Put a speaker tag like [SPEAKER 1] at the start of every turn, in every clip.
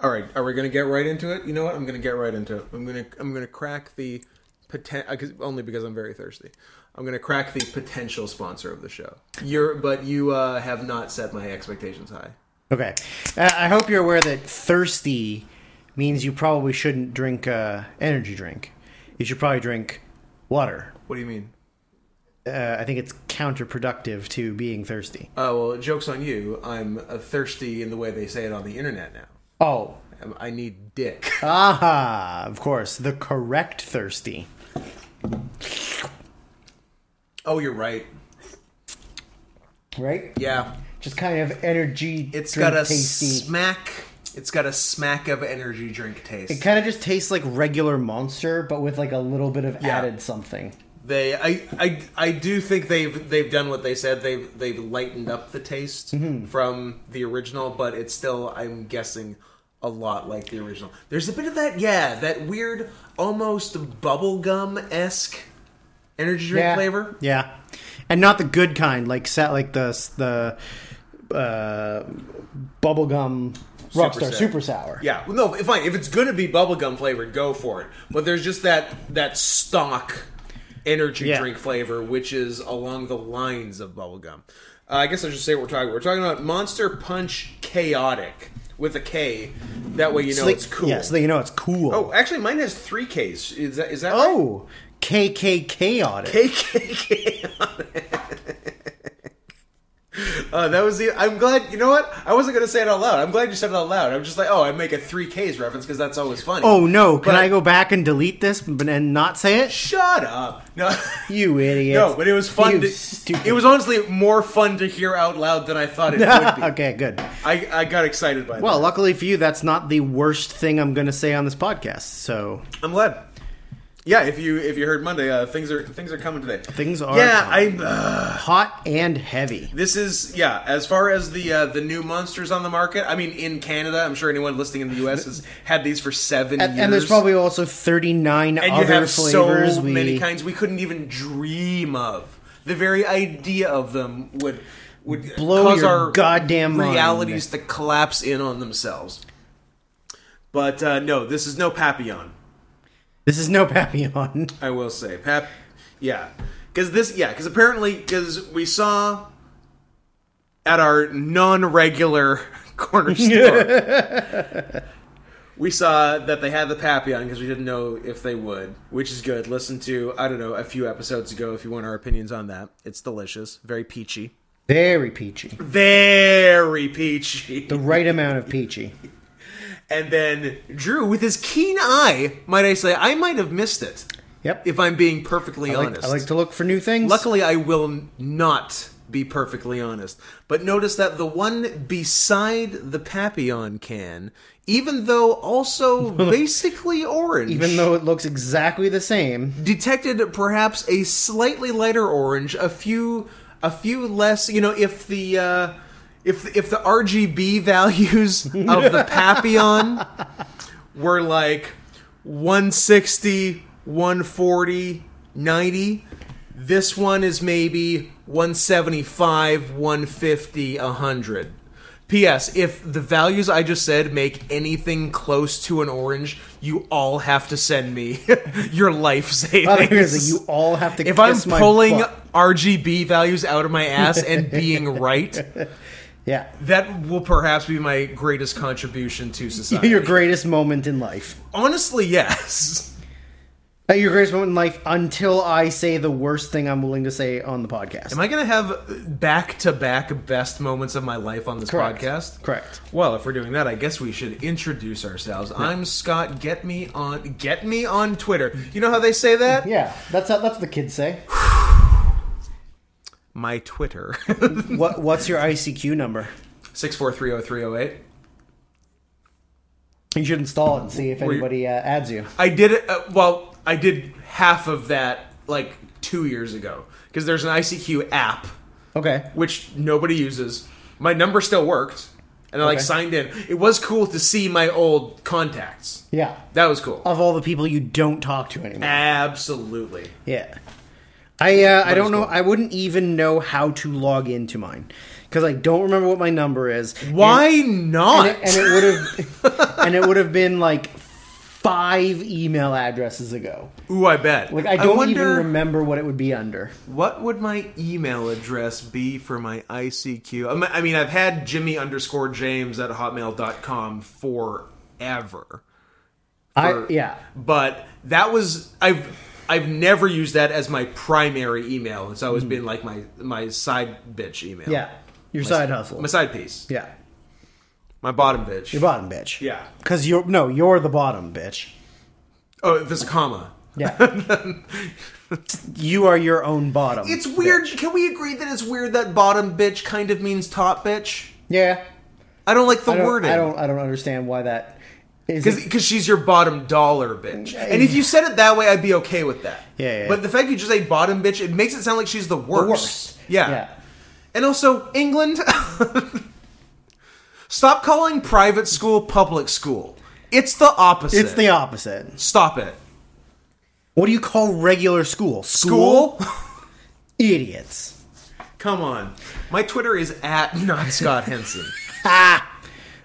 [SPEAKER 1] All right, are we going to get right into it? You know what? I'm going to get right into it. I'm going to I'm going to crack the potential only because I'm very thirsty. I'm going to crack the potential sponsor of the show. You're but you uh, have not set my expectations high.
[SPEAKER 2] Okay. Uh, I hope you're aware that thirsty means you probably shouldn't drink uh, energy drink. You should probably drink water.
[SPEAKER 1] What do you mean?
[SPEAKER 2] Uh, I think it's counterproductive to being thirsty.
[SPEAKER 1] Oh well, jokes on you. I'm uh, thirsty in the way they say it on the internet now.
[SPEAKER 2] Oh.
[SPEAKER 1] I'm- I need dick.
[SPEAKER 2] Ah, of course. The correct thirsty.
[SPEAKER 1] Oh, you're right.
[SPEAKER 2] Right?
[SPEAKER 1] Yeah,
[SPEAKER 2] Just kind of energy.
[SPEAKER 1] it's
[SPEAKER 2] drink
[SPEAKER 1] got a
[SPEAKER 2] tasty.
[SPEAKER 1] smack. It's got a smack of energy drink taste.
[SPEAKER 2] It kind of just tastes like regular monster, but with like a little bit of
[SPEAKER 1] Yeah.
[SPEAKER 2] added something.
[SPEAKER 1] They, I, I, I do think they've they've done what they said. They've they've lightened up the taste from the original, but it's still, I'm guessing, a lot like the original. There's a bit of that, yeah, that weird, almost bubblegum esque energy drink flavor.
[SPEAKER 2] Yeah, and not the good kind, like set like the the uh, bubblegum rockstar
[SPEAKER 1] sour.
[SPEAKER 2] super sour.
[SPEAKER 1] Yeah, well, no, fine. If it's gonna be bubblegum flavored, go for it. But there's just that that stock energy
[SPEAKER 2] Yeah.
[SPEAKER 1] drink flavor, which is along the lines of bubblegum. Uh, I guess I should say what we're talking. We're talking about Monster Punch Chaotic with a K. That way you know
[SPEAKER 2] So they-
[SPEAKER 1] it's cool.
[SPEAKER 2] Yeah, so that you know it's cool.
[SPEAKER 1] oh, actually, mine has three Ks. Is that is that right?
[SPEAKER 2] oh, KK chaotic.
[SPEAKER 1] KKK on it. Uh, that was the. I'm glad. You know what? I wasn't gonna say it out loud. I'm glad you said it out loud. I'm just like, oh, I make a three Ks reference because that's always funny.
[SPEAKER 2] oh no, can
[SPEAKER 1] But-
[SPEAKER 2] I go back and delete this b- and not say it?
[SPEAKER 1] Shut up. No.
[SPEAKER 2] You idiot.
[SPEAKER 1] No, but it was fun.
[SPEAKER 2] You
[SPEAKER 1] To,
[SPEAKER 2] stupid.
[SPEAKER 1] It was honestly more fun to hear out loud than I thought it would be.
[SPEAKER 2] okay, good.
[SPEAKER 1] I, I got excited by
[SPEAKER 2] Well,
[SPEAKER 1] that.
[SPEAKER 2] luckily for you, that's not the worst thing I'm going to say on this podcast. So
[SPEAKER 1] I'm glad. Yeah, if you if you heard Monday, uh, things are things are coming today.
[SPEAKER 2] Things are
[SPEAKER 1] Yeah,
[SPEAKER 2] coming.
[SPEAKER 1] I. Uh,
[SPEAKER 2] hot and heavy.
[SPEAKER 1] this is yeah. As far as the uh, the new monsters on the market, I mean, in Canada, I'm sure anyone listening in the U.S. has had these for seven
[SPEAKER 2] And,
[SPEAKER 1] years.
[SPEAKER 2] and there's probably also
[SPEAKER 1] and
[SPEAKER 2] 39 other
[SPEAKER 1] you have
[SPEAKER 2] flavors.
[SPEAKER 1] so
[SPEAKER 2] we,
[SPEAKER 1] many kinds we couldn't even dream of. The very idea of them would would
[SPEAKER 2] Blow
[SPEAKER 1] cause
[SPEAKER 2] your
[SPEAKER 1] our
[SPEAKER 2] goddamn mind.
[SPEAKER 1] realities to collapse in on themselves. But uh, no, this is no Papillon.
[SPEAKER 2] This is no Papillon.
[SPEAKER 1] I will say Pap, yeah, because this, yeah, because apparently, because we saw at our non-regular corner store, we saw that they had the Papillon because we didn't know if they would, which is good. Listen to I don't know a few episodes ago if you want our opinions on that. It's delicious, very peachy,
[SPEAKER 2] Very peachy.
[SPEAKER 1] very peachy.
[SPEAKER 2] The right amount of peachy.
[SPEAKER 1] And then Drew, with his keen eye, might I say, I might have missed it.
[SPEAKER 2] Yep.
[SPEAKER 1] If I'm being perfectly
[SPEAKER 2] I, like,
[SPEAKER 1] honest,
[SPEAKER 2] I like to look for new things.
[SPEAKER 1] Luckily, I will n- not be perfectly honest. But notice that the one beside the Papillon can, even though also basically orange,
[SPEAKER 2] Even though it looks exactly the same.
[SPEAKER 1] detected perhaps a slightly lighter orange, a few, a few less. You know, if the uh, if if the RGB values of the Papillon were like 160, 140, 90. This one is maybe 175, 150, 100. P.S. If the values I just said make anything close to an orange, you all have to send me your life savings.
[SPEAKER 2] Otherwise, you all have to
[SPEAKER 1] if I'm
[SPEAKER 2] kiss my
[SPEAKER 1] pulling
[SPEAKER 2] butt.
[SPEAKER 1] RGB values out of my ass and being right,
[SPEAKER 2] Yeah.
[SPEAKER 1] that will perhaps be my greatest contribution to society.
[SPEAKER 2] Your greatest moment in life.
[SPEAKER 1] Honestly, yes.
[SPEAKER 2] Uh, Your greatest moment in life until I say the worst thing I'm willing to say on the podcast.
[SPEAKER 1] Am I going to have back to back best moments of my life on this
[SPEAKER 2] Correct.
[SPEAKER 1] podcast?
[SPEAKER 2] Correct.
[SPEAKER 1] Well, if we're doing that, I guess we should introduce ourselves. I'm Scott. Get me on get me on Twitter. You know how they say that?
[SPEAKER 2] Yeah, that's how, that's what the kids say.
[SPEAKER 1] My Twitter.
[SPEAKER 2] what What's your ICQ number?
[SPEAKER 1] 6430308.
[SPEAKER 2] You should install it and see if
[SPEAKER 1] Were you-
[SPEAKER 2] anybody uh, adds you.
[SPEAKER 1] I did it uh, well, I did half of that like 2 years ago because there's an ICQ app
[SPEAKER 2] Okay.
[SPEAKER 1] which nobody uses. My number still worked and I like
[SPEAKER 2] Okay.
[SPEAKER 1] signed in. It was cool to see my old contacts.
[SPEAKER 2] Yeah.
[SPEAKER 1] That was cool.
[SPEAKER 2] Of all the people you don't talk to anymore.
[SPEAKER 1] Absolutely.
[SPEAKER 2] Yeah. I uh, I don't know.
[SPEAKER 1] cool.
[SPEAKER 2] I wouldn't even know how to log into mine because I don't remember what my number is.
[SPEAKER 1] Why
[SPEAKER 2] And
[SPEAKER 1] not?
[SPEAKER 2] it, and it would have, and it would have been like five email addresses ago.
[SPEAKER 1] Ooh, I bet.
[SPEAKER 2] Like I don't even
[SPEAKER 1] wonder
[SPEAKER 2] remember what it would be under.
[SPEAKER 1] what would my email address be for my ICQ. I mean- I mean, I've had Jimmy underscore James at hotmail.com forever,
[SPEAKER 2] I
[SPEAKER 1] For-
[SPEAKER 2] yeah.
[SPEAKER 1] but that was I've I've never used that as my primary email. It's always been like my my side bitch email.
[SPEAKER 2] Hmm. Yeah. Your side hustle.
[SPEAKER 1] my side piece,
[SPEAKER 2] yeah.
[SPEAKER 1] my bottom bitch.
[SPEAKER 2] Your bottom bitch.
[SPEAKER 1] Yeah.
[SPEAKER 2] Cause you're no, you're the bottom bitch.
[SPEAKER 1] Oh, if there's a comma.
[SPEAKER 2] Yeah. you are your own bottom.
[SPEAKER 1] It's weird. Can we agree that it's weird that bottom bitch kind of means top bitch?
[SPEAKER 2] Yeah.
[SPEAKER 1] I don't like the
[SPEAKER 2] I don't,
[SPEAKER 1] wording.
[SPEAKER 2] I don't I don't understand why that is
[SPEAKER 1] because she's your bottom dollar bitch. And if you said it that way, I'd be okay with that.
[SPEAKER 2] Yeah, yeah.
[SPEAKER 1] But the fact you just say bottom bitch, it makes it sound like she's the worst.
[SPEAKER 2] worst.
[SPEAKER 1] Yeah.
[SPEAKER 2] Yeah.
[SPEAKER 1] And also England. Stop calling private school public school. It's the opposite.
[SPEAKER 2] It's the opposite.
[SPEAKER 1] Stop it.
[SPEAKER 2] What do you call regular school?
[SPEAKER 1] School?
[SPEAKER 2] Idiots.
[SPEAKER 1] Come on. My Twitter is at not Scott Henson.
[SPEAKER 2] Ah.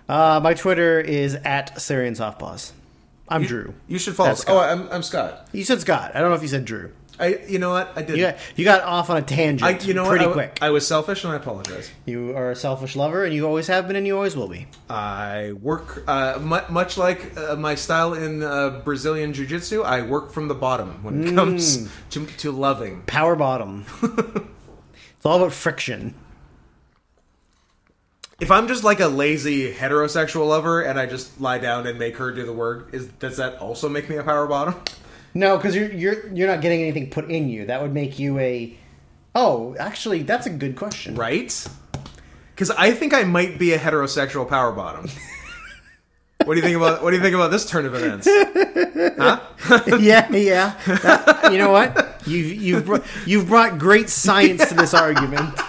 [SPEAKER 2] Uh, my Twitter is at Sarian Softpaws. I'm Drew.
[SPEAKER 1] You should follow us.
[SPEAKER 2] That's
[SPEAKER 1] Oh, I'm, I'm Scott.
[SPEAKER 2] You said Scott. I don't know if you said Drew.
[SPEAKER 1] I. You know what? I did.
[SPEAKER 2] You got, you got off on a
[SPEAKER 1] I,
[SPEAKER 2] tangent
[SPEAKER 1] you know
[SPEAKER 2] pretty
[SPEAKER 1] what? I, w-
[SPEAKER 2] quick.
[SPEAKER 1] I was selfish and I apologize.
[SPEAKER 2] you are a selfish lover, and you always have been, and you always will be.
[SPEAKER 1] I work uh, mu- much like uh, my style in uh, Brazilian jiu-jitsu. I work from the bottom when
[SPEAKER 2] Mm.
[SPEAKER 1] it comes to, to loving.
[SPEAKER 2] Power bottom. it's all about friction.
[SPEAKER 1] If I'm just like a lazy heterosexual lover and I just lie down and make her do the work, is does that also make me a power bottom?
[SPEAKER 2] No, because you're you're you're not getting anything put in you. That would make you a. Oh, actually, that's a good question.
[SPEAKER 1] Right? Because I think I might be a heterosexual power bottom. what do you think about What do you think about this turn of events?
[SPEAKER 2] yeah, yeah. That- you know what? You've you've br- you've brought great science to this argument.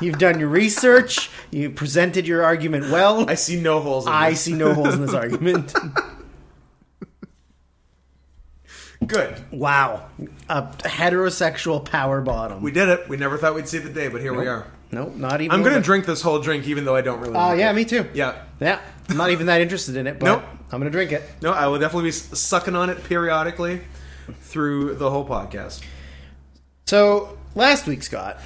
[SPEAKER 2] You've done your research. You presented your argument well.
[SPEAKER 1] I see no holes. in
[SPEAKER 2] I
[SPEAKER 1] this.
[SPEAKER 2] see no holes in this argument.
[SPEAKER 1] Good.
[SPEAKER 2] Wow, a heterosexual power bottom.
[SPEAKER 1] We did it. We never thought we'd see the day, but here we are.
[SPEAKER 2] nope, not even.
[SPEAKER 1] I'm
[SPEAKER 2] a
[SPEAKER 1] gonna
[SPEAKER 2] bit.
[SPEAKER 1] drink this whole drink, even though I don't really.
[SPEAKER 2] Oh
[SPEAKER 1] like
[SPEAKER 2] yeah,
[SPEAKER 1] it.
[SPEAKER 2] me too.
[SPEAKER 1] Yeah.
[SPEAKER 2] yeah. I'm not even that interested in it, but
[SPEAKER 1] Nope.
[SPEAKER 2] I'm gonna drink it.
[SPEAKER 1] No, I will definitely be s- sucking on it periodically through the whole podcast.
[SPEAKER 2] So last week, Scott,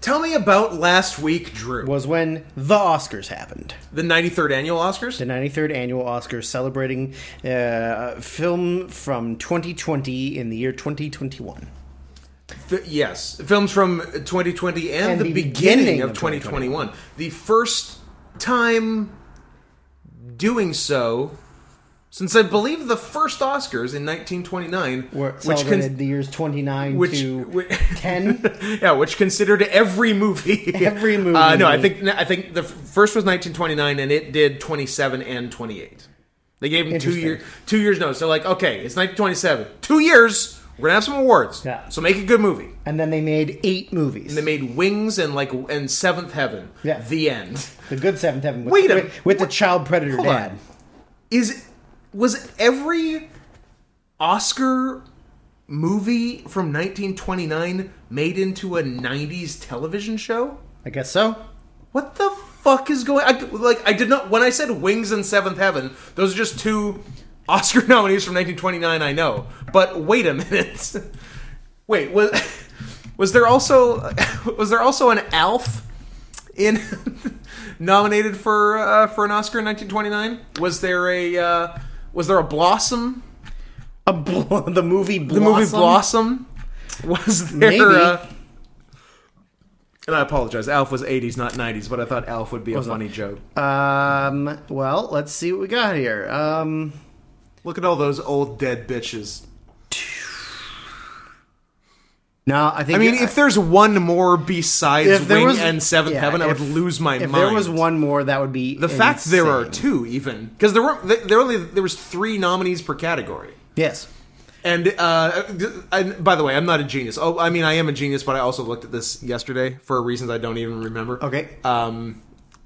[SPEAKER 1] Tell me about last week, Drew.
[SPEAKER 2] was when the Oscars happened.
[SPEAKER 1] The 93rd annual Oscars?
[SPEAKER 2] the 93rd annual Oscars celebrating uh, film from 2020 in the year 2021.
[SPEAKER 1] F- yes. Films from 2020 and,
[SPEAKER 2] And
[SPEAKER 1] the,
[SPEAKER 2] the
[SPEAKER 1] beginning,
[SPEAKER 2] beginning
[SPEAKER 1] of
[SPEAKER 2] of
[SPEAKER 1] 2021. The first time doing so since I believe the first Oscars in 1929,
[SPEAKER 2] Where it
[SPEAKER 1] which
[SPEAKER 2] celebrated
[SPEAKER 1] con-
[SPEAKER 2] the years 29
[SPEAKER 1] which-
[SPEAKER 2] to
[SPEAKER 1] wi-
[SPEAKER 2] 10.
[SPEAKER 1] yeah, which considered every movie.
[SPEAKER 2] Every movie.
[SPEAKER 1] Uh, no, I think I think the f- first was 1929, and it did 27 and 28. They gave him two
[SPEAKER 2] Interesting.
[SPEAKER 1] years. Two years notice. They're like, okay, it's 1927. Two years. We're gonna have some awards.
[SPEAKER 2] Yeah.
[SPEAKER 1] So make a good movie.
[SPEAKER 2] and then they made eight movies.
[SPEAKER 1] They made Wings and like and Seventh Heaven.
[SPEAKER 2] Yeah.
[SPEAKER 1] The end.
[SPEAKER 2] the good Seventh Heaven with,
[SPEAKER 1] Wait a-
[SPEAKER 2] with, with the child predator
[SPEAKER 1] Hold
[SPEAKER 2] dad.
[SPEAKER 1] on. Is was every Oscar movie from 1929 made into a 90s television show?
[SPEAKER 2] I guess so.
[SPEAKER 1] What the fuck is going? I, like I did not when I said Wings and Seventh Heaven. Those are just two Oscar nominees from 1929. I know, but wait a minute. Wait, was was there also was there also an Alf in nominated for uh, for an Oscar in 1929? Was there a uh, was there a Blossom?
[SPEAKER 2] A bl- the movie
[SPEAKER 1] The
[SPEAKER 2] Blossom.
[SPEAKER 1] movie Blossom was there.
[SPEAKER 2] Maybe.
[SPEAKER 1] Uh, and I apologize. Alf was 80s, not 90s, but I thought Alf would be a funny joke.
[SPEAKER 2] Um, well, let's see what we got here. Um,
[SPEAKER 1] Look at all those old dead bitches.
[SPEAKER 2] no, I think
[SPEAKER 1] I mean, if there's one more besides Wing and Seventh
[SPEAKER 2] yeah,
[SPEAKER 1] Heaven, I would
[SPEAKER 2] if-
[SPEAKER 1] lose my
[SPEAKER 2] If
[SPEAKER 1] mind.
[SPEAKER 2] there was one more, that would be
[SPEAKER 1] the fact there are
[SPEAKER 2] insane.
[SPEAKER 1] two, even because there were there only there was three nominees per category.
[SPEAKER 2] Yes.
[SPEAKER 1] And uh, and by the way, I'm not a genius. Oh, I mean, I am a genius, but I also looked at this yesterday for reasons I don't even remember.
[SPEAKER 2] Okay.
[SPEAKER 1] Um,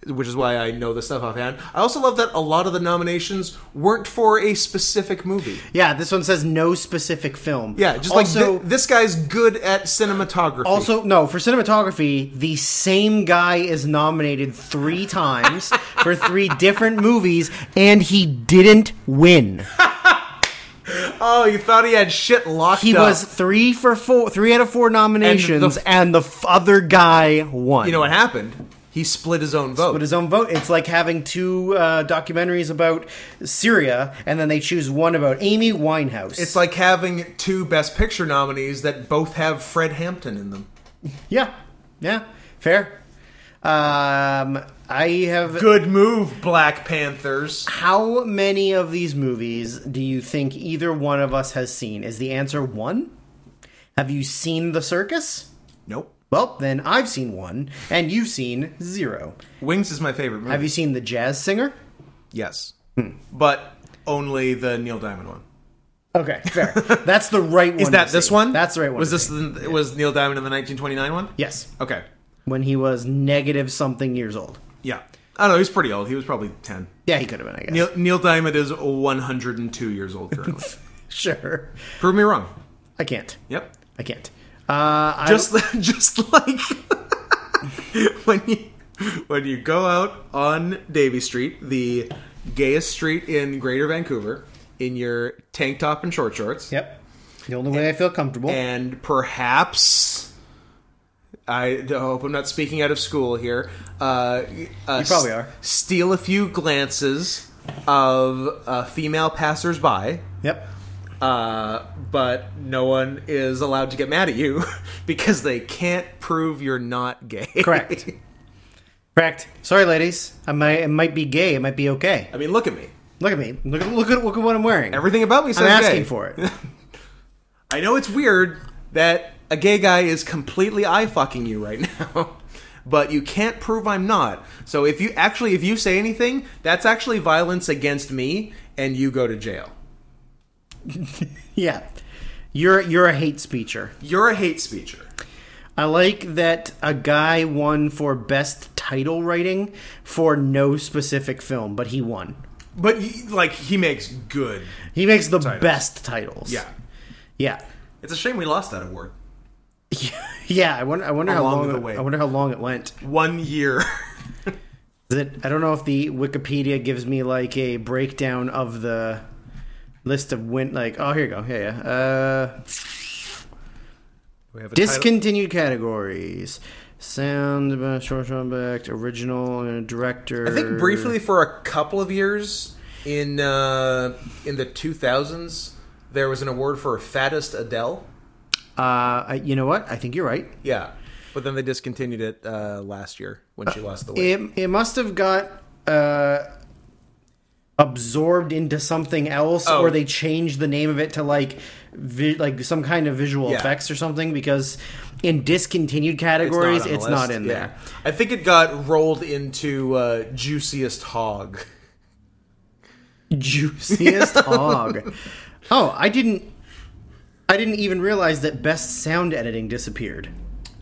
[SPEAKER 1] which is why I know the stuff offhand. I also love that a lot of the nominations weren't for a specific movie.
[SPEAKER 2] Yeah, this one says no specific film.
[SPEAKER 1] Yeah, just
[SPEAKER 2] also,
[SPEAKER 1] like thi- this guy's good at cinematography.
[SPEAKER 2] Also, no, for cinematography, the same guy is nominated three times for three different movies, and he didn't win.
[SPEAKER 1] oh, you thought he had shit locked
[SPEAKER 2] He
[SPEAKER 1] up.
[SPEAKER 2] was three for four, three out of four nominations, and
[SPEAKER 1] f-
[SPEAKER 2] the, f- other guy won.
[SPEAKER 1] You know what happened? He split his own vote.
[SPEAKER 2] With his own vote, it's like having two uh, documentaries about Syria, and then they choose one about Amy Winehouse.
[SPEAKER 1] it's like having two Best Picture nominees that both have Fred Hampton in them.
[SPEAKER 2] yeah, yeah, fair. Um, I have
[SPEAKER 1] Good move, Black Panthers.
[SPEAKER 2] How many of these movies do you think either one of us has seen? Is the answer one? Have you seen The Circus?
[SPEAKER 1] Nope.
[SPEAKER 2] Well, then I've seen one, and you've seen zero.
[SPEAKER 1] Wings is my favorite movie.
[SPEAKER 2] Have you Hmm. seen The Jazz Singer?
[SPEAKER 1] Yes. But only the Neil Diamond one.
[SPEAKER 2] Okay, fair. That's the right one.
[SPEAKER 1] Is that
[SPEAKER 2] to
[SPEAKER 1] this
[SPEAKER 2] see.
[SPEAKER 1] one?
[SPEAKER 2] That's the right one.
[SPEAKER 1] Was
[SPEAKER 2] to
[SPEAKER 1] this
[SPEAKER 2] see.
[SPEAKER 1] the, was Neil Diamond in the 1929 one?
[SPEAKER 2] Yes,
[SPEAKER 1] Okay.
[SPEAKER 2] when he was negative something years old.
[SPEAKER 1] Yeah. I don't know. He's pretty old. He was probably 10.
[SPEAKER 2] Yeah, he could have been. I guess.
[SPEAKER 1] Neil, Neil Diamond is 102 years old currently.
[SPEAKER 2] Sure.
[SPEAKER 1] Prove me wrong.
[SPEAKER 2] I can't.
[SPEAKER 1] Yep.
[SPEAKER 2] I can't. Uh, I,
[SPEAKER 1] Just just like when you when you go out on Davy Street, the gayest street in Greater Vancouver, in your tank top and short shorts,
[SPEAKER 2] yep. The only way I feel comfortable.
[SPEAKER 1] and perhaps I hope I'm not speaking out of school here. Uh, uh,
[SPEAKER 2] You probably are.
[SPEAKER 1] s- Steal a few glances of uh, female passersby,
[SPEAKER 2] yep.
[SPEAKER 1] uh, but no one is allowed to get mad at you because they can't prove you're not gay.
[SPEAKER 2] Correct. Correct. Sorry, ladies. I might. It might be gay. It might be okay.
[SPEAKER 1] I mean, look at me.
[SPEAKER 2] Look at me. Look at look at look at what I'm wearing.
[SPEAKER 1] Everything about me says
[SPEAKER 2] I'm asking
[SPEAKER 1] gay.
[SPEAKER 2] for it.
[SPEAKER 1] I know it's weird that a gay guy is completely eye fucking you right now, but you can't prove I'm not. So if you actually if you say anything, that's actually violence against me, and you go to jail.
[SPEAKER 2] yeah. You're you're a hate speecher.
[SPEAKER 1] You're a hate speecher.
[SPEAKER 2] I like that a guy won for best title writing for no specific film, but he won.
[SPEAKER 1] But he, like he makes good.
[SPEAKER 2] He makes the best titles.
[SPEAKER 1] Yeah,
[SPEAKER 2] Yeah.
[SPEAKER 1] it's a shame we lost that award.
[SPEAKER 2] Yeah, I wonder I wonder how
[SPEAKER 1] Along
[SPEAKER 2] long
[SPEAKER 1] the
[SPEAKER 2] it,
[SPEAKER 1] way.
[SPEAKER 2] I wonder how long it went.
[SPEAKER 1] One year.
[SPEAKER 2] Is it I don't know if the Wikipedia gives me like a breakdown of the list of win like oh here you go. Yeah, yeah. Uh
[SPEAKER 1] we have a
[SPEAKER 2] Discontinued categories. Sound, uh, short comeback, original, uh, director.
[SPEAKER 1] I think briefly for a couple of years in uh, in the 2000s, there was an award for fattest Adele.
[SPEAKER 2] Uh, I- you know what? I think you're right.
[SPEAKER 1] Yeah, but then they discontinued it uh, last year when she lost the weight.
[SPEAKER 2] It, it must have got uh, absorbed into something else,
[SPEAKER 1] Oh.
[SPEAKER 2] or they changed the name of it to like vi- like some kind of visual
[SPEAKER 1] Yeah.
[SPEAKER 2] effects or something. Because in discontinued
[SPEAKER 1] It's not on
[SPEAKER 2] categories,
[SPEAKER 1] the
[SPEAKER 2] it's
[SPEAKER 1] list.
[SPEAKER 2] not in
[SPEAKER 1] Yeah.
[SPEAKER 2] there.
[SPEAKER 1] I think it got rolled into uh, juiciest hog.
[SPEAKER 2] Juiciest hog. Oh, I didn't. I didn't even realize that best sound editing disappeared.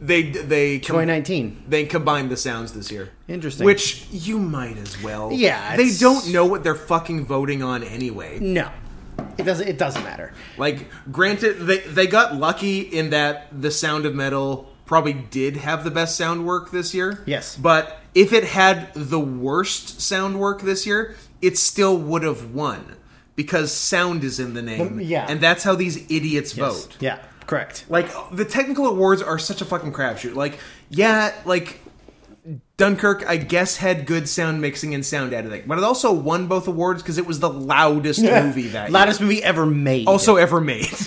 [SPEAKER 1] They they com-
[SPEAKER 2] 2019.
[SPEAKER 1] they combined the sounds this year.
[SPEAKER 2] Interesting.
[SPEAKER 1] Which you might as well.
[SPEAKER 2] Yeah,
[SPEAKER 1] they
[SPEAKER 2] it's-
[SPEAKER 1] don't know what they're fucking voting on anyway.
[SPEAKER 2] No, it doesn't. It doesn't matter.
[SPEAKER 1] Like, granted, they they got lucky in that the Sound of Metal probably did have the best sound work this year.
[SPEAKER 2] Yes.
[SPEAKER 1] but if it had the worst sound work this year, it still would have won because sound is in the name.
[SPEAKER 2] Well, yeah.
[SPEAKER 1] and that's how these idiots vote.
[SPEAKER 2] Yeah, correct.
[SPEAKER 1] Like the technical awards are such a fucking crapshoot. Like, yeah, like Dunkirk, I guess had good sound mixing and sound editing, but it also won both awards because it was the loudest movie that year
[SPEAKER 2] Loudest movie ever made.
[SPEAKER 1] also ever made.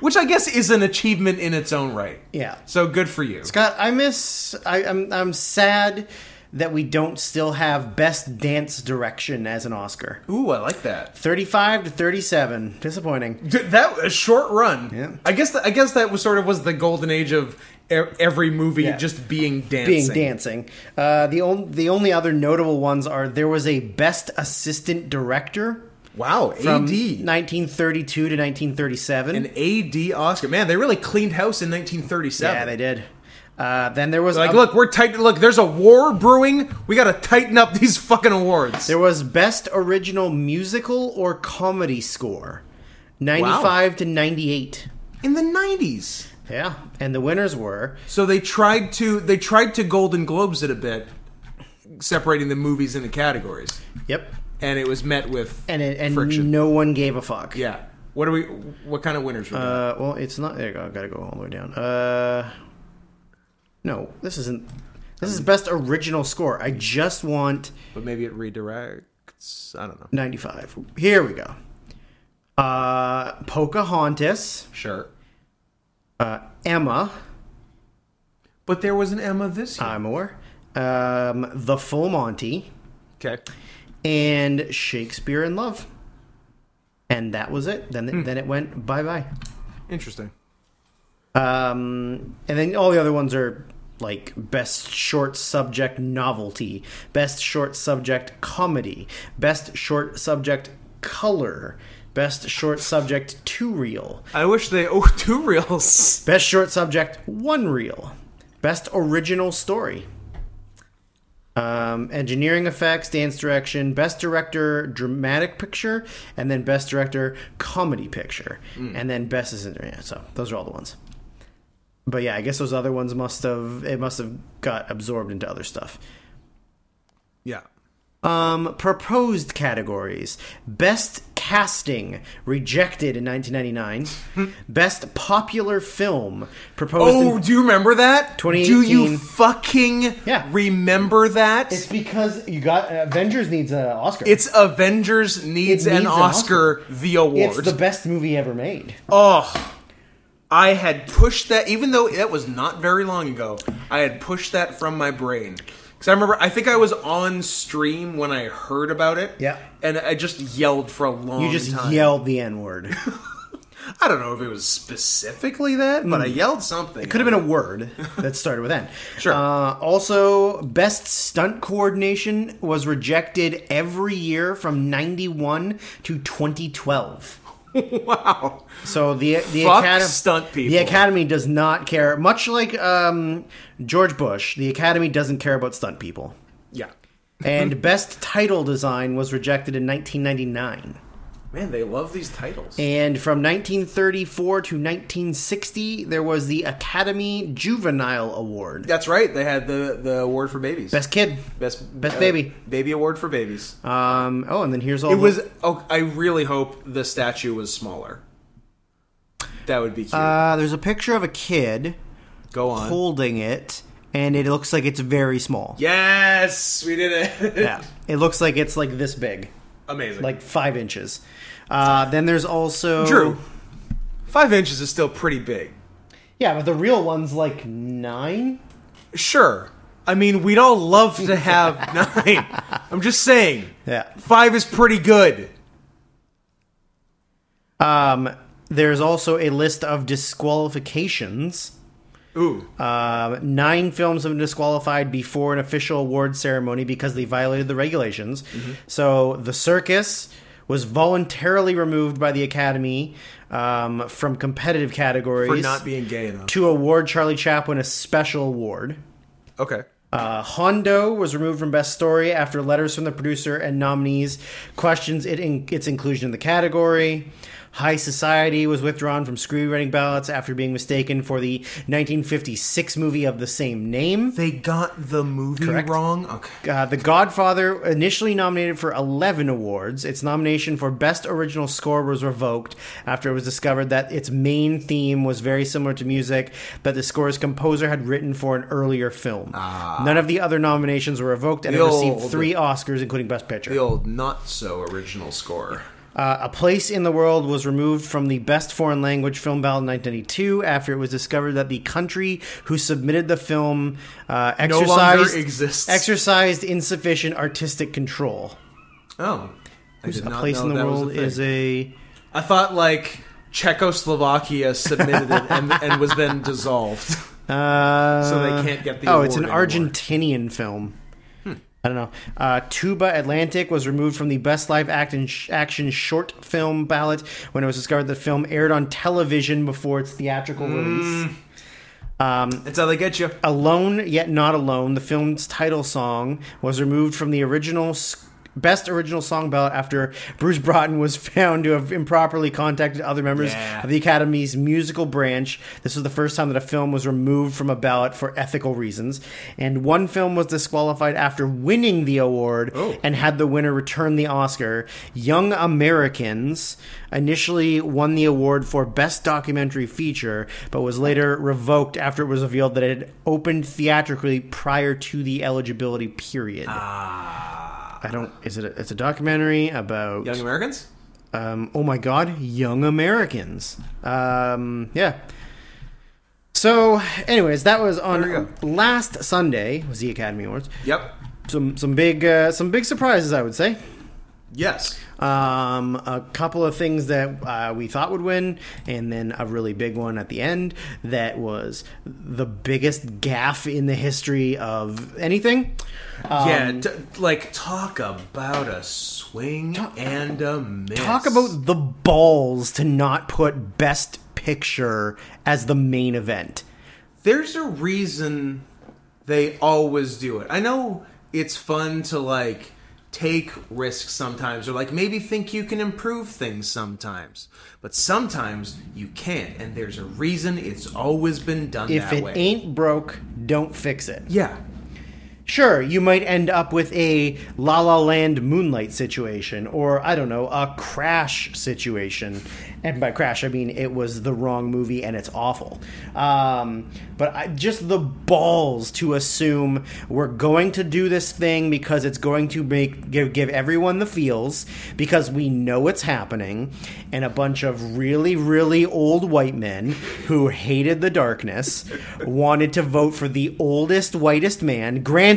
[SPEAKER 1] Which I guess is an achievement in its own right.
[SPEAKER 2] Yeah.
[SPEAKER 1] So good for you.
[SPEAKER 2] God, I miss. I, I'm. I'm sad that we don't still have best dance direction as an Oscar.
[SPEAKER 1] Ooh, I like that.
[SPEAKER 2] Thirty-five to thirty-seven. Disappointing.
[SPEAKER 1] D- That a short run.
[SPEAKER 2] Yeah.
[SPEAKER 1] I guess that, I guess that was sort of was the golden age of e- every movie
[SPEAKER 2] Yeah.
[SPEAKER 1] just being dancing.
[SPEAKER 2] Being dancing. Uh, the only the only other notable ones are there was a best assistant director
[SPEAKER 1] Wow,
[SPEAKER 2] from
[SPEAKER 1] AD.
[SPEAKER 2] 1932 Um, to 1937.
[SPEAKER 1] An AD Oscar. Man, they really cleaned house in 1937.
[SPEAKER 2] Yeah, they did. Uh, then there was
[SPEAKER 1] Like,
[SPEAKER 2] a-
[SPEAKER 1] look, we're tight. Look, there's a war brewing. We got to tighten up these fucking awards.
[SPEAKER 2] There was best original musical or comedy score, ninety-five to ninety-eight.
[SPEAKER 1] In the '90s,
[SPEAKER 2] Yeah, and the winners were
[SPEAKER 1] so they tried to they tried to Golden Globes it a bit, separating the movies into categories,
[SPEAKER 2] yep,
[SPEAKER 1] and it was met with
[SPEAKER 2] and it, and
[SPEAKER 1] friction.
[SPEAKER 2] no one gave a fuck.
[SPEAKER 1] yeah. What are we? What kind of winners? Were there?
[SPEAKER 2] Uh, well, it's not. There you go. I gotta go all the way down. Uh, no, this isn't. This is best original score. I just want
[SPEAKER 1] but maybe it redirects. I don't know.
[SPEAKER 2] ninety-five. Here we go. Uh, Pocahontas,
[SPEAKER 1] Sure.
[SPEAKER 2] uh, Emma,
[SPEAKER 1] But there was an Emma this
[SPEAKER 2] Uh,
[SPEAKER 1] year.
[SPEAKER 2] Timor, um, The Full Monty.
[SPEAKER 1] okay.
[SPEAKER 2] and Shakespeare in Love. And that was it. Then then it went bye bye.
[SPEAKER 1] Interesting.
[SPEAKER 2] Um, and then all the other ones are like best short subject novelty, best short subject comedy, best short subject color, best short subject two reel,
[SPEAKER 1] I wish they oh two reels.
[SPEAKER 2] best short subject one reel, best original story. Um, engineering effects, dance direction, best director, dramatic picture, and then best director, comedy picture, and then best is yeah, so those are all the ones. But yeah, I guess those other ones must have it must have got absorbed into other stuff.
[SPEAKER 1] Yeah.
[SPEAKER 2] Um, proposed categories: best casting, rejected in 1999; best popular film, proposed. in-
[SPEAKER 1] Oh, do you remember that?
[SPEAKER 2] 2018.
[SPEAKER 1] Do you fucking
[SPEAKER 2] Yeah.
[SPEAKER 1] remember that?
[SPEAKER 2] It's because you got Avengers needs an Oscar.
[SPEAKER 1] It's Avengers needs,
[SPEAKER 2] It needs
[SPEAKER 1] an,
[SPEAKER 2] an
[SPEAKER 1] Oscar, the award.
[SPEAKER 2] It's the best movie ever made.
[SPEAKER 1] oh, I had pushed that, even though that was not very long ago. I had pushed that from my brain because I remember. I think I was on stream when I heard about it.
[SPEAKER 2] Yeah.
[SPEAKER 1] and I just yelled for a long
[SPEAKER 2] You just
[SPEAKER 1] time.
[SPEAKER 2] yelled the N word. Could
[SPEAKER 1] I don't know if it was specifically that, but I
[SPEAKER 2] Mm.
[SPEAKER 1] yelled something.
[SPEAKER 2] have been a word that started with N.
[SPEAKER 1] Sure.
[SPEAKER 2] Uh, also, best stunt coordination was rejected every year from 91 to 2012.
[SPEAKER 1] wow.
[SPEAKER 2] So the the
[SPEAKER 1] Fuck
[SPEAKER 2] Academy
[SPEAKER 1] stunt people.
[SPEAKER 2] The Academy does not care. Much like um, George Bush, the Academy doesn't care about stunt people.
[SPEAKER 1] Yeah,
[SPEAKER 2] And best title design was rejected in 1999.
[SPEAKER 1] man, they love these titles.
[SPEAKER 2] And from 1934 to 1960, there was the Academy Juvenile Award.
[SPEAKER 1] That's right. They had the the award for babies.
[SPEAKER 2] Best kid.
[SPEAKER 1] Best, uh,
[SPEAKER 2] Best baby.
[SPEAKER 1] Baby award for babies.
[SPEAKER 2] Um, oh, and then here's all
[SPEAKER 1] It
[SPEAKER 2] the-
[SPEAKER 1] was. Oh, I really hope the statue was smaller. That would be cute.
[SPEAKER 2] Uh, there's a picture of a kid
[SPEAKER 1] Go on.
[SPEAKER 2] holding it, and it looks like it's very small.
[SPEAKER 1] yes, we did it.
[SPEAKER 2] Yeah. It looks like it's like this big,
[SPEAKER 1] Amazing.
[SPEAKER 2] like five inches. Uh, then there's also
[SPEAKER 1] Drew, oh. five inches is still pretty big.
[SPEAKER 2] Yeah, but the real one's like nine.
[SPEAKER 1] Sure. I mean, we'd all love to have nine. I'm just saying,
[SPEAKER 2] Yeah.
[SPEAKER 1] five is pretty good.
[SPEAKER 2] Um, there's also a list of disqualifications.
[SPEAKER 1] Ooh.
[SPEAKER 2] Um, nine films have been disqualified before an official award ceremony because they violated the regulations.
[SPEAKER 1] Mm-hmm.
[SPEAKER 2] So The Circus was voluntarily removed by the Academy um, from competitive categories
[SPEAKER 1] for not being gay enough.
[SPEAKER 2] to award Charlie Chaplin a special award.
[SPEAKER 1] Okay.
[SPEAKER 2] Uh, Hondo was removed from Best Story after letters from the producer and nominees questions it in, its inclusion in the category. High Society was withdrawn from screenwriting ballots after being mistaken for the 1956 movie of the same name.
[SPEAKER 1] They got the movie
[SPEAKER 2] Correct.
[SPEAKER 1] wrong. Okay.
[SPEAKER 2] Uh, the Godfather, initially nominated for 11 awards, its nomination for Best Original Score was revoked after it was discovered that its main theme was very similar to music that the score's composer had written for an earlier film. None of the other nominations were revoked, and it
[SPEAKER 1] Ah. The
[SPEAKER 2] received
[SPEAKER 1] old-
[SPEAKER 2] three Oscars, including Best Picture.
[SPEAKER 1] The old not so original score.
[SPEAKER 2] Uh, a Place in the World was removed from the Best Foreign Language Film Ballot in 1992 after it was discovered that the country who submitted the film uh,
[SPEAKER 1] No
[SPEAKER 2] exercised,
[SPEAKER 1] longer exists.
[SPEAKER 2] exercised insufficient artistic control.
[SPEAKER 1] oh. I did
[SPEAKER 2] A
[SPEAKER 1] not
[SPEAKER 2] Place
[SPEAKER 1] know
[SPEAKER 2] in the
[SPEAKER 1] that was
[SPEAKER 2] World
[SPEAKER 1] thing.
[SPEAKER 2] is a.
[SPEAKER 1] I thought like Czechoslovakia submitted it and, and was then dissolved.
[SPEAKER 2] Uh,
[SPEAKER 1] So they can't get the
[SPEAKER 2] Oh, it's an
[SPEAKER 1] award anymore. Hmm.
[SPEAKER 2] Argentinian film. I don't know. Uh, Tuba Atlantic was removed from the Best Live Action, action Short Film
[SPEAKER 1] Hmm.
[SPEAKER 2] ballot when it was discovered the film aired on television before its theatrical release. Um,
[SPEAKER 1] That's how they get you.
[SPEAKER 2] Alone Yet Not Alone, the film's title song, was removed from the original s- Best Original Song ballot after Bruce Broughton was found to have improperly contacted other members
[SPEAKER 1] Yeah.
[SPEAKER 2] of the Academy's musical branch. This was the first time that a film was removed from a ballot for ethical reasons. And one film was disqualified after winning the award
[SPEAKER 1] Oh.
[SPEAKER 2] and had the winner return the Oscar. Young Americans initially won the award for Best Documentary Feature, but was later revoked after it was revealed that it had opened theatrically prior to the eligibility period. I don't. Is it? A, it's a documentary about
[SPEAKER 1] Ah. Young Americans?
[SPEAKER 2] um, oh my god, young Americans. Um, yeah. So, anyways, that was
[SPEAKER 1] There you
[SPEAKER 2] on last Sunday was the Academy Awards.
[SPEAKER 1] Yep.
[SPEAKER 2] Some some big uh, some big surprises, I would say.
[SPEAKER 1] Yes.
[SPEAKER 2] Um, a couple of things that uh, we thought would win, and then a really big one at the end that was the biggest gaff in the history of anything. Um,
[SPEAKER 1] yeah, t- like talk about a swing and a miss.
[SPEAKER 2] Talk about the balls to not put Best Picture as the main event.
[SPEAKER 1] there's a reason they always do it. I know it's fun to like take risks sometimes or like maybe think you can improve things sometimes. But sometimes you can't and there's a reason it's always been done
[SPEAKER 2] If
[SPEAKER 1] that
[SPEAKER 2] it
[SPEAKER 1] way.
[SPEAKER 2] ain't broke, don't fix it.
[SPEAKER 1] yeah.
[SPEAKER 2] Sure, you might end up with a La La Land Moonlight situation, or I don't know, a Crash situation. And by Crash, I mean it was the wrong movie and it's awful. Um, but I, just the balls to assume we're going to do this thing because it's going to make give, give everyone the feels because we know it's happening, and a bunch of really really old white men who hated the darkness wanted to vote for the oldest whitest man. Granted,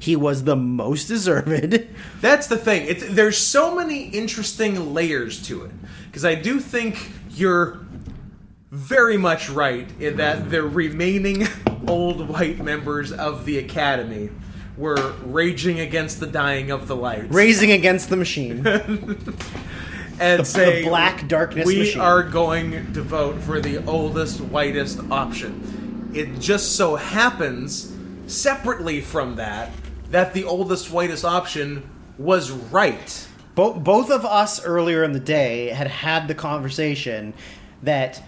[SPEAKER 2] he was the most deserved.
[SPEAKER 1] That's the thing. It's, there's so many interesting layers to it because I do think you're very much right in that the remaining old white members of the academy were raging against the dying of the lights
[SPEAKER 2] Raising against the machine.
[SPEAKER 1] and saying,
[SPEAKER 2] black darkness
[SPEAKER 1] We
[SPEAKER 2] machine."
[SPEAKER 1] are going to vote for the oldest, whitest option. It just so happens, separately from that, that the oldest, whitest option was right.
[SPEAKER 2] Bo- both of us earlier in the day had had the conversation that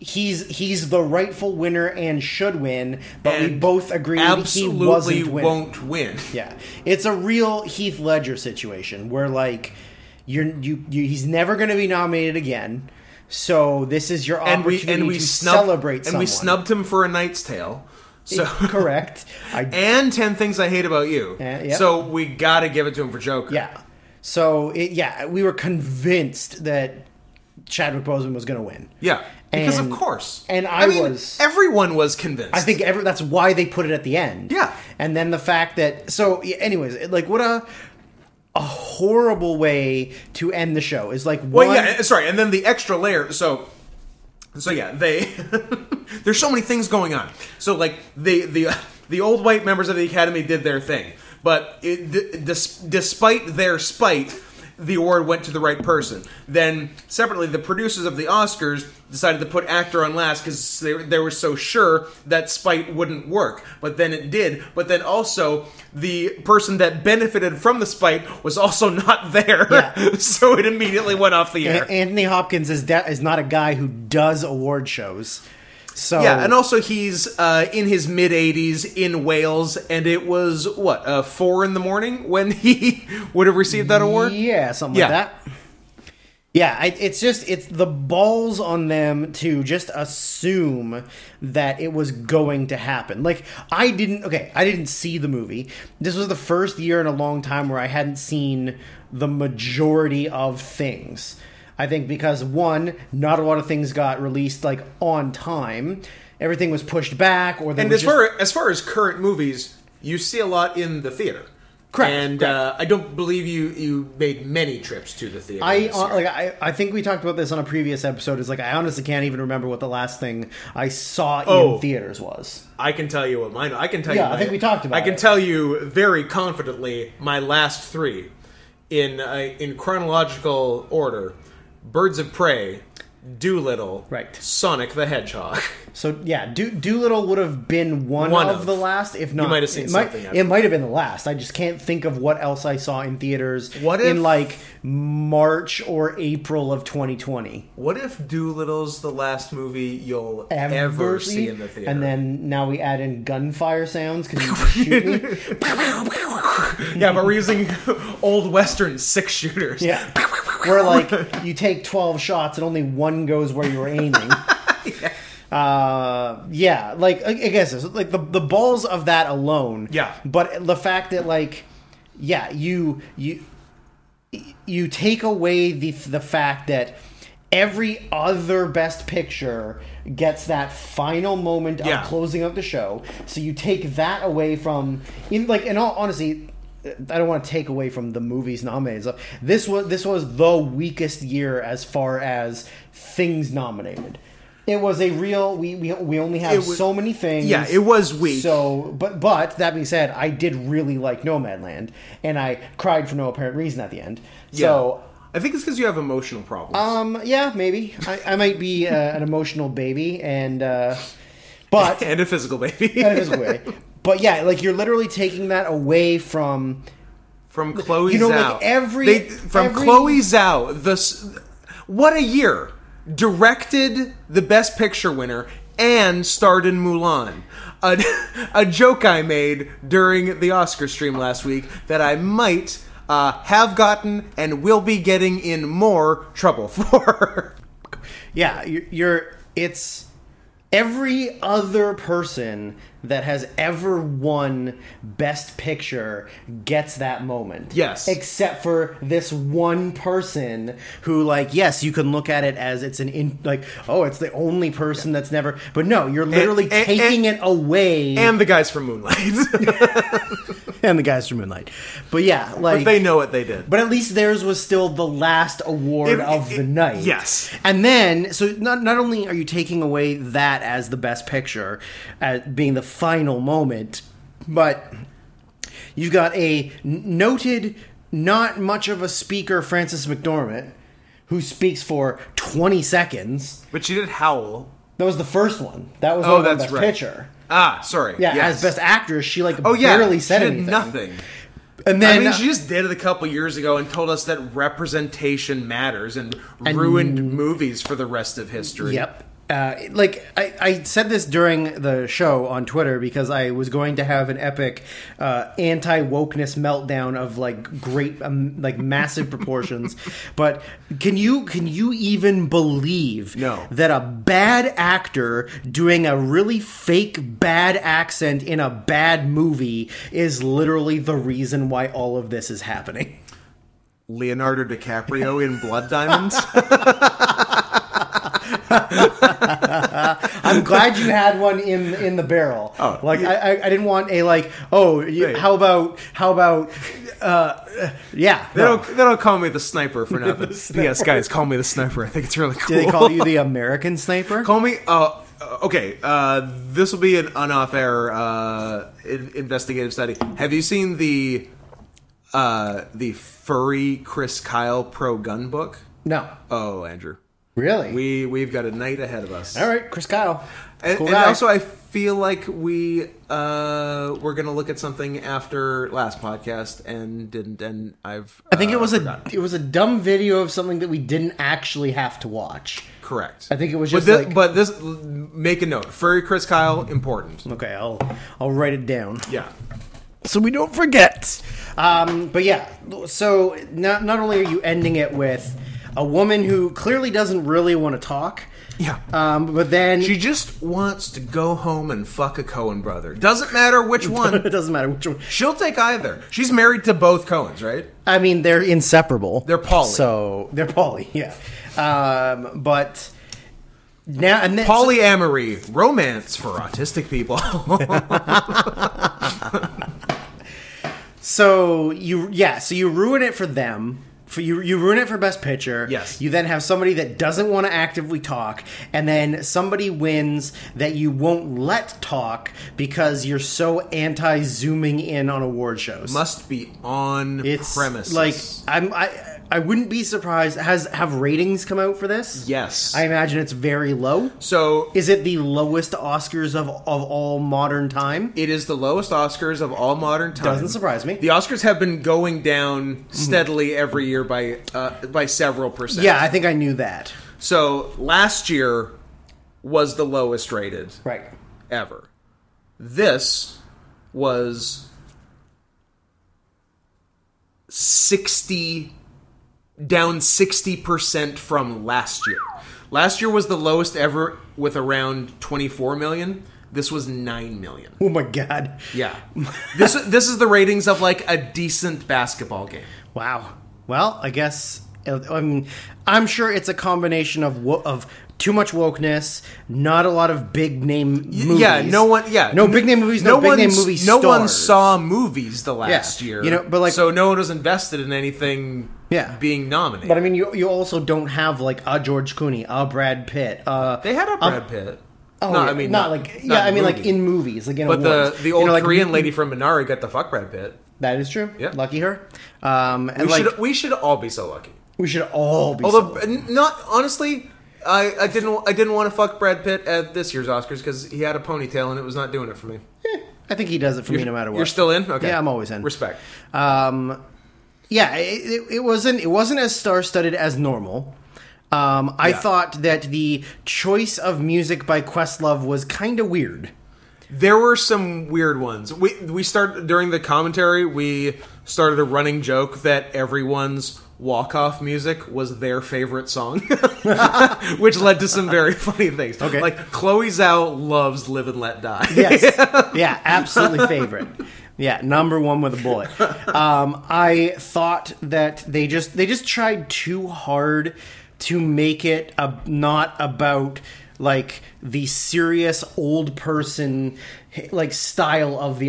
[SPEAKER 2] he's he's the rightful winner and should win, but we
[SPEAKER 1] And
[SPEAKER 2] both agreed he
[SPEAKER 1] absolutely
[SPEAKER 2] wasn't winning.
[SPEAKER 1] won't win.
[SPEAKER 2] Yeah, it's a real Heath Ledger situation where like you're you, you he's never going to be nominated again. So this is your
[SPEAKER 1] And we
[SPEAKER 2] opportunity
[SPEAKER 1] and we
[SPEAKER 2] to
[SPEAKER 1] snubbed,
[SPEAKER 2] celebrate
[SPEAKER 1] and
[SPEAKER 2] someone.
[SPEAKER 1] we snubbed him for a Knight's Tale. So
[SPEAKER 2] correct. I
[SPEAKER 1] and Ten Things I Hate About You.
[SPEAKER 2] And- yep.
[SPEAKER 1] So we gotta give it to him for Joker.
[SPEAKER 2] Uh, Yeah. So it, yeah, we were convinced that Chadwick Boseman was going to win.
[SPEAKER 1] Yeah. Because
[SPEAKER 2] And-
[SPEAKER 1] of course.
[SPEAKER 2] and I
[SPEAKER 1] mean,
[SPEAKER 2] was-
[SPEAKER 1] everyone was convinced.
[SPEAKER 2] I think every, that's why they put it at the end.
[SPEAKER 1] Yeah.
[SPEAKER 2] And then the fact that so yeah, anyways, it- like what a a horrible way to end the show is like one
[SPEAKER 1] Well, yeah, sorry, and then the extra layer. So, so yeah, they there's so many things going on. So like the the the old white members of the academy did their thing, but it, d- dis, despite their spite, the award went to the right person. Then separately, the producers of the Oscars decided to put actor on last because they, were- they were so sure that spite wouldn't work. But then it did. But then also the person that benefited from the spite was also not there,
[SPEAKER 2] Yeah.
[SPEAKER 1] so it immediately went off the air.
[SPEAKER 2] A- Anthony Hopkins is de- is not a guy who does award shows. So
[SPEAKER 1] Yeah, and also he's uh, in his mid 80s in Wales, and it was, what, uh, four in the morning when he would have received that award?
[SPEAKER 2] yeah, something
[SPEAKER 1] Yeah.
[SPEAKER 2] like that. Yeah, I, it's just it's the balls on them to just assume that it was going to happen. Like I didn't okay, I didn't see the movie. This was the first year in a long time where I hadn't seen the majority of things. I think because one, not a lot of things got released like on time. Everything was pushed back or they
[SPEAKER 1] And
[SPEAKER 2] were
[SPEAKER 1] as
[SPEAKER 2] just-
[SPEAKER 1] far, as far as current movies, you see a lot in the theater.
[SPEAKER 2] Correct,
[SPEAKER 1] And
[SPEAKER 2] correct.
[SPEAKER 1] Uh, I don't believe you, you made many trips to the theater.
[SPEAKER 2] I
[SPEAKER 1] this year.
[SPEAKER 2] uh, like I, I think we talked about this on a previous episode. Is like I honestly can't even remember what the last thing I saw
[SPEAKER 1] Oh.
[SPEAKER 2] in theaters was.
[SPEAKER 1] I can tell you what mine. I can tell
[SPEAKER 2] Yeah,
[SPEAKER 1] you.
[SPEAKER 2] I
[SPEAKER 1] my-
[SPEAKER 2] think we talked about
[SPEAKER 1] I can
[SPEAKER 2] it.
[SPEAKER 1] tell you very confidently my last three, in uh, in chronological order: Birds of Prey, Doolittle,
[SPEAKER 2] Right.
[SPEAKER 1] Sonic the Hedgehog.
[SPEAKER 2] So yeah, Do- Doolittle would have been one,
[SPEAKER 1] One
[SPEAKER 2] of,
[SPEAKER 1] of.
[SPEAKER 2] the last, if not.
[SPEAKER 1] might have seen
[SPEAKER 2] it might,
[SPEAKER 1] something after.
[SPEAKER 2] It might have been the last. I just can't think of what else I saw in theaters
[SPEAKER 1] What if-
[SPEAKER 2] in like March or April of 2020.
[SPEAKER 1] What if Doolittle's the last movie you'll ever, see in the theater?
[SPEAKER 2] And then now we add in gunfire sounds because you just shoot me.
[SPEAKER 1] yeah, but we're using old Western six shooters.
[SPEAKER 2] Yeah. Where like you take 12 shots and only one goes where you were aiming. Uh, yeah, like I I guess it's like the the balls of that alone.
[SPEAKER 1] Yeah.
[SPEAKER 2] but the fact that like, yeah, you you you take away the the fact that every other best picture gets that final moment
[SPEAKER 1] Yeah.
[SPEAKER 2] of closing of the show so you take that away from in like in all honesty I don't want to take away from the movies nominated. So This was this was the weakest year as far as things nominated. It was a real we we, we only have
[SPEAKER 1] It was-
[SPEAKER 2] so many things.
[SPEAKER 1] Yeah, it was weak.
[SPEAKER 2] So, but but that being said, I did really like Nomadland, and I cried for no apparent reason at the end. So,
[SPEAKER 1] I think it's because you have emotional problems.
[SPEAKER 2] um, yeah, maybe I, I might be uh, an emotional baby, and uh, but
[SPEAKER 1] and a physical
[SPEAKER 2] that
[SPEAKER 1] baby
[SPEAKER 2] is way. But yeah, like you're literally taking that away from
[SPEAKER 1] from Chloe
[SPEAKER 2] You know,
[SPEAKER 1] Zhao.
[SPEAKER 2] like, every-
[SPEAKER 1] They- from
[SPEAKER 2] every-
[SPEAKER 1] Chloe Zhao. The s- what a year directed the Best Picture winner and starred in Mulan. A, a joke I made during the Oscar stream last week that I might uh, have gotten and will be getting in more trouble for.
[SPEAKER 2] yeah, you're, you're it's every other person that has ever won best picture gets that moment.
[SPEAKER 1] Yes.
[SPEAKER 2] Except for this one person who like yes, you can look at it as it's an in, like oh, it's the only person that's never but no, you're literally
[SPEAKER 1] and- and-
[SPEAKER 2] taking it away
[SPEAKER 1] and the guys from Moonlight.
[SPEAKER 2] and the guys from Moonlight. But yeah, like
[SPEAKER 1] they know what they did.
[SPEAKER 2] but at least theirs was still the last award
[SPEAKER 1] It-
[SPEAKER 2] of
[SPEAKER 1] it-
[SPEAKER 2] the night.
[SPEAKER 1] yes.
[SPEAKER 2] And then, so not, not only are you taking away that as the best picture, as being the final moment, but you've got a n- noted, not much of a speaker, Francis McDormand, who speaks for 20 seconds.
[SPEAKER 1] But she did howl.
[SPEAKER 2] That was the first one. That was
[SPEAKER 1] Oh,
[SPEAKER 2] one of the
[SPEAKER 1] that's
[SPEAKER 2] best
[SPEAKER 1] right.
[SPEAKER 2] picture.
[SPEAKER 1] Ah, sorry.
[SPEAKER 2] Yeah,
[SPEAKER 1] Yes.
[SPEAKER 2] as best actress, she like
[SPEAKER 1] Oh yeah,
[SPEAKER 2] barely said
[SPEAKER 1] she did
[SPEAKER 2] anything.
[SPEAKER 1] nothing.
[SPEAKER 2] And then
[SPEAKER 1] I mean, she just did it a couple years ago and told us that representation matters and, ruined movies for the rest of history.
[SPEAKER 2] Yep. Uh, like I, I said this during the show on Twitter because I was going to have an epic uh, anti wokeness meltdown of like great um, like massive proportions, but can you can you even believe
[SPEAKER 1] No.
[SPEAKER 2] that a bad actor doing a really fake bad accent in a bad movie is literally the reason why all of this is happening?
[SPEAKER 1] Leonardo DiCaprio in Blood Diamonds.
[SPEAKER 2] I'm glad you had one in in the barrel.
[SPEAKER 1] Oh.
[SPEAKER 2] like I, I, I didn't want a like. Oh, you,
[SPEAKER 1] Right.
[SPEAKER 2] how about how about? Uh, uh, yeah,
[SPEAKER 1] they,
[SPEAKER 2] no.
[SPEAKER 1] don't, they don't call me the sniper for nothing. Yes, guys, call me the sniper. I think it's really cool.
[SPEAKER 2] Do they call you the American sniper?
[SPEAKER 1] Call me. Uh, uh, okay, uh, this will be an unoff air uh, in- investigative study. Have you seen the uh, the furry Chris Kyle pro gun book?
[SPEAKER 2] No,
[SPEAKER 1] Oh, Andrew,
[SPEAKER 2] really.
[SPEAKER 1] we we've got a night ahead of us.
[SPEAKER 2] All right, Chris Kyle.
[SPEAKER 1] And,
[SPEAKER 2] Cool
[SPEAKER 1] and
[SPEAKER 2] guy.
[SPEAKER 1] also, I feel like we uh, we're gonna look at something after last podcast and didn't, and I've
[SPEAKER 2] I think it was a it was a dumb video of something that we didn't actually have to watch.
[SPEAKER 1] uh, correct.
[SPEAKER 2] I think it was
[SPEAKER 1] but
[SPEAKER 2] just
[SPEAKER 1] this,
[SPEAKER 2] like-
[SPEAKER 1] but this make a note. Furry Chris Kyle important.
[SPEAKER 2] Okay, I'll I'll write it down.
[SPEAKER 1] Yeah,
[SPEAKER 2] so we don't forget. Um, but yeah, so not, not only are you ending it with a woman who clearly doesn't really want to talk,
[SPEAKER 1] Yeah.
[SPEAKER 2] um, but then
[SPEAKER 1] she just wants to go home and fuck a Cohen brother. Doesn't matter which
[SPEAKER 2] it
[SPEAKER 1] one.
[SPEAKER 2] doesn't matter which one.
[SPEAKER 1] She'll take either. She's married to both Cohens, right?
[SPEAKER 2] I mean, they're inseparable.
[SPEAKER 1] They're poly.
[SPEAKER 2] So they're poly, yeah. Um, but now and then,
[SPEAKER 1] Polyamory, romance for autistic people.
[SPEAKER 2] So you yeah, so you ruin it for them. For you you ruin it for best picture.
[SPEAKER 1] Yes.
[SPEAKER 2] You then have somebody that doesn't want to actively talk and then somebody wins that you won't let talk because you're so anti zooming in on award shows.
[SPEAKER 1] Must be on
[SPEAKER 2] it's
[SPEAKER 1] premises.
[SPEAKER 2] like I'm I I wouldn't be surprised. Has have ratings come out for this?
[SPEAKER 1] Yes.
[SPEAKER 2] I imagine it's very low.
[SPEAKER 1] so
[SPEAKER 2] Is it the lowest Oscars of of all modern time?
[SPEAKER 1] it is the lowest Oscars of all modern time.
[SPEAKER 2] Doesn't surprise me. Mm-hmm.
[SPEAKER 1] The Oscars have been going down steadily every year by uh, by several percent.
[SPEAKER 2] Yeah, I think I knew that.
[SPEAKER 1] So last year was the lowest rated
[SPEAKER 2] Right.
[SPEAKER 1] ever. This was sixty down sixty percent from last year. Last year was the lowest ever with around twenty four million. This was nine million.
[SPEAKER 2] Oh my god.
[SPEAKER 1] Yeah. this this is the ratings of like a decent basketball game.
[SPEAKER 2] Wow. Well, I guess I'm I'm sure it's a combination of wo- of too much wokeness, not a lot of big name movies.
[SPEAKER 1] Yeah, no one yeah.
[SPEAKER 2] No big name movies, no, big name
[SPEAKER 1] one's-
[SPEAKER 2] movie
[SPEAKER 1] No one
[SPEAKER 2] stars.
[SPEAKER 1] saw movies the last
[SPEAKER 2] Yeah.
[SPEAKER 1] year.
[SPEAKER 2] You know, but, like-
[SPEAKER 1] so no one was invested in anything
[SPEAKER 2] Yeah.
[SPEAKER 1] being nominated.
[SPEAKER 2] But I mean, you you also don't have like a George Clooney, a Brad Pitt. Uh,
[SPEAKER 1] they had a Brad Pitt.
[SPEAKER 2] oh,
[SPEAKER 1] no,
[SPEAKER 2] yeah,
[SPEAKER 1] I mean
[SPEAKER 2] not like yeah,
[SPEAKER 1] not
[SPEAKER 2] I mean like
[SPEAKER 1] movie.
[SPEAKER 2] in movies, like in
[SPEAKER 1] But the
[SPEAKER 2] awards.
[SPEAKER 1] the
[SPEAKER 2] You
[SPEAKER 1] old
[SPEAKER 2] know, like,
[SPEAKER 1] Korean lady from Minari got the fuck Brad Pitt.
[SPEAKER 2] That is true.
[SPEAKER 1] Yeah.
[SPEAKER 2] Lucky her. Um, and
[SPEAKER 1] We
[SPEAKER 2] like
[SPEAKER 1] should we should all be so lucky.
[SPEAKER 2] we should all be.
[SPEAKER 1] Although
[SPEAKER 2] so-
[SPEAKER 1] n- not honestly, I, I didn't I didn't want to fuck Brad Pitt at this year's Oscars because he had a ponytail and it was not doing it for me.
[SPEAKER 2] I think he does it for me no matter what.
[SPEAKER 1] You're still in? Okay.
[SPEAKER 2] Yeah, I'm always in.
[SPEAKER 1] Respect.
[SPEAKER 2] Um, yeah, it, it, it wasn't it wasn't as star studded as normal. Um, I
[SPEAKER 1] Yeah.
[SPEAKER 2] thought that the choice of music by Questlove was kind of weird.
[SPEAKER 1] There were some weird ones. We we started during the commentary, we started a running joke that everyone's walk-off music was their favorite song, which led to some very funny things.
[SPEAKER 2] Okay.
[SPEAKER 1] Like Chloe Zhao loves Live and Let Die.
[SPEAKER 2] Yes. yeah, absolutely favorite. Yeah, number one with a bullet. Um, I thought that they just they just tried too hard to make it a, not about like the serious old person like style of the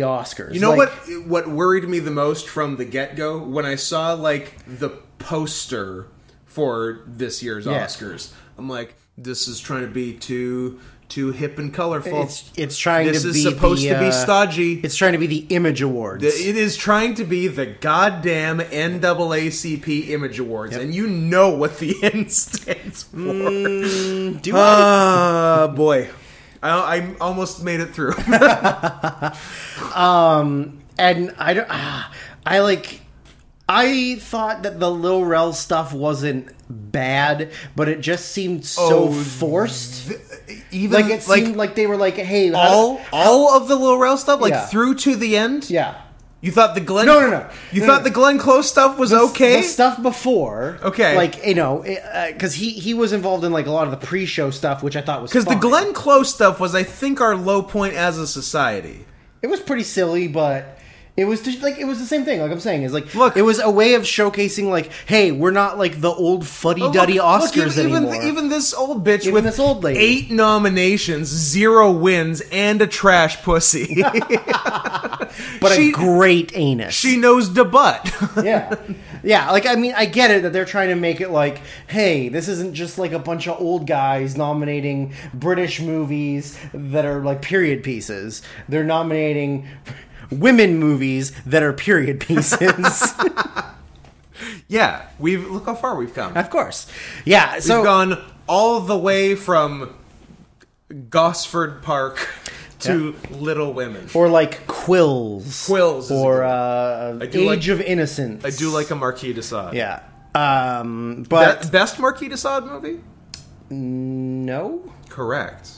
[SPEAKER 2] Oscars.
[SPEAKER 1] You know what? What worried me the most from the get go when I saw like the poster for this year's
[SPEAKER 2] Yeah.
[SPEAKER 1] Oscars, I'm like, this is trying to be too too hip and colorful.
[SPEAKER 2] It's it's trying
[SPEAKER 1] this
[SPEAKER 2] to
[SPEAKER 1] is
[SPEAKER 2] be
[SPEAKER 1] supposed
[SPEAKER 2] the,
[SPEAKER 1] to be
[SPEAKER 2] uh,
[SPEAKER 1] stodgy.
[SPEAKER 2] It's trying to be the Image Awards.
[SPEAKER 1] it is trying to be the goddamn NAACP Image Awards, and you know what the N stands for.
[SPEAKER 2] Mm, Do I-
[SPEAKER 1] Ah, boy, I, I almost made it through.
[SPEAKER 2] and I don't. ah, I like. I thought that the Lil Rel stuff wasn't bad, but it just seemed so
[SPEAKER 1] Oh,
[SPEAKER 2] forced.
[SPEAKER 1] Even
[SPEAKER 2] like it seemed like they were like, "Hey, how-
[SPEAKER 1] all all of the Lil Rel stuff, like
[SPEAKER 2] Yeah.
[SPEAKER 1] through to the end.
[SPEAKER 2] yeah,
[SPEAKER 1] You thought the Glenn?
[SPEAKER 2] No, no, no.
[SPEAKER 1] You
[SPEAKER 2] No,
[SPEAKER 1] thought
[SPEAKER 2] no.
[SPEAKER 1] the Glenn Close stuff was okay?
[SPEAKER 2] the stuff before,
[SPEAKER 1] Okay.
[SPEAKER 2] like you know, because he he was involved in like a lot of the pre-show stuff, which I thought was
[SPEAKER 1] Because the
[SPEAKER 2] fine.
[SPEAKER 1] Glenn Close stuff was, I think, our low point as a society.
[SPEAKER 2] It was pretty silly, but it was just like it was the same thing. Like I'm saying, is like
[SPEAKER 1] Look-
[SPEAKER 2] it was a way of showcasing like, hey, we're not like the old fuddy duddy
[SPEAKER 1] Oh, Look- look,
[SPEAKER 2] Oscars
[SPEAKER 1] even,
[SPEAKER 2] anymore.
[SPEAKER 1] Even, even this old bitch with
[SPEAKER 2] this old lady.
[SPEAKER 1] eight nominations, zero wins, and a trash pussy.
[SPEAKER 2] but
[SPEAKER 1] she-
[SPEAKER 2] a great anus.
[SPEAKER 1] she knows the butt.
[SPEAKER 2] yeah, yeah. Like I mean, I get it that they're trying to make it like, hey, this isn't just like a bunch of old guys nominating British movies that are like period pieces. They're nominating women movies that are period pieces.
[SPEAKER 1] yeah, we've look how far we've come.
[SPEAKER 2] of course, yeah. So
[SPEAKER 1] we've gone all the way from Gosford Park to Little Women.
[SPEAKER 2] or like quills,
[SPEAKER 1] Quills is a
[SPEAKER 2] or
[SPEAKER 1] good
[SPEAKER 2] uh,
[SPEAKER 1] do
[SPEAKER 2] Age of Innocence.
[SPEAKER 1] I do like a Marquis de Sade.
[SPEAKER 2] yeah. Um, but
[SPEAKER 1] Be- best Marquis de Sade movie?
[SPEAKER 2] no,
[SPEAKER 1] Correct.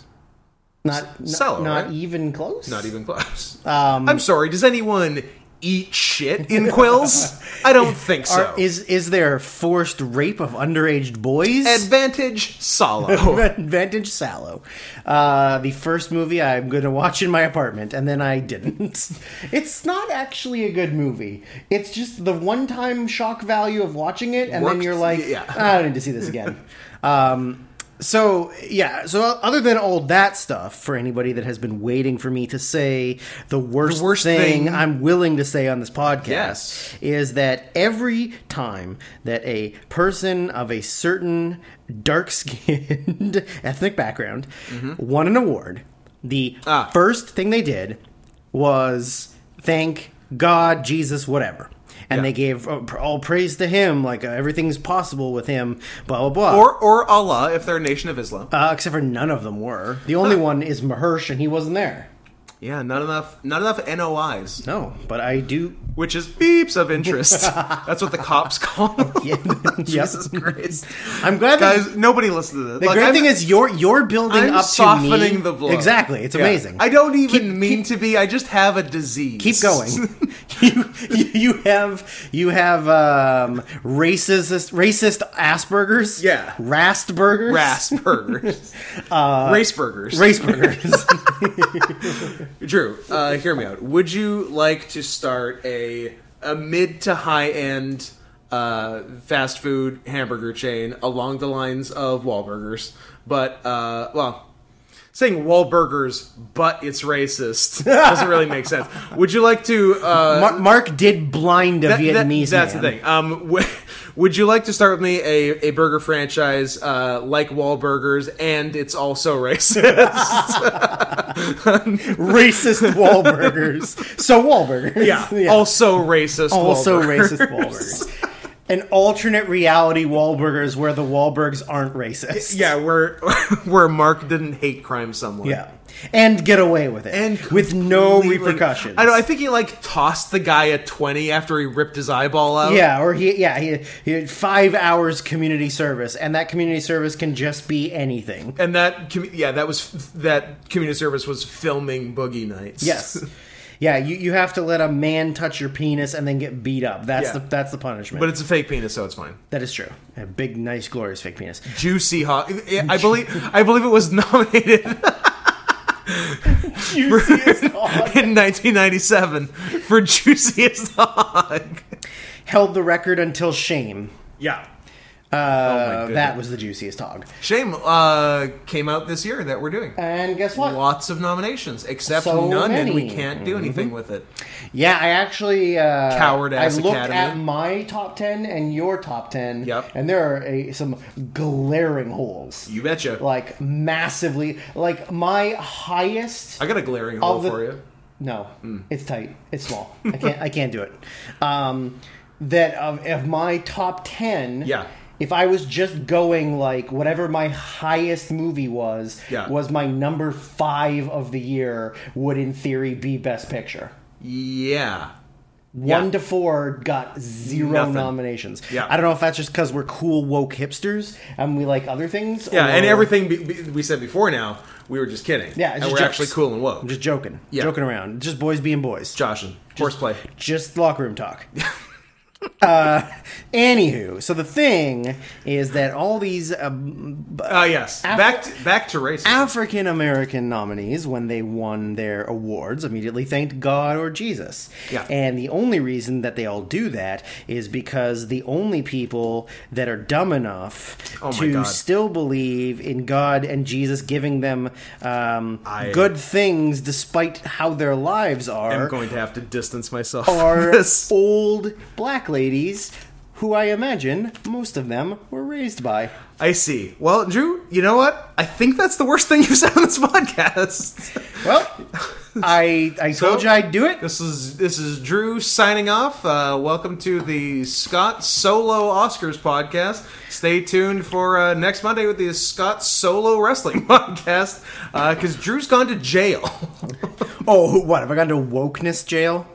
[SPEAKER 2] not not,
[SPEAKER 1] Cello,
[SPEAKER 2] not
[SPEAKER 1] right?
[SPEAKER 2] even close.
[SPEAKER 1] Not even close.
[SPEAKER 2] Um,
[SPEAKER 1] I'm sorry. Does anyone eat shit in quills? I don't think so.
[SPEAKER 2] Are, is is there forced rape of underage boys?
[SPEAKER 1] Advantage Solo.
[SPEAKER 2] Advantage Sallow, uh, the first movie I'm going to watch in my apartment, and then I didn't. It's not actually a good movie. It's just the one-time shock value of watching it, and then
[SPEAKER 1] Worked-
[SPEAKER 2] you're like,
[SPEAKER 1] yeah.
[SPEAKER 2] I don't need to see this again. um, so yeah, so other than all that stuff, for anybody that has been waiting for me to say the worst,
[SPEAKER 1] worst
[SPEAKER 2] thing,
[SPEAKER 1] thing-
[SPEAKER 2] I'm willing to say on this podcast
[SPEAKER 1] Yes.
[SPEAKER 2] is that every time that a person of a certain dark skinned ethnic background won an award, the
[SPEAKER 1] Mm-hmm. Ah.
[SPEAKER 2] first thing they did was thank God, Jesus, whatever. and they gave uh, pr- all praise to him, like uh, everything's possible with him, blah blah blah.
[SPEAKER 1] Or or Allah if they're a nation of Islam.
[SPEAKER 2] uh, except for none of them were. The only one is Mahersh, and he wasn't there.
[SPEAKER 1] Yeah, not enough not enough NOIs,
[SPEAKER 2] No, but I do.
[SPEAKER 1] which is beeps of interest. That's what the cops call. Them.
[SPEAKER 2] Yeah,
[SPEAKER 1] Jesus
[SPEAKER 2] yep.
[SPEAKER 1] Christ.
[SPEAKER 2] I'm glad that
[SPEAKER 1] Guys, nobody listened to this.
[SPEAKER 2] The great thing is you're you're building
[SPEAKER 1] I'm
[SPEAKER 2] up to me.
[SPEAKER 1] softening the blow.
[SPEAKER 2] Exactly, it's amazing.
[SPEAKER 1] I don't even
[SPEAKER 2] Keep-
[SPEAKER 1] mean to be. I just have a disease.
[SPEAKER 2] keep going. you, you you have you have um, racist racist Aspergers.
[SPEAKER 1] Yeah.
[SPEAKER 2] rast burgers.
[SPEAKER 1] Rass burgers,
[SPEAKER 2] Uh,
[SPEAKER 1] race burgers.
[SPEAKER 2] race burgers.
[SPEAKER 1] Drew, uh, hear me out. Would you like to start a a mid to high end uh, fast food hamburger chain along the lines of Wahlburgers? But uh, well, saying Wahlburgers, but it's racist doesn't really make sense. Would you like to? Uh,
[SPEAKER 2] Mar- Mark did blind a
[SPEAKER 1] that-
[SPEAKER 2] Vietnamese
[SPEAKER 1] That's
[SPEAKER 2] man.
[SPEAKER 1] the thing. Um, w- would you like to start with me a, a burger franchise uh, like Wahlburgers, and it's also racist?
[SPEAKER 2] Racist Wahlburgers. So Wahlburgers.
[SPEAKER 1] also racist.
[SPEAKER 2] also
[SPEAKER 1] Wahlburgers.
[SPEAKER 2] racist Wahlburgers. An alternate reality Wahlburgers where the Wahlbergs aren't racist.
[SPEAKER 1] Yeah, where where Mark didn't hate crime someone.
[SPEAKER 2] Yeah. And get away with it.
[SPEAKER 1] And
[SPEAKER 2] with no
[SPEAKER 1] completely-
[SPEAKER 2] repercussions.
[SPEAKER 1] I know. I think he like tossed the guy a twenty after he ripped his eyeball out.
[SPEAKER 2] yeah, or he yeah, he, he had 5 hours community service and that community service can just be anything.
[SPEAKER 1] and that commu- yeah, that was that community service was filming Boogie Nights.
[SPEAKER 2] Yes. Yeah, you, you have to let a man touch your penis and then get beat up. That's
[SPEAKER 1] Yeah.
[SPEAKER 2] the that's the punishment.
[SPEAKER 1] but it's a fake penis, so it's fine.
[SPEAKER 2] that is true. A big, nice, glorious fake penis.
[SPEAKER 1] Juicy hot. I I believe I believe it was nominated
[SPEAKER 2] Juiciest hog.
[SPEAKER 1] in 1997 for juiciest hog.
[SPEAKER 2] Held the record until shame.
[SPEAKER 1] Yeah.
[SPEAKER 2] Uh,
[SPEAKER 1] Oh goodness.
[SPEAKER 2] that was the juiciest hog.
[SPEAKER 1] Shame uh, came out this year that we're doing.
[SPEAKER 2] And guess what?
[SPEAKER 1] Lots of nominations, except
[SPEAKER 2] Uh, So
[SPEAKER 1] none, and we
[SPEAKER 2] many. Mm-hmm.
[SPEAKER 1] can't do anything with it.
[SPEAKER 2] Yeah, I actually uh,
[SPEAKER 1] Coward ass
[SPEAKER 2] I looked
[SPEAKER 1] academy.
[SPEAKER 2] at my top ten and your top ten.
[SPEAKER 1] Yep.
[SPEAKER 2] And there are a, some glaring holes,
[SPEAKER 1] You betcha.
[SPEAKER 2] like massively. Like my highest.
[SPEAKER 1] I got a glaring
[SPEAKER 2] All
[SPEAKER 1] hole
[SPEAKER 2] the-
[SPEAKER 1] for you.
[SPEAKER 2] No,
[SPEAKER 1] Mm.
[SPEAKER 2] it's tight. It's small. I can't. I can't do it. Um, that of, of my top ten.
[SPEAKER 1] Yeah.
[SPEAKER 2] If I was just going like whatever my highest movie was,
[SPEAKER 1] Yeah.
[SPEAKER 2] was my number five of the year would in theory be Best Picture.
[SPEAKER 1] Yeah.
[SPEAKER 2] One
[SPEAKER 1] Yeah.
[SPEAKER 2] to four got zero
[SPEAKER 1] Nothing.
[SPEAKER 2] nominations.
[SPEAKER 1] Yeah.
[SPEAKER 2] I don't know if that's just because we're cool woke hipsters and we like other things.
[SPEAKER 1] Yeah,
[SPEAKER 2] or-
[SPEAKER 1] and everything be- be- we said before now, we were just kidding.
[SPEAKER 2] Yeah,
[SPEAKER 1] and
[SPEAKER 2] it's
[SPEAKER 1] we're
[SPEAKER 2] just jokes.
[SPEAKER 1] actually cool and
[SPEAKER 2] I'm
[SPEAKER 1] woke.
[SPEAKER 2] just joking,
[SPEAKER 1] Yeah.
[SPEAKER 2] joking around, just boys being boys,
[SPEAKER 1] Joshing, horseplay.
[SPEAKER 2] just locker room talk. uh, anywho, so the thing is that all these um,
[SPEAKER 1] Ah, yes. back to, back to racism.
[SPEAKER 2] African American nominees, when they won their awards, immediately thanked God or Jesus.
[SPEAKER 1] Yeah.
[SPEAKER 2] And the only reason that they all do that is because the only people that are dumb enough
[SPEAKER 1] Oh my
[SPEAKER 2] to
[SPEAKER 1] God.
[SPEAKER 2] still believe in God and Jesus giving them um,
[SPEAKER 1] I-
[SPEAKER 2] good things despite how their lives are
[SPEAKER 1] I'm going to have to distance myself. from
[SPEAKER 2] are
[SPEAKER 1] this.
[SPEAKER 2] old black ladies who I imagine most of them were raised by.
[SPEAKER 1] I see. Well, Drew, you know what? I think that's the worst thing you've said on this podcast.
[SPEAKER 2] Well, I I told you I'd do it.
[SPEAKER 1] This is this is Drew signing off. Uh, welcome to the Scott Solo Oscars podcast. Stay tuned for uh, next Monday with the Scott Solo Wrestling podcast because Drew's gone to jail.
[SPEAKER 2] Oh, who- what have I gone to wokeness jail?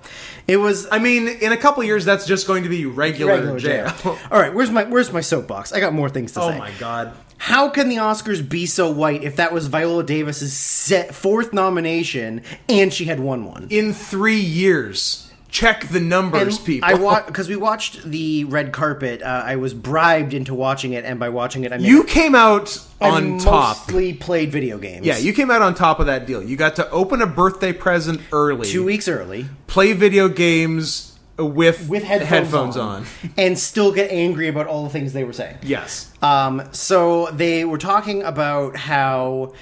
[SPEAKER 2] It was
[SPEAKER 1] I mean, in a couple years, that's just going to be regular,
[SPEAKER 2] regular jail.
[SPEAKER 1] jail.
[SPEAKER 2] All right, where's my where's my soapbox? I got more things to
[SPEAKER 1] oh
[SPEAKER 2] say.
[SPEAKER 1] my god!
[SPEAKER 2] How can the Oscars be so white if that was Viola Davis's set fourth nomination and she had won one?
[SPEAKER 1] In three years, check the numbers,
[SPEAKER 2] And
[SPEAKER 1] people.
[SPEAKER 2] I watched because we watched the red carpet. Uh, I was bribed into watching it, and by watching it, I mean
[SPEAKER 1] you came out
[SPEAKER 2] I
[SPEAKER 1] on top.
[SPEAKER 2] Mostly played video games.
[SPEAKER 1] Yeah, you came out on top of that deal. You got to open a birthday present early.
[SPEAKER 2] two weeks early
[SPEAKER 1] play video games with
[SPEAKER 2] with headphones,
[SPEAKER 1] on.
[SPEAKER 2] and still get angry about all the things they were saying.
[SPEAKER 1] Yes.
[SPEAKER 2] Um, so they were talking about how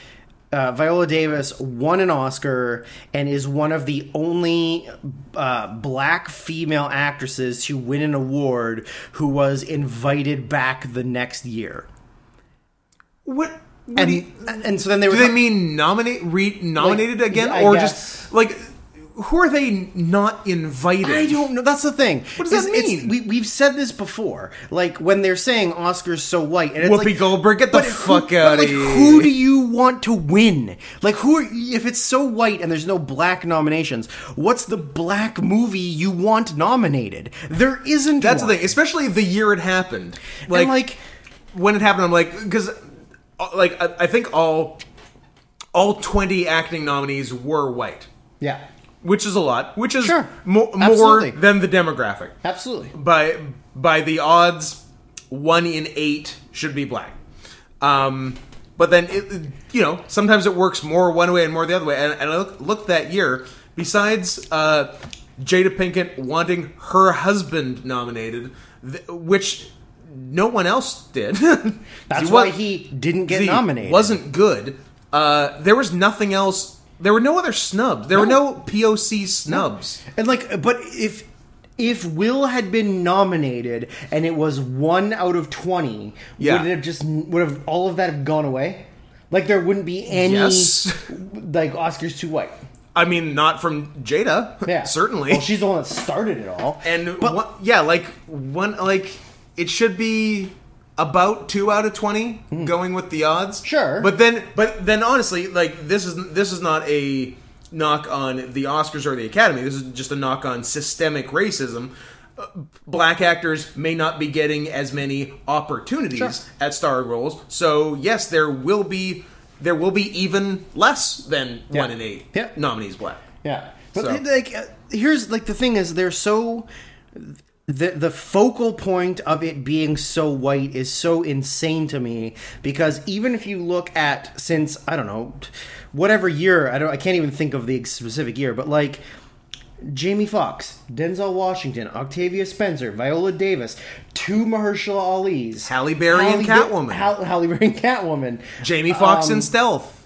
[SPEAKER 2] uh, Viola Davis won an Oscar and is one of the only uh, black female actresses to win an award who was invited back the next year.
[SPEAKER 1] What? what do,
[SPEAKER 2] And
[SPEAKER 1] you-
[SPEAKER 2] and so then they were
[SPEAKER 1] do they
[SPEAKER 2] ta-
[SPEAKER 1] mean nominate re nominated
[SPEAKER 2] Like,
[SPEAKER 1] again,
[SPEAKER 2] I
[SPEAKER 1] or
[SPEAKER 2] guess.
[SPEAKER 1] just like who are they not invited?
[SPEAKER 2] I don't know. That's the thing.
[SPEAKER 1] What does that
[SPEAKER 2] It's- it's-
[SPEAKER 1] mean?
[SPEAKER 2] we, we've said this before. Like when they're saying Oscar's so white, and it's
[SPEAKER 1] Whoopi
[SPEAKER 2] like,
[SPEAKER 1] Goldberg, get the
[SPEAKER 2] but
[SPEAKER 1] fuck
[SPEAKER 2] who,
[SPEAKER 1] out
[SPEAKER 2] but, like,
[SPEAKER 1] of here.
[SPEAKER 2] Who do you want to win? Like who? Are, if it's so white and there's no black nominations, what's the black movie you want nominated? There isn't.
[SPEAKER 1] That's the
[SPEAKER 2] one.
[SPEAKER 1] thing, especially the year it happened. Like,
[SPEAKER 2] and like
[SPEAKER 1] when it happened, I'm like, because like I, I think all all 20 acting nominees were white,
[SPEAKER 2] yeah,
[SPEAKER 1] which is a lot, which is
[SPEAKER 2] Sure.
[SPEAKER 1] mo- more
[SPEAKER 2] Absolutely.
[SPEAKER 1] than the demographic.
[SPEAKER 2] absolutely.
[SPEAKER 1] by by the odds, one in eight should be black. Um, but then it, you know sometimes it works more one way and more the other way. And, and I look, look that year. Besides uh, Jada Pinkett wanting her husband nominated, th- which no one else did.
[SPEAKER 2] That's
[SPEAKER 1] He wa-
[SPEAKER 2] why he didn't get
[SPEAKER 1] he
[SPEAKER 2] nominated.
[SPEAKER 1] Wasn't good. Uh, there was nothing else. There were no other snubs. There were no POC snubs.
[SPEAKER 2] And like, but if if Will had been nominated and it was one out of twenty,
[SPEAKER 1] Yeah.
[SPEAKER 2] would it have just would have all of that have gone away? Like there wouldn't be any
[SPEAKER 1] Yes.
[SPEAKER 2] like Oscars too white.
[SPEAKER 1] I mean, not from Jada.
[SPEAKER 2] Yeah,
[SPEAKER 1] certainly.
[SPEAKER 2] Well, she's the one that started it all.
[SPEAKER 1] And
[SPEAKER 2] But-
[SPEAKER 1] one, yeah, like one, like it should be about two out of twenty going with the odds.
[SPEAKER 2] Hmm. Sure.
[SPEAKER 1] but then, but then, honestly, like this is this is not a knock on the Oscars or the Academy. This is just a knock on systemic racism. Uh, Black actors may not be getting as many opportunities
[SPEAKER 2] Sure.
[SPEAKER 1] at star roles, so yes, there will be there will be even less than
[SPEAKER 2] Yeah.
[SPEAKER 1] one in eight
[SPEAKER 2] Yeah.
[SPEAKER 1] nominees black.
[SPEAKER 2] Yeah, but
[SPEAKER 1] So-
[SPEAKER 2] they- like uh, here's like the thing is they're so the the focal point of it being so white is so insane to me because even if you look at since I don't know whatever year I don't I can't even think of the specific year but like Jamie Foxx, Denzel Washington, Octavia Spencer, Viola Davis, two Mahershala Ali's,
[SPEAKER 1] Halle Berry and
[SPEAKER 2] Halle-
[SPEAKER 1] Catwoman.
[SPEAKER 2] Halle, Halle Berry and Catwoman,
[SPEAKER 1] Jamie Foxx
[SPEAKER 2] Um,
[SPEAKER 1] in Stealth.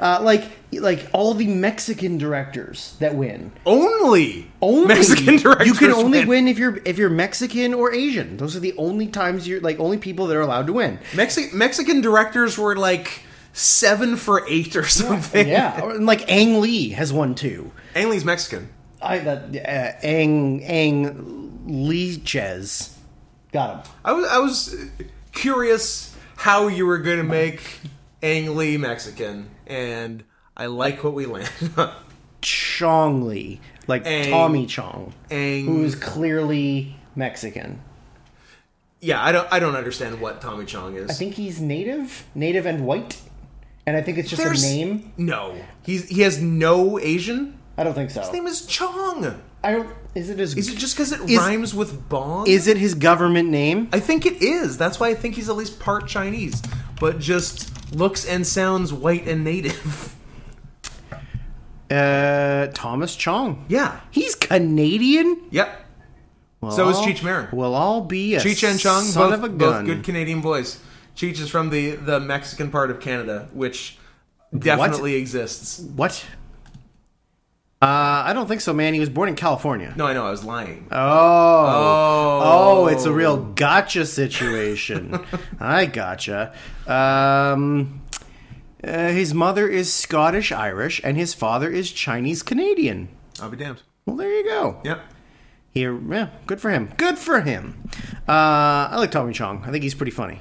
[SPEAKER 2] uh, like like all the Mexican directors that win.
[SPEAKER 1] only
[SPEAKER 2] only
[SPEAKER 1] Mexican directors.
[SPEAKER 2] You can only
[SPEAKER 1] win.
[SPEAKER 2] win if you're if you're Mexican or Asian. Those are the only times you're like only people that are allowed to win.
[SPEAKER 1] Mexi- Mexican directors were like seven for eight or something.
[SPEAKER 2] Yeah, or- and like Ang Lee has won two.
[SPEAKER 1] Ang Lee's Mexican.
[SPEAKER 2] I that uh, Ang Ang Leeches got him.
[SPEAKER 1] I was I was uh, curious how you were going to make Ang Lee Mexican, and I like what we landed on.
[SPEAKER 2] Chong Lee, like
[SPEAKER 1] Ang-
[SPEAKER 2] Tommy Chong,
[SPEAKER 1] Ang-
[SPEAKER 2] who is clearly Mexican.
[SPEAKER 1] Yeah, I don't I don't understand what Tommy Chong is.
[SPEAKER 2] I think he's native, native and white, and I think it's just
[SPEAKER 1] There's-
[SPEAKER 2] a name.
[SPEAKER 1] No, he's he has no Asian.
[SPEAKER 2] I don't think so.
[SPEAKER 1] His name is Chong.
[SPEAKER 2] I don't. Is it his?
[SPEAKER 1] Is it just because it
[SPEAKER 2] Is-
[SPEAKER 1] rhymes with Bong?
[SPEAKER 2] is it his government name?
[SPEAKER 1] I think it is. That's why I think he's at least part Chinese, but just looks and sounds white and native.
[SPEAKER 2] Uh, Thomas Chong.
[SPEAKER 1] Yeah.
[SPEAKER 2] He's Canadian.
[SPEAKER 1] Yep.
[SPEAKER 2] Well,
[SPEAKER 1] So is
[SPEAKER 2] I'll-
[SPEAKER 1] Cheech Marin.
[SPEAKER 2] We'll all be a
[SPEAKER 1] Cheech and Chong,
[SPEAKER 2] son
[SPEAKER 1] both,
[SPEAKER 2] of a
[SPEAKER 1] both
[SPEAKER 2] gun.
[SPEAKER 1] good Canadian boys. Cheech is from the, the Mexican part of Canada, which definitely exists.
[SPEAKER 2] What? Uh, I don't think so, man. He was born in California.
[SPEAKER 1] No, I know, I was lying.
[SPEAKER 2] Oh.
[SPEAKER 1] Oh.
[SPEAKER 2] Oh, it's a real gotcha situation. I gotcha. Um, uh, his mother is Scottish Irish, and his father is Chinese Canadian.
[SPEAKER 1] I'll be damned.
[SPEAKER 2] Well, there you go.
[SPEAKER 1] Yep.
[SPEAKER 2] He, yeah, good for him. Good for him. Uh, I like Tommy Chong. I think he's pretty funny.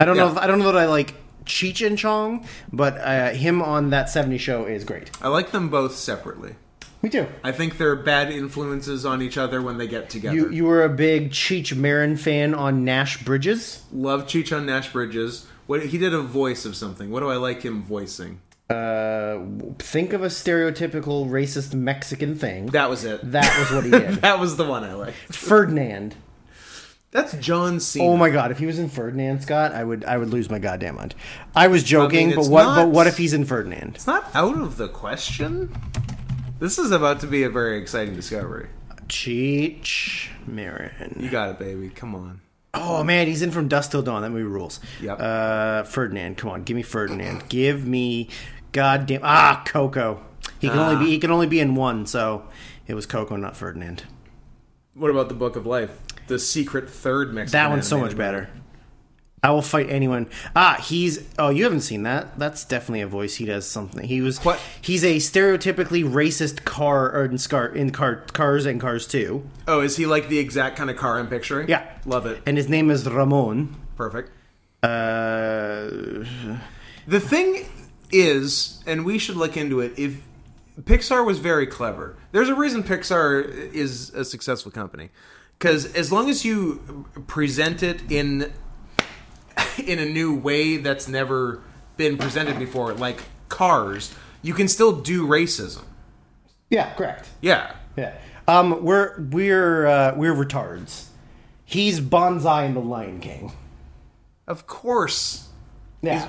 [SPEAKER 2] I don't know.
[SPEAKER 1] Yeah.
[SPEAKER 2] If, I don't know that I like Cheech and Chong, but uh, him on that '70 show is great.
[SPEAKER 1] I like them both separately.
[SPEAKER 2] Me too.
[SPEAKER 1] I think they're bad influences on each other when they get together.
[SPEAKER 2] You you were a big Cheech Marin fan on Nash Bridges.
[SPEAKER 1] Love Cheech on Nash Bridges. What he did a voice of something. What do I like him voicing?
[SPEAKER 2] Uh, think of a stereotypical racist Mexican thing. That,
[SPEAKER 1] That was it.
[SPEAKER 2] was what he did.
[SPEAKER 1] That was the one I liked.
[SPEAKER 2] Ferdinand.
[SPEAKER 1] That's John Cena.
[SPEAKER 2] Oh my god! If he was in Ferdinand Scott, I would I would lose my goddamn mind. I was joking,
[SPEAKER 1] it's
[SPEAKER 2] but what
[SPEAKER 1] not-
[SPEAKER 2] but what if he's in Ferdinand?
[SPEAKER 1] It's not out of the question. This is about to be a very exciting discovery.
[SPEAKER 2] Cheech Marin.
[SPEAKER 1] You got it, baby. Come on.
[SPEAKER 2] Oh man, he's in from Dust Till Dawn. That movie rules.
[SPEAKER 1] Yep.
[SPEAKER 2] Uh, Ferdinand, come on, give me Ferdinand. give me goddamn ah Coco. He can only be he can only be in one, so it was Coco, not Ferdinand.
[SPEAKER 1] What about the Book of Life? The secret third Mexican.
[SPEAKER 2] That one's so much
[SPEAKER 1] animated
[SPEAKER 2] better. I will fight anyone. Ah, he's oh, you haven't seen that? That's definitely a voice. He does something. He was
[SPEAKER 1] What?
[SPEAKER 2] He's a stereotypically racist car or in scar in car cars and cars too.
[SPEAKER 1] Oh, is he like the exact kind of car I'm picturing?
[SPEAKER 2] Yeah.
[SPEAKER 1] Love it.
[SPEAKER 2] And his name is Ramon.
[SPEAKER 1] Perfect.
[SPEAKER 2] Uh,
[SPEAKER 1] The thing is, and we should look into it, if Pixar was very clever. There's a reason Pixar is a successful company. Because as long as you present it in in a new way that's never been presented before, like cars, you can still do racism.
[SPEAKER 2] yeah, correct.
[SPEAKER 1] Yeah.
[SPEAKER 2] Yeah. Um, we're we're uh, we're retards. He's Bonsai in the Lion King.
[SPEAKER 1] Of course.
[SPEAKER 2] Yeah.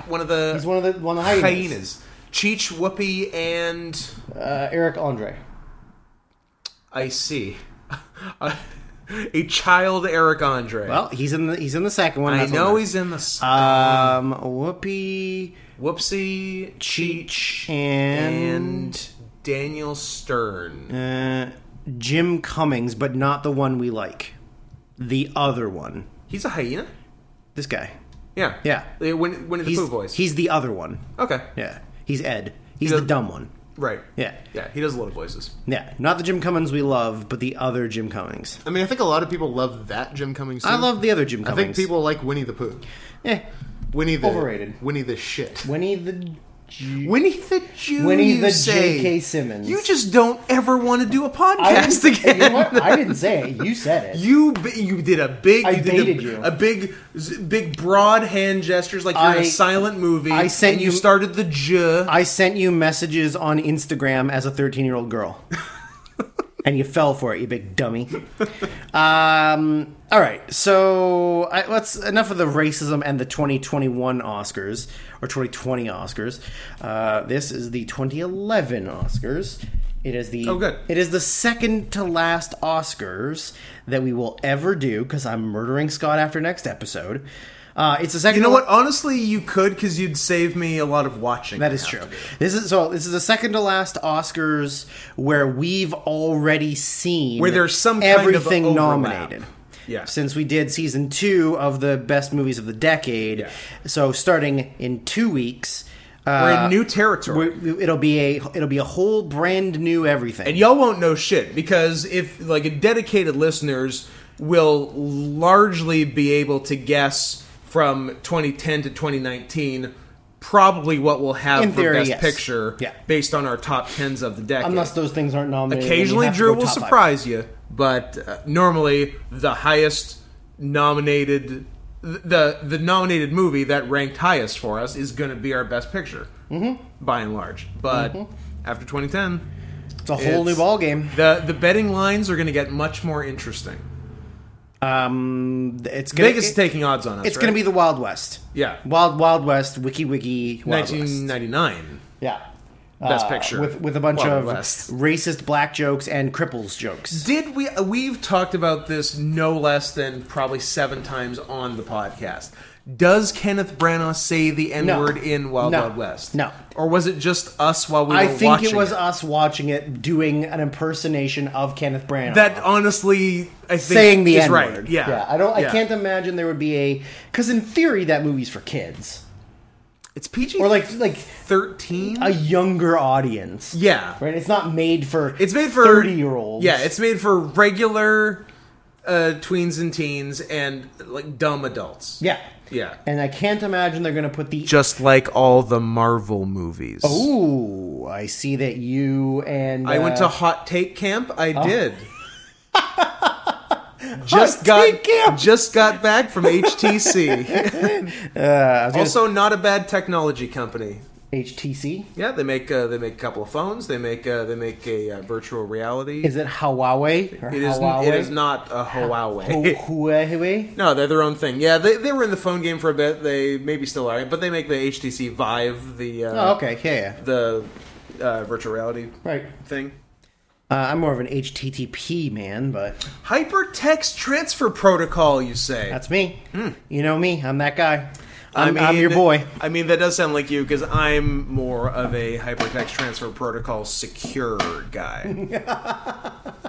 [SPEAKER 1] He's one of the
[SPEAKER 2] He's one of the one of the hyenas.
[SPEAKER 1] hyenas. Cheech, Whoopi, and
[SPEAKER 2] Uh, Eric Andre.
[SPEAKER 1] I see. a child Eric Andre.
[SPEAKER 2] Well, he's in the he's in the second one.
[SPEAKER 1] I
[SPEAKER 2] that's what
[SPEAKER 1] know
[SPEAKER 2] matters.
[SPEAKER 1] he's in the s-
[SPEAKER 2] Um, Whoopi,
[SPEAKER 1] Whoopsie
[SPEAKER 2] Cheech,
[SPEAKER 1] Cheech
[SPEAKER 2] and,
[SPEAKER 1] and Daniel Stern.
[SPEAKER 2] uh, Jim Cummings, but not the one we like. The other one.
[SPEAKER 1] He's a hyena.
[SPEAKER 2] This guy.
[SPEAKER 1] Yeah,
[SPEAKER 2] Yeah.
[SPEAKER 1] Uh, Winnie, Winnie the
[SPEAKER 2] He's,
[SPEAKER 1] Pooh voice.
[SPEAKER 2] he's the other one.
[SPEAKER 1] okay,
[SPEAKER 2] Yeah. He's Ed. He's
[SPEAKER 1] He
[SPEAKER 2] the
[SPEAKER 1] does-
[SPEAKER 2] dumb one.
[SPEAKER 1] right.
[SPEAKER 2] Yeah.
[SPEAKER 1] yeah. He does a lot of voices.
[SPEAKER 2] Yeah. Not the Jim Cummings we love, but the other Jim Cummings.
[SPEAKER 3] I mean, I think a lot of people love that Jim Cummings. Too.
[SPEAKER 2] I love the other Jim
[SPEAKER 3] I think
[SPEAKER 2] Cummings.
[SPEAKER 3] people like Winnie the Pooh.
[SPEAKER 2] Eh.
[SPEAKER 3] Winnie the
[SPEAKER 2] Overrated.
[SPEAKER 3] Winnie the shit.
[SPEAKER 2] Winnie the. Ju-
[SPEAKER 1] Winnie the Jew.
[SPEAKER 2] Winnie the
[SPEAKER 1] you say.
[SPEAKER 2] J.K. Simmons.
[SPEAKER 1] You just don't ever want to do a
[SPEAKER 2] I
[SPEAKER 1] podcast
[SPEAKER 2] didn't-
[SPEAKER 1] again.
[SPEAKER 2] You know what? I didn't say it. You said it.
[SPEAKER 1] You b- you did a big
[SPEAKER 2] I
[SPEAKER 1] you did
[SPEAKER 2] baited
[SPEAKER 1] a,
[SPEAKER 2] you.
[SPEAKER 1] a big z- big broad hand gestures like you're in
[SPEAKER 2] I-
[SPEAKER 1] a silent movie.
[SPEAKER 2] I sent
[SPEAKER 1] and
[SPEAKER 2] you-
[SPEAKER 1] started the j.
[SPEAKER 2] I sent you messages on Instagram as a 13 year old girl. and you fell for it, you big dummy. Um, all right, so I, let's enough of the racism and the 2021 Oscars or 2020 Oscars. Uh, this is the 2011 Oscars. It is the
[SPEAKER 1] Oh, good.
[SPEAKER 2] It is the second to last Oscars that we will ever do because I'm murdering Scott after next episode. Uh, it's the second.
[SPEAKER 1] you know
[SPEAKER 2] to-
[SPEAKER 1] what? Honestly, you could because you'd save me a lot of watching.
[SPEAKER 2] that is true. This is so. This is the second to last Oscars where we've already seen
[SPEAKER 1] Where there's some kind of
[SPEAKER 2] everything
[SPEAKER 1] overlap.
[SPEAKER 2] nominated.
[SPEAKER 1] Yeah.
[SPEAKER 2] Since we did season two of the best movies of the decade,
[SPEAKER 1] Yeah.
[SPEAKER 2] so starting in two weeks,
[SPEAKER 1] We're
[SPEAKER 2] uh,
[SPEAKER 1] in new territory.
[SPEAKER 2] we- it'll be a it'll be a whole brand new everything.
[SPEAKER 1] and y'all won't know shit because if like dedicated listeners will largely be able to guess from 2010 to 2019 probably what will have
[SPEAKER 2] In
[SPEAKER 1] for
[SPEAKER 2] theory,
[SPEAKER 1] best
[SPEAKER 2] yes.
[SPEAKER 1] picture
[SPEAKER 2] Yeah.
[SPEAKER 1] based on our top 10s of the decade
[SPEAKER 2] Unless those things aren't nominated, then you
[SPEAKER 1] occasionally
[SPEAKER 2] have to
[SPEAKER 1] drew
[SPEAKER 2] go
[SPEAKER 1] will
[SPEAKER 2] top five.
[SPEAKER 1] surprise you but uh, normally the highest nominated the the nominated movie that ranked highest for us is going to be our best picture mm-hmm. by and large but
[SPEAKER 2] Mm-hmm.
[SPEAKER 1] after 2010
[SPEAKER 2] It's a whole new
[SPEAKER 1] It's-
[SPEAKER 2] ball game.
[SPEAKER 1] the the betting lines are going to get much more interesting.
[SPEAKER 2] Um, it's gonna,
[SPEAKER 1] Vegas is
[SPEAKER 2] it-
[SPEAKER 1] taking odds on us.
[SPEAKER 2] It's going to
[SPEAKER 1] right?
[SPEAKER 2] be the Wild West.
[SPEAKER 1] Yeah.
[SPEAKER 2] Wild Wild West. Wiki Wiki. Wild West.
[SPEAKER 1] 1999.
[SPEAKER 2] Yeah.
[SPEAKER 1] Best picture.
[SPEAKER 2] Uh, with with a bunch
[SPEAKER 1] Wild
[SPEAKER 2] of
[SPEAKER 1] West.
[SPEAKER 2] racist black jokes and cripples jokes.
[SPEAKER 1] Did we? We've talked about this no less than probably seven times on the podcast. Does Kenneth Branagh say the N word in Wild
[SPEAKER 2] No.
[SPEAKER 1] Wild West?
[SPEAKER 2] No.
[SPEAKER 1] Or was it just us while we
[SPEAKER 2] I
[SPEAKER 1] were
[SPEAKER 2] think it
[SPEAKER 1] watching
[SPEAKER 2] was us watching it doing an impersonation of Kenneth Branagh.
[SPEAKER 1] that honestly, I think
[SPEAKER 2] saying the
[SPEAKER 1] is
[SPEAKER 2] N word.
[SPEAKER 1] right. Yeah.
[SPEAKER 2] I don't. I
[SPEAKER 1] Yeah.
[SPEAKER 2] can't imagine there would be a because in theory that movie's for kids
[SPEAKER 1] It's PG
[SPEAKER 2] or like like
[SPEAKER 1] 13.
[SPEAKER 2] a younger audience.
[SPEAKER 1] yeah.
[SPEAKER 2] Right. It's not made for.
[SPEAKER 1] It's made for
[SPEAKER 2] thirty year olds.
[SPEAKER 1] Yeah, it's made for regular uh, tweens and teens and like dumb adults.
[SPEAKER 2] yeah.
[SPEAKER 1] yeah,
[SPEAKER 2] And I can't imagine they're going to put the
[SPEAKER 1] just like all the Marvel movies. Oh,
[SPEAKER 2] Ooh, I see that you and
[SPEAKER 1] I went
[SPEAKER 2] uh,
[SPEAKER 1] to
[SPEAKER 2] oh.
[SPEAKER 1] hot take camp. I did. just
[SPEAKER 2] Hot
[SPEAKER 1] got
[SPEAKER 2] take camp.
[SPEAKER 1] just got back from HTC.
[SPEAKER 2] uh,
[SPEAKER 1] also, not a bad technology company.
[SPEAKER 2] HTC.
[SPEAKER 1] Yeah, they make uh, they make a couple of phones. They make uh, they make a uh, virtual reality.
[SPEAKER 2] Is it Huawei? Or
[SPEAKER 1] it is
[SPEAKER 2] Huawei? Oh.
[SPEAKER 1] it is not a Huawei.
[SPEAKER 2] Huawei.
[SPEAKER 1] No, they're their own thing. Yeah, they, they were in the phone game for a bit. They maybe still are, but they make the HTC Vive, the uh,
[SPEAKER 2] Oh, okay. Yeah, yeah.
[SPEAKER 1] the uh, virtual reality
[SPEAKER 2] Right.
[SPEAKER 1] thing.
[SPEAKER 2] Uh, I'm more of an HTTP man, but
[SPEAKER 1] Hypertext Transfer Protocol, you say?
[SPEAKER 2] that's me. You know me. I'm that guy. Hmm. I'm, I'm your boy.
[SPEAKER 1] I mean, that does sound like you because I'm more of a hypertext transfer protocol secure guy.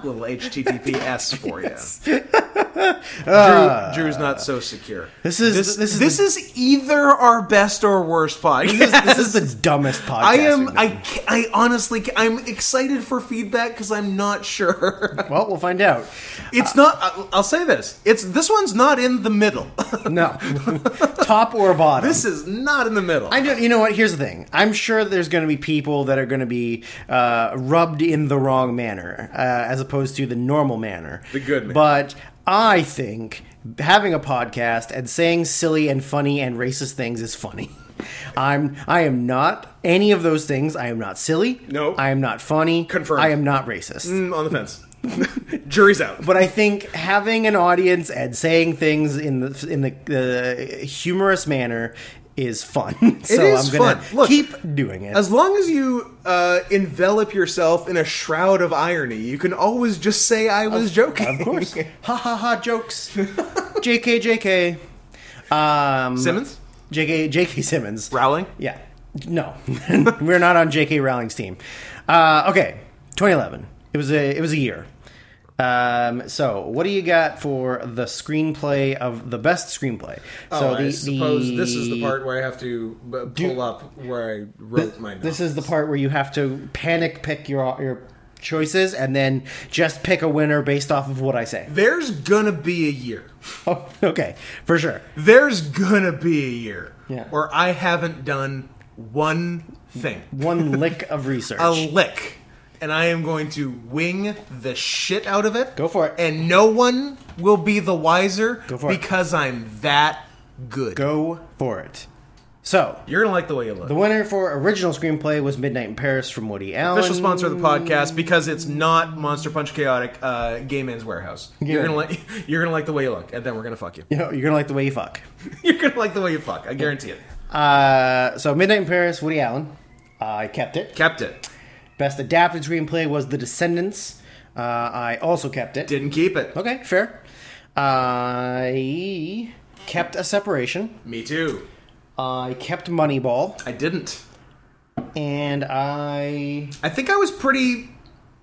[SPEAKER 1] little HTTPS for you. Drew, Drew's not so secure.
[SPEAKER 2] This is
[SPEAKER 1] this,
[SPEAKER 2] this, is
[SPEAKER 1] Uh. this
[SPEAKER 2] the,
[SPEAKER 1] is either our best or worst
[SPEAKER 2] this,
[SPEAKER 1] podcast.
[SPEAKER 2] is, this is the dumbest podcast.
[SPEAKER 1] I am.
[SPEAKER 2] we've done.
[SPEAKER 1] I. ca- I honestly. ca- I'm excited for feedback because I'm not sure.
[SPEAKER 2] well, we'll find out.
[SPEAKER 1] It's not. I- I'll say this. It's this one's not in the middle.
[SPEAKER 2] No, top or bottom.
[SPEAKER 1] this is not in the middle.
[SPEAKER 2] I don't. You know what? Here's the thing. I'm sure there's going to be people that are going to be uh, rubbed in the wrong manner, uh, as opposed to the normal manner,
[SPEAKER 1] The good manner.
[SPEAKER 2] But I think having a podcast and saying silly and funny and racist things is funny. I'm. I am not any of those things. I am not silly.
[SPEAKER 1] No.
[SPEAKER 2] I am not funny.
[SPEAKER 1] Confirmed.
[SPEAKER 2] I am not racist.
[SPEAKER 1] Mm, on the fence. Jury's out.
[SPEAKER 2] But I think having an audience and saying things in the in the uh, humorous manner is fun. so
[SPEAKER 1] is
[SPEAKER 2] I'm gonna
[SPEAKER 1] fun. Look,
[SPEAKER 2] keep doing it.
[SPEAKER 1] As long as you uh, envelop yourself in a shroud of irony, you can always just say I was joking.
[SPEAKER 2] of course. ha ha ha jokes. JK JK. Um
[SPEAKER 1] Simmons?
[SPEAKER 2] JK JK Simmons.
[SPEAKER 1] Rowling?
[SPEAKER 2] Yeah. No. We're not on JK Rowling's team. Uh, okay. 2011. It was a it was a year. Um, so what do you got for the screenplay of the best screenplay? so
[SPEAKER 1] Oh, I suppose this is the part where I have to b- pull up where I wrote my notes.
[SPEAKER 2] This is the part where you have to panic pick your your choices and then just pick a winner based off of what I say.
[SPEAKER 1] There's gonna be a year.
[SPEAKER 2] Oh, okay, for sure.
[SPEAKER 1] There's gonna be a year
[SPEAKER 2] Yeah.
[SPEAKER 1] where I haven't done one thing,
[SPEAKER 2] One lick of research.
[SPEAKER 1] a lick, and I am going to wing the shit out of it.
[SPEAKER 2] Go for it.
[SPEAKER 1] And no one will be the wiser
[SPEAKER 2] Go for it.
[SPEAKER 1] because I'm that good.
[SPEAKER 2] Go for it. So
[SPEAKER 1] You're gonna like the way you look.
[SPEAKER 2] the winner for original screenplay was Midnight in Paris from Woody Allen.
[SPEAKER 1] official sponsor of the podcast because it's not Monster Punch Chaotic, uh, Gay Man's Warehouse. You're
[SPEAKER 2] Yeah.
[SPEAKER 1] gonna like you're gonna like the way you look, and then we're gonna fuck you.
[SPEAKER 2] You know, you're gonna like the way you fuck.
[SPEAKER 1] You're gonna like the way you fuck. I guarantee it.
[SPEAKER 2] Uh, so Midnight in Paris, Woody Allen. I kept it.
[SPEAKER 1] Kept it.
[SPEAKER 2] Best adapted screenplay was The Descendants. Uh, I also kept it.
[SPEAKER 1] Didn't keep it.
[SPEAKER 2] Okay, fair. I kept a separation.
[SPEAKER 1] Me too.
[SPEAKER 2] I kept Moneyball,
[SPEAKER 1] I didn't.
[SPEAKER 2] and I
[SPEAKER 1] I think I was pretty.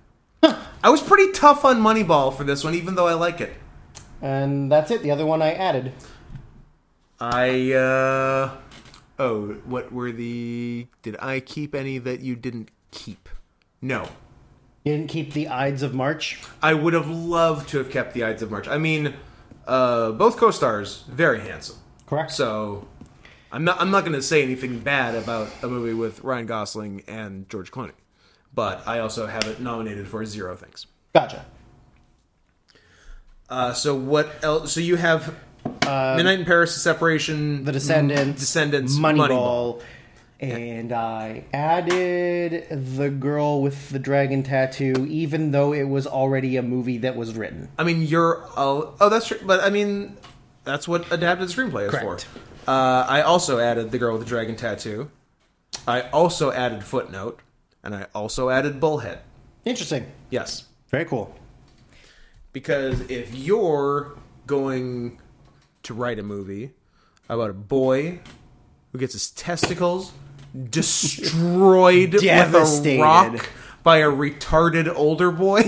[SPEAKER 1] I was pretty tough on Moneyball for this one, even though I like it.
[SPEAKER 2] and that's it. The other one I added.
[SPEAKER 1] I uh oh, what were the? Did I keep any that you didn't keep? No,
[SPEAKER 2] You didn't keep the Ides of March.
[SPEAKER 1] I would have loved to have kept the Ides of March. I mean, uh, both co-stars very handsome.
[SPEAKER 2] Correct.
[SPEAKER 1] So I'm not I'm not going to say anything bad about a movie with Ryan Gosling and George Clooney, but I also have it nominated for zero things.
[SPEAKER 2] Gotcha.
[SPEAKER 1] Uh, so what else? So you have uh, Midnight in Paris, Separation,
[SPEAKER 2] Um, The Descendants,
[SPEAKER 1] Descendants, Moneyball.
[SPEAKER 2] Moneyball, and I added the girl with the dragon tattoo, even though it was already a movie that was written.
[SPEAKER 1] I mean, you're all, oh, that's true. But I mean, that's what adapted screenplay is
[SPEAKER 2] Correct.
[SPEAKER 1] for. Uh, I also added the girl with the dragon tattoo. I also added footnote, and I also added bullhead.
[SPEAKER 2] Interesting.
[SPEAKER 1] Yes,
[SPEAKER 2] Very cool.
[SPEAKER 1] because if you're going to write a movie about a boy who gets his testicles destroyed with a
[SPEAKER 2] Devastated.
[SPEAKER 1] rock by a retarded older boy.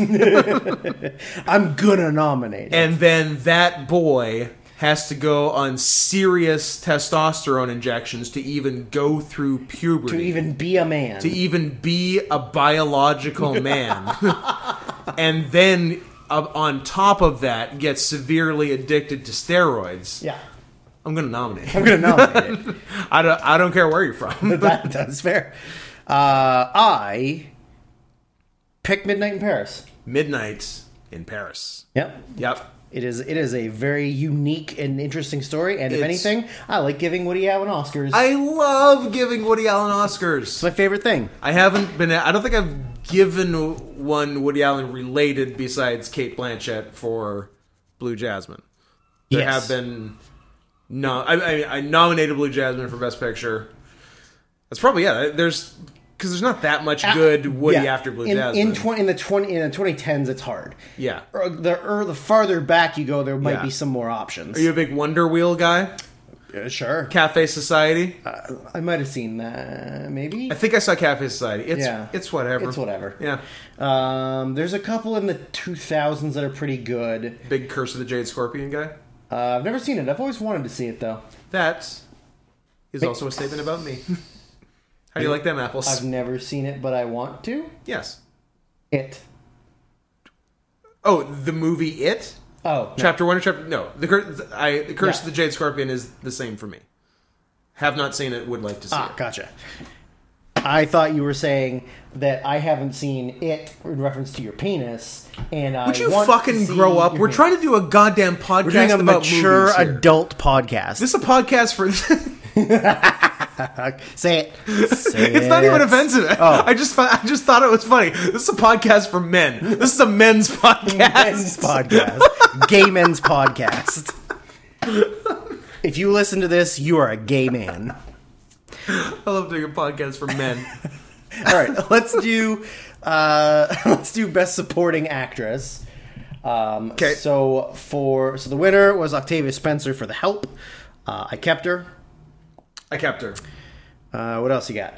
[SPEAKER 2] I'm gonna nominate. it.
[SPEAKER 1] and then that boy has to go on serious testosterone injections to even go through puberty
[SPEAKER 2] to even be a man.
[SPEAKER 1] to even be a biological man and then uh, on top of that gets severely addicted to steroids
[SPEAKER 2] yeah,
[SPEAKER 1] i'm gonna nominate
[SPEAKER 2] I'm gonna nominate it.
[SPEAKER 1] I, don't, I don't care where you're from
[SPEAKER 2] That, that's fair. Uh, I picked Midnight in Paris.
[SPEAKER 1] midnight in paris
[SPEAKER 2] Yep.
[SPEAKER 1] yep
[SPEAKER 2] It is it is a very unique and interesting story, and if
[SPEAKER 1] It's-
[SPEAKER 2] anything, I like giving Woody Allen Oscars.
[SPEAKER 1] i love giving woody allen oscars
[SPEAKER 2] it's my favorite thing.
[SPEAKER 1] I haven't been. I don't think I've given one Woody Allen related besides Kate Blanchett for Blue Jasmine. There
[SPEAKER 2] Yes.
[SPEAKER 1] have been no. I, I, I nominated Blue Jasmine for Best Picture. That's probably yeah. There's because there's not that much good Woody
[SPEAKER 2] Uh, Yeah.
[SPEAKER 1] after Blue
[SPEAKER 2] in,
[SPEAKER 1] Jasmine.
[SPEAKER 2] In, twen- in the twenty in the twenty tens, it's hard.
[SPEAKER 1] yeah.
[SPEAKER 2] Or the or the farther back you go, there might
[SPEAKER 1] Yeah.
[SPEAKER 2] be some more options.
[SPEAKER 1] Are you a big Wonder Wheel guy?
[SPEAKER 2] Uh, sure.
[SPEAKER 1] Cafe Society.
[SPEAKER 2] I might have seen that. Maybe.
[SPEAKER 1] I think I saw Cafe Society. It's
[SPEAKER 2] Yeah.
[SPEAKER 1] it's whatever.
[SPEAKER 2] It's whatever.
[SPEAKER 1] Yeah.
[SPEAKER 2] Um, there's a couple in the 2000s that are pretty good.
[SPEAKER 1] Big Curse of the Jade Scorpion guy.
[SPEAKER 2] Uh, I've never seen it. I've always wanted to see it though.
[SPEAKER 1] That is also a statement about me. How do you like them apples?
[SPEAKER 2] I've never seen it, but I want to.
[SPEAKER 1] yes.
[SPEAKER 2] It.
[SPEAKER 1] Oh, the movie It.
[SPEAKER 2] Oh, no.
[SPEAKER 1] Chapter one or chapter no. The, cur- the, I, the Curse of the Jade Scorpion is the same for me. Have not seen it. Would like to see
[SPEAKER 2] ah, gotcha. I thought you were saying that I haven't seen it in reference to your penis, and I
[SPEAKER 1] it. Would you
[SPEAKER 2] want to
[SPEAKER 1] fucking
[SPEAKER 2] see
[SPEAKER 1] grow up?
[SPEAKER 2] your
[SPEAKER 1] We're
[SPEAKER 2] penis.
[SPEAKER 1] trying to do a goddamn podcast
[SPEAKER 2] We're doing a
[SPEAKER 1] about
[SPEAKER 2] mature
[SPEAKER 1] movies here.
[SPEAKER 2] adult podcast.
[SPEAKER 1] This is a podcast for.
[SPEAKER 2] Say it. Say
[SPEAKER 1] It's not even
[SPEAKER 2] it.
[SPEAKER 1] offensive.
[SPEAKER 2] Oh.
[SPEAKER 1] I just fi- I just thought it was funny. This is a podcast for men. This is a men's podcast.
[SPEAKER 2] men's podcast. gay men's podcast. If you listen to this, you are a gay man.
[SPEAKER 1] I love doing a podcast for men.
[SPEAKER 2] All right, let's do uh, let's do best supporting actress. Um,
[SPEAKER 1] 'Kay.
[SPEAKER 2] So for so the winner was Octavia Spencer for The Help. Uh, I kept her.
[SPEAKER 1] I kept her.
[SPEAKER 2] Uh, what else you got?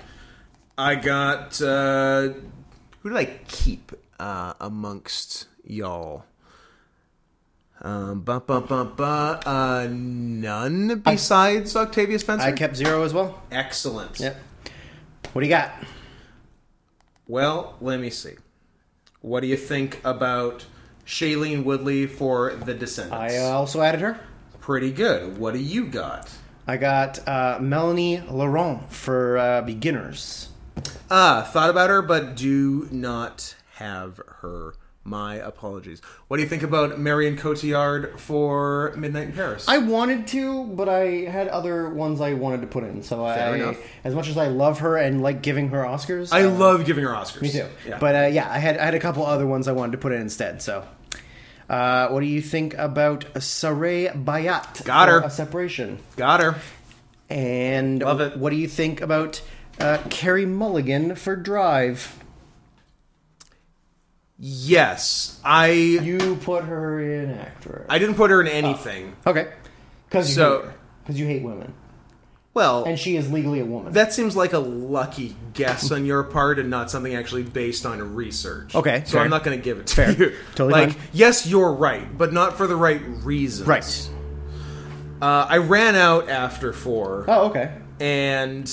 [SPEAKER 1] I got uh, who did I keep uh, amongst y'all? Um, ba ba ba ba. Uh, none besides Octavia Spencer.
[SPEAKER 2] I kept zero as well.
[SPEAKER 1] Excellent.
[SPEAKER 2] Yep. What do you got?
[SPEAKER 1] Well, let me see. What do you think about Shailene Woodley for The Descendants?
[SPEAKER 2] I uh, also added her.
[SPEAKER 1] Pretty good. What do you got?
[SPEAKER 2] I got uh, Melanie Laurent for uh, beginners.
[SPEAKER 1] Ah, thought about her, but do not have her. My apologies. What do you think about Marion Cotillard for Midnight in Paris?
[SPEAKER 2] I wanted to, but I had other ones I wanted to put in. So
[SPEAKER 1] Fair
[SPEAKER 2] I,
[SPEAKER 1] enough.
[SPEAKER 2] as much as I love her and like giving her Oscars,
[SPEAKER 1] I
[SPEAKER 2] uh,
[SPEAKER 1] love giving her Oscars.
[SPEAKER 2] me too.
[SPEAKER 1] Yeah.
[SPEAKER 2] But uh, yeah, I had I had a couple other ones I wanted to put in instead. So, uh, what do you think about Saray Bayat?
[SPEAKER 1] Got
[SPEAKER 2] for
[SPEAKER 1] her.
[SPEAKER 2] a separation.
[SPEAKER 1] got her.
[SPEAKER 2] And
[SPEAKER 1] Love it.
[SPEAKER 2] what do you think about uh, Carrie Mulligan for Drive?
[SPEAKER 1] Yes, I.
[SPEAKER 2] You put her in actress.
[SPEAKER 1] I didn't put her in anything.
[SPEAKER 2] okay, because you
[SPEAKER 1] So-
[SPEAKER 2] because you hate women,
[SPEAKER 1] Well,
[SPEAKER 2] and she is legally a woman.
[SPEAKER 1] that seems like a lucky guess on your part and not something actually based on research.
[SPEAKER 2] Okay,
[SPEAKER 1] so
[SPEAKER 2] fair.
[SPEAKER 1] I'm not going to give it to
[SPEAKER 2] Fair.
[SPEAKER 1] you.
[SPEAKER 2] Totally
[SPEAKER 1] like,
[SPEAKER 2] fine.
[SPEAKER 1] yes, you're right, but not for the right reasons.
[SPEAKER 2] right.
[SPEAKER 1] Uh, I ran out after four.
[SPEAKER 2] Oh, okay.
[SPEAKER 1] and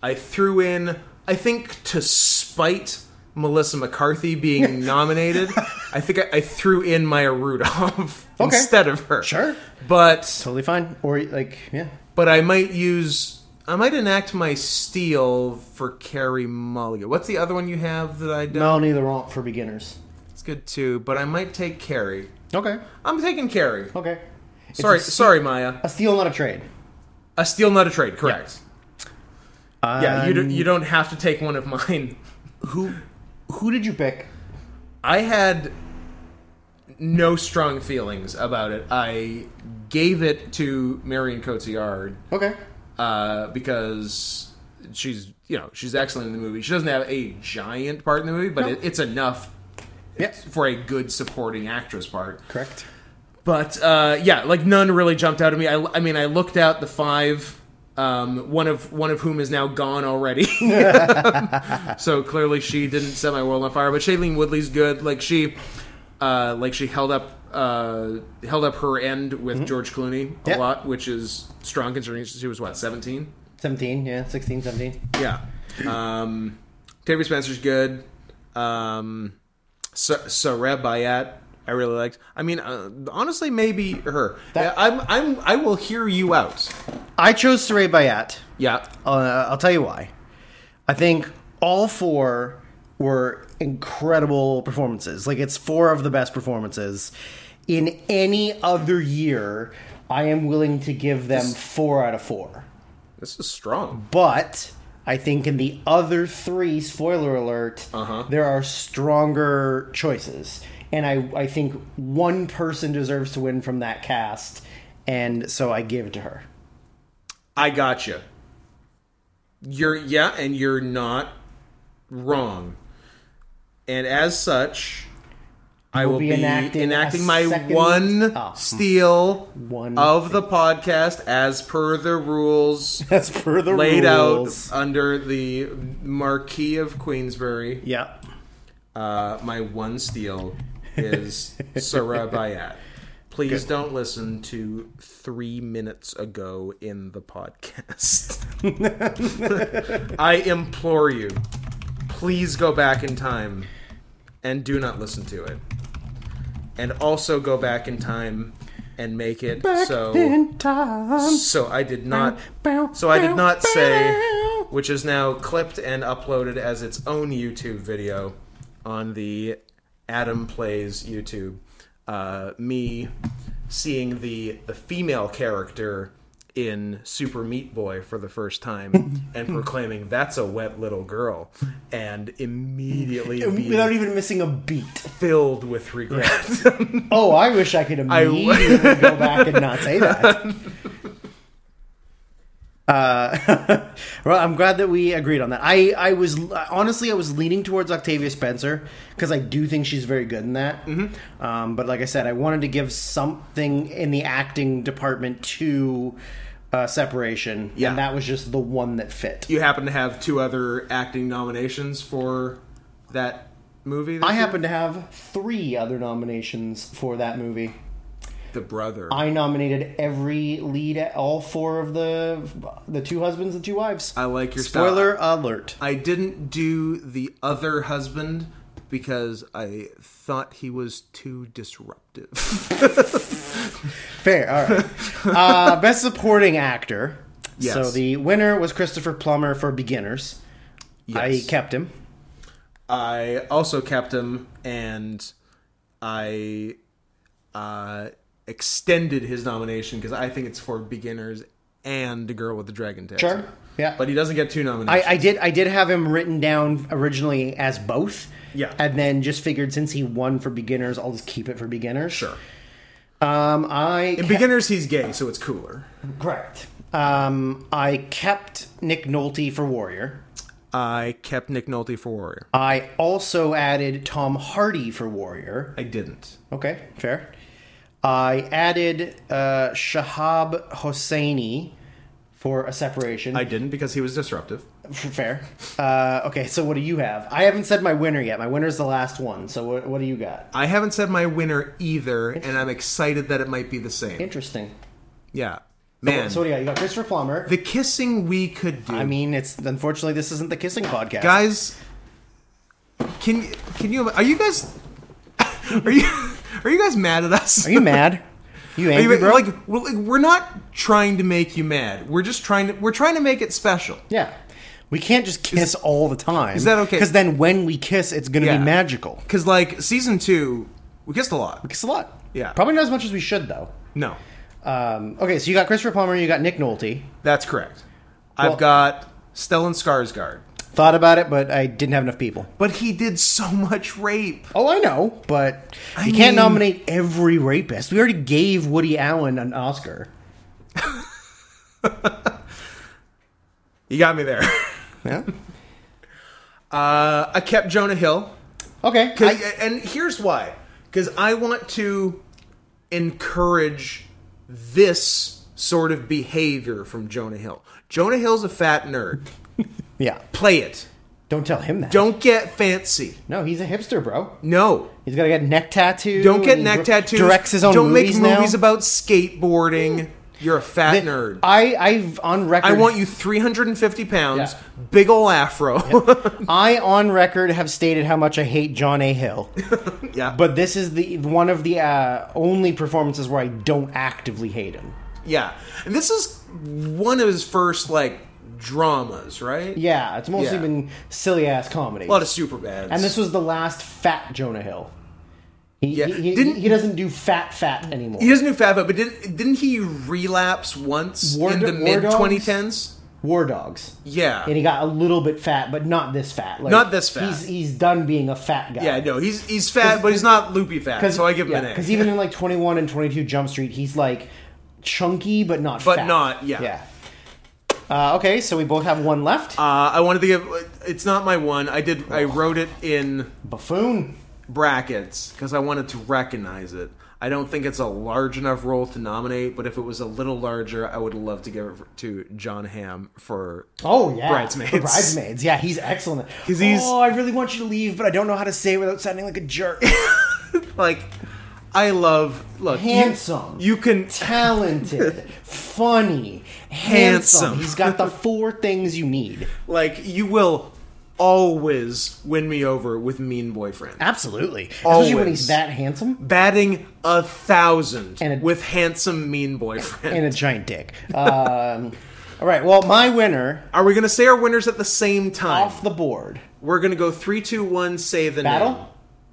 [SPEAKER 1] I threw in, I think to spite Melissa McCarthy being nominated, I think I, I threw in Maya Rudolph
[SPEAKER 2] Okay.
[SPEAKER 1] instead of her.
[SPEAKER 2] Sure.
[SPEAKER 1] But
[SPEAKER 2] Totally fine. Or like, yeah.
[SPEAKER 1] but I might use I might enact my steal for Carrie Mulligan. What's the other one you have that I don't?
[SPEAKER 2] Melanie Laurent for beginners.
[SPEAKER 1] It's good too, but I might take Carrie.
[SPEAKER 2] Okay.
[SPEAKER 1] I'm taking Carrie.
[SPEAKER 2] Okay. It's
[SPEAKER 1] Sorry,
[SPEAKER 2] a ste-
[SPEAKER 1] sorry, Maya.
[SPEAKER 2] A steal, not a trade.
[SPEAKER 1] A steal, not a trade. Correct. Yeah, you, do,
[SPEAKER 2] Um,
[SPEAKER 1] you don't have to take one of mine.
[SPEAKER 2] Who, who did you pick?
[SPEAKER 1] I had no strong feelings about it. I gave it to Marion Cotillard
[SPEAKER 2] Okay.
[SPEAKER 1] uh, because she's you know she's excellent in the movie. She doesn't have a giant part in the movie, but
[SPEAKER 2] No.
[SPEAKER 1] it, it's enough
[SPEAKER 2] Yes.
[SPEAKER 1] for a good supporting actress part.
[SPEAKER 2] Correct.
[SPEAKER 1] But uh, yeah, like none really jumped out at me. I, I mean, I looked out the five, um, one of one of whom is now gone already. so clearly, she didn't set my world on fire. But Shailene Woodley's good. Like she, uh, like she held up uh, held up her end with George Clooney a
[SPEAKER 2] Yeah.
[SPEAKER 1] lot, which is strong considering she was what seventeen.
[SPEAKER 2] 17, yeah. 16, 17.
[SPEAKER 1] Yeah. Um, Octavia Spencer's good. Um, Sa- Sareb Bayat, I really liked. I mean, uh, honestly, maybe her. Yeah,
[SPEAKER 2] That-
[SPEAKER 1] I'm, I'm, I will hear you out.
[SPEAKER 2] I chose Saray Bayat.
[SPEAKER 1] Yeah.
[SPEAKER 2] Uh, I'll tell you why. I think all four were incredible performances. Like it's four of the best performances. In any other year, I am willing to give them four out of four.
[SPEAKER 1] This is strong.
[SPEAKER 2] But I think in the other three, spoiler alert,
[SPEAKER 1] Uh-huh.
[SPEAKER 2] there are stronger choices. And I, I think one person deserves to win from that cast. And so I give it to her.
[SPEAKER 1] I gotcha. You're, yeah, and you're not wrong. And as such, I will
[SPEAKER 2] be
[SPEAKER 1] be
[SPEAKER 2] enacting
[SPEAKER 1] enacting,
[SPEAKER 2] a
[SPEAKER 1] my
[SPEAKER 2] second-
[SPEAKER 1] one
[SPEAKER 2] Oh.
[SPEAKER 1] steal
[SPEAKER 2] One
[SPEAKER 1] of the podcast as per the rules
[SPEAKER 2] As per the
[SPEAKER 1] laid
[SPEAKER 2] rules.
[SPEAKER 1] out under the Marquis of Queensbury.
[SPEAKER 2] Yeah.
[SPEAKER 1] Uh, my one steal is Sarah Bayat. Please don't listen to three minutes ago in the podcast. I implore you, please go back in time and do not listen to it. And also go back in time and make it so
[SPEAKER 2] time.
[SPEAKER 1] so I did not so I did not say, which is now clipped and uploaded as its own YouTube video on the Adam Plays YouTube. Uh, me seeing the the female character in Super Meat Boy for the first time and proclaiming that's a wet little girl, and immediately
[SPEAKER 2] Without
[SPEAKER 1] being
[SPEAKER 2] even missing a beat.
[SPEAKER 1] filled with regret.
[SPEAKER 2] Oh, I wish I could
[SPEAKER 1] w-
[SPEAKER 2] immediately go back and not say that. Uh, well, I'm glad that we agreed on that. I, I was honestly, I was leaning towards Octavia Spencer because I do think she's very good in that.
[SPEAKER 1] Mm-hmm.
[SPEAKER 2] Um, but like I said, I wanted to give something in the acting department to uh, Separation,
[SPEAKER 1] Yeah.
[SPEAKER 2] and that was just the one that fit.
[SPEAKER 1] You happen to have two other acting nominations for that movie. this
[SPEAKER 2] I
[SPEAKER 1] year?
[SPEAKER 2] happen to have three other nominations for that movie.
[SPEAKER 1] the brother.
[SPEAKER 2] I nominated every lead, all four of the the two husbands and two wives.
[SPEAKER 1] I like your style.
[SPEAKER 2] Spoiler alert!
[SPEAKER 1] I didn't do the other husband because I thought he was too disruptive.
[SPEAKER 2] Fair. All right. uh, best supporting actor.
[SPEAKER 1] Yes.
[SPEAKER 2] So the winner was Christopher Plummer for Beginners. I
[SPEAKER 1] Yes.
[SPEAKER 2] kept him.
[SPEAKER 1] I also kept him and I uh, extended his nomination because I think it's for beginners and the girl with the dragon tattoo.
[SPEAKER 2] Sure. Yeah.
[SPEAKER 1] But he doesn't get two nominations.
[SPEAKER 2] I, I did. I did have him written down originally as both.
[SPEAKER 1] Yeah.
[SPEAKER 2] And then just figured since he won for Beginners, I'll just keep it for Beginners.
[SPEAKER 1] sure.
[SPEAKER 2] Um, I
[SPEAKER 1] In beginners, he's gay, so it's cooler.
[SPEAKER 2] correct. Um, I kept Nick Nolte for Warrior.
[SPEAKER 1] I kept Nick Nolte for Warrior.
[SPEAKER 2] I also added Tom Hardy for Warrior.
[SPEAKER 1] I didn't.
[SPEAKER 2] Okay, fair. I added uh, Shahab Hosseini for a separation.
[SPEAKER 1] I didn't because he was disruptive.
[SPEAKER 2] fair. Uh, okay, so what do you have? I haven't said my winner yet. My winner's the last one. So what, what do you got?
[SPEAKER 1] I haven't said my winner either, and I'm excited that it might be the same.
[SPEAKER 2] Interesting.
[SPEAKER 1] Yeah. Man.
[SPEAKER 2] So what do you got? You got Christopher Plummer.
[SPEAKER 1] The kissing we could do,
[SPEAKER 2] I mean, it's unfortunately this isn't the kissing podcast.
[SPEAKER 1] guys. Can can you? Are you guys? Are you? Are you guys mad at us?
[SPEAKER 2] Are you mad? You
[SPEAKER 1] Are you-
[SPEAKER 2] angry, bro?
[SPEAKER 1] Like, we're, like, we're not trying to make you mad. We're just trying to. We're trying to make it special.
[SPEAKER 2] yeah. We can't just kiss all the time. Is
[SPEAKER 1] that okay?
[SPEAKER 2] Because then when we kiss, it's going to
[SPEAKER 1] Yeah.
[SPEAKER 2] be magical.
[SPEAKER 1] Because like season two, we kissed a lot.
[SPEAKER 2] It's a lot.
[SPEAKER 1] Yeah.
[SPEAKER 2] Probably not as much as we should, though.
[SPEAKER 1] No,
[SPEAKER 2] Um, okay, so you got Christopher Plummer, you got Nick Nolte.
[SPEAKER 1] that's correct.
[SPEAKER 2] Well-
[SPEAKER 1] I've got Stellan Skarsgård,
[SPEAKER 2] Thought about it, but I didn't have enough people.
[SPEAKER 1] but he did so much rape.
[SPEAKER 2] Oh, I know, but you
[SPEAKER 1] mean-
[SPEAKER 2] can't nominate every rapist. We already gave Woody Allen an Oscar.
[SPEAKER 1] You got me there.
[SPEAKER 2] Yeah.
[SPEAKER 1] Uh, I kept Jonah Hill.
[SPEAKER 2] Okay.
[SPEAKER 1] 'Cause-
[SPEAKER 2] I-
[SPEAKER 1] and here's why. Because I want to encourage this sort of behavior from Jonah Hill. Jonah Hill's a fat nerd.
[SPEAKER 2] yeah.
[SPEAKER 1] Play it.
[SPEAKER 2] Don't tell him that.
[SPEAKER 1] Don't get fancy.
[SPEAKER 2] No, he's a hipster, bro.
[SPEAKER 1] No.
[SPEAKER 2] He's got to get neck tattoos.
[SPEAKER 1] Don't get
[SPEAKER 2] He dir-
[SPEAKER 1] neck tattoos.
[SPEAKER 2] Directs his own
[SPEAKER 1] Don't
[SPEAKER 2] movies
[SPEAKER 1] make
[SPEAKER 2] now.
[SPEAKER 1] movies about skateboarding. You're a fat nerd. I,
[SPEAKER 2] I, I've on record.
[SPEAKER 1] want you 350 pounds,
[SPEAKER 2] Yeah.
[SPEAKER 1] big ol' afro.
[SPEAKER 2] I on record have stated how much I hate John A. Hill.
[SPEAKER 1] yeah.
[SPEAKER 2] But this is the one of the uh, only performances where I don't actively hate him.
[SPEAKER 1] yeah. And this is one of his first like dramas, right?
[SPEAKER 2] Yeah, it's mostly
[SPEAKER 1] Yeah.
[SPEAKER 2] been silly ass comedy.
[SPEAKER 1] A lot of super bads.
[SPEAKER 2] and this was the last fat Jonah Hill. He,
[SPEAKER 1] Yeah,
[SPEAKER 2] he, he-
[SPEAKER 1] didn't-
[SPEAKER 2] he doesn't do fat fat anymore.
[SPEAKER 1] He doesn't do Fab Up, but didn't didn't he relapse once
[SPEAKER 2] War
[SPEAKER 1] in
[SPEAKER 2] Do-
[SPEAKER 1] the
[SPEAKER 2] War
[SPEAKER 1] mid
[SPEAKER 2] Dogs?
[SPEAKER 1] 2010s?
[SPEAKER 2] War Dogs.
[SPEAKER 1] Yeah,
[SPEAKER 2] And he got a little bit fat, but not this fat. Like,
[SPEAKER 1] Not this fat.
[SPEAKER 2] He's he's done being a fat guy.
[SPEAKER 1] yeah. No, he's he's fat, but he's not loopy fat. So I give him an A.
[SPEAKER 2] Because even in like twenty one and twenty two Jump Street, he's like chunky but not
[SPEAKER 1] But
[SPEAKER 2] fat.
[SPEAKER 1] not- yeah.
[SPEAKER 2] Yeah. Uh, okay, so we both have one left.
[SPEAKER 1] uh, I wanted to give. It's not my one. I did. I wrote it in.
[SPEAKER 2] Buffoon.
[SPEAKER 1] brackets because I wanted to recognize it. I don't think it's a large enough role to nominate, but if it was a little larger, I would love to give it to John Hamm for.
[SPEAKER 2] Oh yeah,
[SPEAKER 1] Bridesmaids.
[SPEAKER 2] For Bridesmaids. Yeah, he's excellent.
[SPEAKER 1] 'Cause he's-
[SPEAKER 2] oh, I really want you to leave, but I don't know how to say it without sounding like a jerk.
[SPEAKER 1] Like, I love look you-
[SPEAKER 2] Handsome.
[SPEAKER 1] You, can
[SPEAKER 2] Talented, funny, handsome.
[SPEAKER 1] Handsome.
[SPEAKER 2] He's got the four things you need.
[SPEAKER 1] like you will always win me over with mean boyfriend.
[SPEAKER 2] Absolutely, especially when
[SPEAKER 1] Always.
[SPEAKER 2] he's that handsome
[SPEAKER 1] batting a thousand
[SPEAKER 2] And a-
[SPEAKER 1] with handsome mean boyfriend.
[SPEAKER 2] and a giant dick. Um, all right. Well, my winner
[SPEAKER 1] Are we gonna say our winners at the same time?
[SPEAKER 2] off the board.
[SPEAKER 1] We're gonna go three, two, one. Say the name.
[SPEAKER 2] Battle.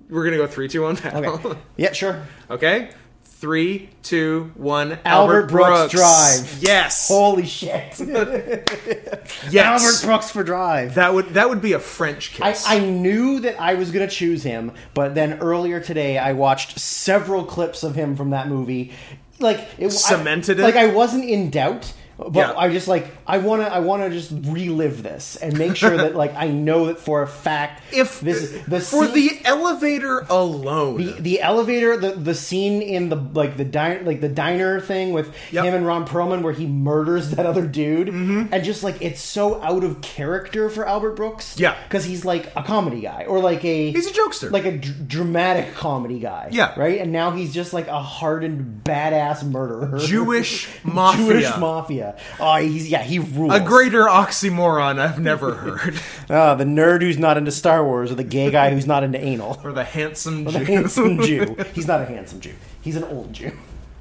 [SPEAKER 1] We're gonna go three, two, one. Battle.
[SPEAKER 2] Okay. Yeah, sure.
[SPEAKER 1] Okay? Three, two, one.
[SPEAKER 2] Albert Brooks Drive.
[SPEAKER 1] Yes.
[SPEAKER 2] Holy shit. Albert
[SPEAKER 1] yes.
[SPEAKER 2] Brooks for drive.
[SPEAKER 1] that would that would be a French
[SPEAKER 2] I,
[SPEAKER 1] kiss.
[SPEAKER 2] I knew that I was going to choose him, but then earlier today I watched several clips of him from that movie. Like it
[SPEAKER 1] Cemented
[SPEAKER 2] I,
[SPEAKER 1] it?
[SPEAKER 2] Like I wasn't in doubt, but
[SPEAKER 1] Yeah.
[SPEAKER 2] I just like I want to I want to just relive this and make sure that like I know that for a fact
[SPEAKER 1] if
[SPEAKER 2] this is the
[SPEAKER 1] for
[SPEAKER 2] scene-
[SPEAKER 1] the elevator alone.
[SPEAKER 2] the, the elevator the, the scene in the like the diner like the diner thing with
[SPEAKER 1] Yep. Mm-hmm.
[SPEAKER 2] him and Ron Perlman where he murders that other dude and just like it's so out of character for Albert Brooks
[SPEAKER 1] Yeah.
[SPEAKER 2] because he's like a comedy guy or like a
[SPEAKER 1] He's a jokester.
[SPEAKER 2] like a dr- dramatic comedy guy
[SPEAKER 1] Yeah.
[SPEAKER 2] right and now he's just like a hardened badass murderer
[SPEAKER 1] Jewish mafia.
[SPEAKER 2] Jewish mafia oh he's yeah he rules
[SPEAKER 1] a greater oxymoron I've never heard.
[SPEAKER 2] Ah, the nerd who's not into Star Wars or the gay guy who's not into anal
[SPEAKER 1] or the handsome
[SPEAKER 2] the
[SPEAKER 1] Jew.
[SPEAKER 2] handsome Jew. He's not a handsome Jew. He's an old Jew.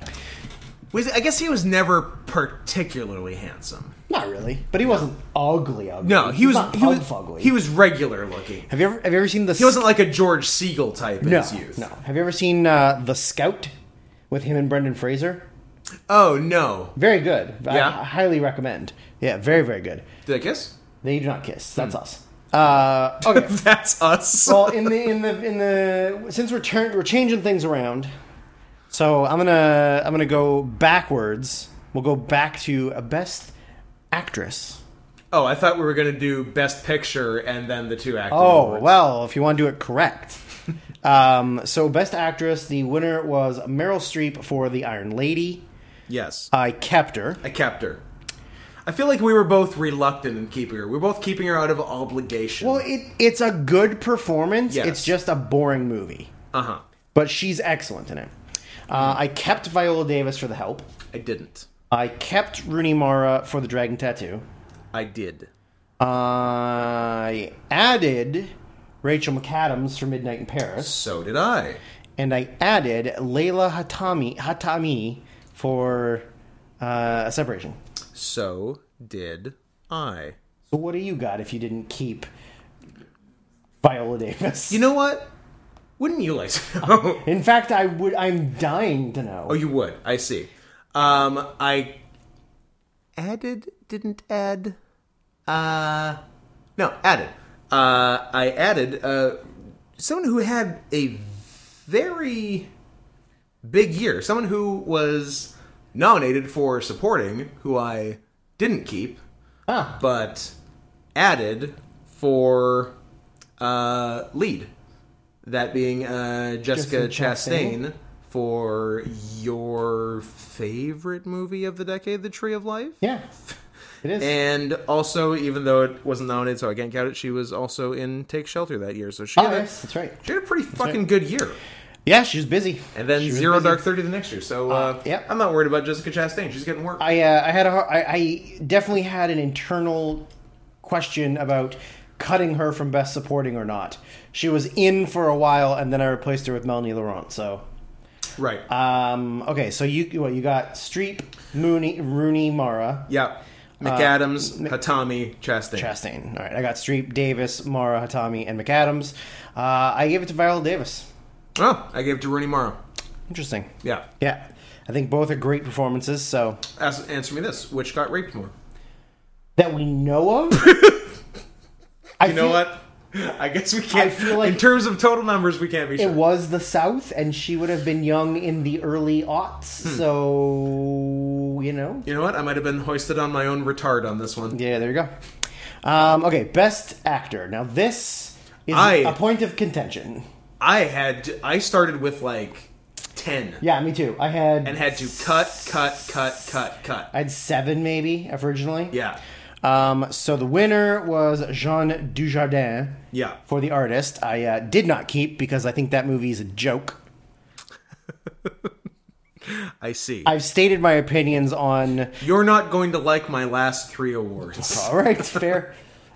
[SPEAKER 1] Was- I guess he was never particularly handsome.
[SPEAKER 2] Not really, but he wasn't ugly. Ugly.
[SPEAKER 1] No, he
[SPEAKER 2] He's
[SPEAKER 1] was
[SPEAKER 2] not
[SPEAKER 1] he was,
[SPEAKER 2] pug ugly.
[SPEAKER 1] he was regular looking.
[SPEAKER 2] Have you ever have you ever seen the?
[SPEAKER 1] He wasn't like a George Siegel type in
[SPEAKER 2] no,
[SPEAKER 1] his youth.
[SPEAKER 2] no. Have you ever seen uh, the Scout with him and Brendan Fraser?
[SPEAKER 1] Oh no.
[SPEAKER 2] Very good.
[SPEAKER 1] Yeah.
[SPEAKER 2] I, highly recommend. Yeah, very very good.
[SPEAKER 1] Did I kiss?
[SPEAKER 2] They do not kiss.
[SPEAKER 1] Hmm.
[SPEAKER 2] That's us. Uh, okay.
[SPEAKER 1] That's us.
[SPEAKER 2] well, in the in the in the since we're turn, we're changing things around, so I'm gonna I'm gonna go backwards. We'll go back to a best actress.
[SPEAKER 1] Oh, I thought we were going to do Best Picture and then the two actors.
[SPEAKER 2] Oh well, if you want to do it correct. um, so best actress, the winner was Meryl Streep for The Iron Lady.
[SPEAKER 1] yes,
[SPEAKER 2] I kept her.
[SPEAKER 1] I kept her. I feel like we were both reluctant in keeping her. We are both keeping her out of obligation.
[SPEAKER 2] Well, it it's a good performance.
[SPEAKER 1] Yes.
[SPEAKER 2] It's just a boring movie,
[SPEAKER 1] uh huh.
[SPEAKER 2] but she's excellent in it. Uh, I kept Viola Davis for The Help.
[SPEAKER 1] I didn't.
[SPEAKER 2] I kept Rooney Mara for The Dragon Tattoo. Uh,
[SPEAKER 1] I did.
[SPEAKER 2] I added Rachel McAdams for Midnight in Paris,
[SPEAKER 1] So did I.
[SPEAKER 2] and I added Layla Hatami Hatami for uh, Separation.
[SPEAKER 1] So did I.
[SPEAKER 2] So what do you got if you didn't keep Viola Davis?
[SPEAKER 1] You know what? Wouldn't you like to know?
[SPEAKER 2] In fact, I would. I'm dying to know.
[SPEAKER 1] Oh, you would. I see. Um, I added, didn't add. Uh, no, added. Uh, I added uh, someone who had a very big year. Someone who was nominated for supporting, who I didn't keep,
[SPEAKER 2] Ah.
[SPEAKER 1] but added for uh, lead. That being uh, Jessica
[SPEAKER 2] Jessica
[SPEAKER 1] Chastain,
[SPEAKER 2] Chastain.
[SPEAKER 1] for your favorite movie of the decade, The Tree of Life.
[SPEAKER 2] yeah, it is.
[SPEAKER 1] And also, even though it wasn't nominated, so I can't count it, she was also in Take Shelter that year. So she,
[SPEAKER 2] Oh,
[SPEAKER 1] had, a,
[SPEAKER 2] yes, that's right.
[SPEAKER 1] she had a pretty fucking good year.
[SPEAKER 2] Yeah, she was busy.
[SPEAKER 1] And then
[SPEAKER 2] She was
[SPEAKER 1] Zero
[SPEAKER 2] busy.
[SPEAKER 1] Dark Thirty the next year. So uh,
[SPEAKER 2] yep.
[SPEAKER 1] I'm not worried about Jessica Chastain. She's getting work.
[SPEAKER 2] I uh, I had a har- I I definitely had an internal question about cutting her from best supporting or not. She was in for a while, and then I replaced her with Melanie Laurent. So.
[SPEAKER 1] right.
[SPEAKER 2] Um, okay, so you well, you got Streep, Mooney, Rooney, Mara,
[SPEAKER 1] yeah. McAdams, Hatami, Chastain.
[SPEAKER 2] Chastain. All right, I got Streep, Davis, Mara, Hatami, and McAdams. Uh, I gave it to Viola Davis.
[SPEAKER 1] oh, I gave it to Rooney Mara.
[SPEAKER 2] Interesting.
[SPEAKER 1] Yeah.
[SPEAKER 2] Yeah, I think both are great performances. So
[SPEAKER 1] Ask, answer me this: Which got raped more?
[SPEAKER 2] that we know of. I
[SPEAKER 1] You know
[SPEAKER 2] feel
[SPEAKER 1] what? I guess we can't.
[SPEAKER 2] I feel like-
[SPEAKER 1] in terms of total numbers, we can't be
[SPEAKER 2] It
[SPEAKER 1] sure.
[SPEAKER 2] was the South, and she would have been young in the early aughts.
[SPEAKER 1] Hmm.
[SPEAKER 2] So you know.
[SPEAKER 1] You know what? I might have been hoisted on my own retard on this one.
[SPEAKER 2] Yeah, there you go. Um, okay, best actor. Now this is
[SPEAKER 1] I-
[SPEAKER 2] a point of contention.
[SPEAKER 1] I had I started with like ten
[SPEAKER 2] Yeah, me too. I had
[SPEAKER 1] and had to cut, cut, cut, cut, cut.
[SPEAKER 2] I had seven maybe originally.
[SPEAKER 1] Yeah,
[SPEAKER 2] Um, so the winner was Jean Dujardin
[SPEAKER 1] yeah.
[SPEAKER 2] for the artist. I uh, did not keep because I think that movie is a joke.
[SPEAKER 1] I see.
[SPEAKER 2] I've stated my opinions on.
[SPEAKER 1] You're not going to like my last three awards.
[SPEAKER 2] All right, fair.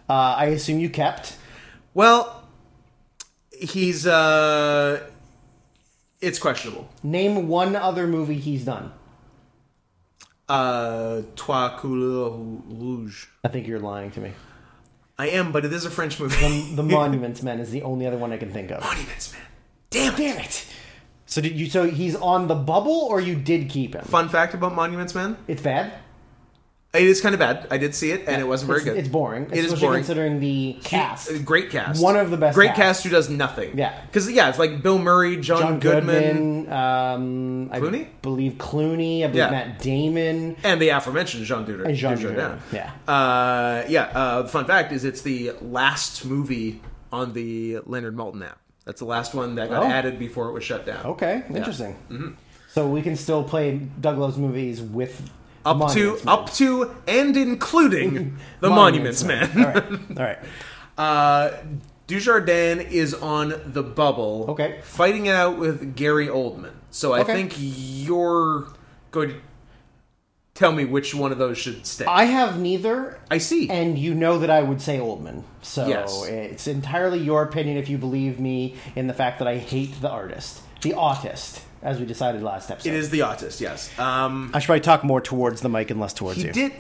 [SPEAKER 2] Uh, I assume you kept.
[SPEAKER 1] Well, he's uh, it's questionable.
[SPEAKER 2] Name one other movie he's done.
[SPEAKER 1] Uh, Trois couleurs rouges.
[SPEAKER 2] I think you're lying to me.
[SPEAKER 1] I am, but it is a French movie.
[SPEAKER 2] The Monuments Men is the only other one I can think of.
[SPEAKER 1] Monuments Man. Oh, Damn it.
[SPEAKER 2] Damn it! So did you? So he's on the bubble, or you did keep him?
[SPEAKER 1] Fun fact about Monuments Man:
[SPEAKER 2] It's bad.
[SPEAKER 1] it is kind of bad. I did see it, and it wasn't very
[SPEAKER 2] it's,
[SPEAKER 1] good.
[SPEAKER 2] It's boring.
[SPEAKER 1] It is
[SPEAKER 2] especially
[SPEAKER 1] boring. uh,
[SPEAKER 2] considering the cast.
[SPEAKER 1] A great cast.
[SPEAKER 2] One of the best
[SPEAKER 1] Great
[SPEAKER 2] casts.
[SPEAKER 1] cast who does nothing.
[SPEAKER 2] Yeah.
[SPEAKER 1] Because yeah, it's like Bill Murray, John,
[SPEAKER 2] John
[SPEAKER 1] Goodman,
[SPEAKER 2] Goodman, um, I
[SPEAKER 1] Clooney?
[SPEAKER 2] believe Clooney, I believe
[SPEAKER 1] Yeah.
[SPEAKER 2] Matt Damon,
[SPEAKER 1] and the aforementioned Jean Dujardin.
[SPEAKER 2] and Jean
[SPEAKER 1] Dujardin.
[SPEAKER 2] Dujardin. Yeah,
[SPEAKER 1] Uh, yeah. Uh, the fun fact is, it's the last movie on the Leonard Maltin app. That's the last one that got
[SPEAKER 2] Oh.
[SPEAKER 1] added before it was shut down.
[SPEAKER 2] okay, interesting.
[SPEAKER 1] Mm-hmm.
[SPEAKER 2] So we can still play Doug Loves movies with
[SPEAKER 1] Up
[SPEAKER 2] Monuments
[SPEAKER 1] to
[SPEAKER 2] Men.
[SPEAKER 1] up to and including the Monuments, Man.
[SPEAKER 2] All right, all right.
[SPEAKER 1] Uh, Dujardin is on the bubble.
[SPEAKER 2] Okay.
[SPEAKER 1] Fighting it out with Gary Oldman. So I
[SPEAKER 2] Okay.
[SPEAKER 1] think you're going to tell me which one of those should stay. I,
[SPEAKER 2] I have neither,
[SPEAKER 1] see.
[SPEAKER 2] and you know that I would say Oldman. So
[SPEAKER 1] Yes.
[SPEAKER 2] it's entirely your opinion if you believe me in the fact that I hate the artist, the autist, as we decided last episode.
[SPEAKER 1] it is the autist, yes. Um,
[SPEAKER 2] I should probably talk more towards the mic and less towards
[SPEAKER 1] he
[SPEAKER 2] you.
[SPEAKER 1] did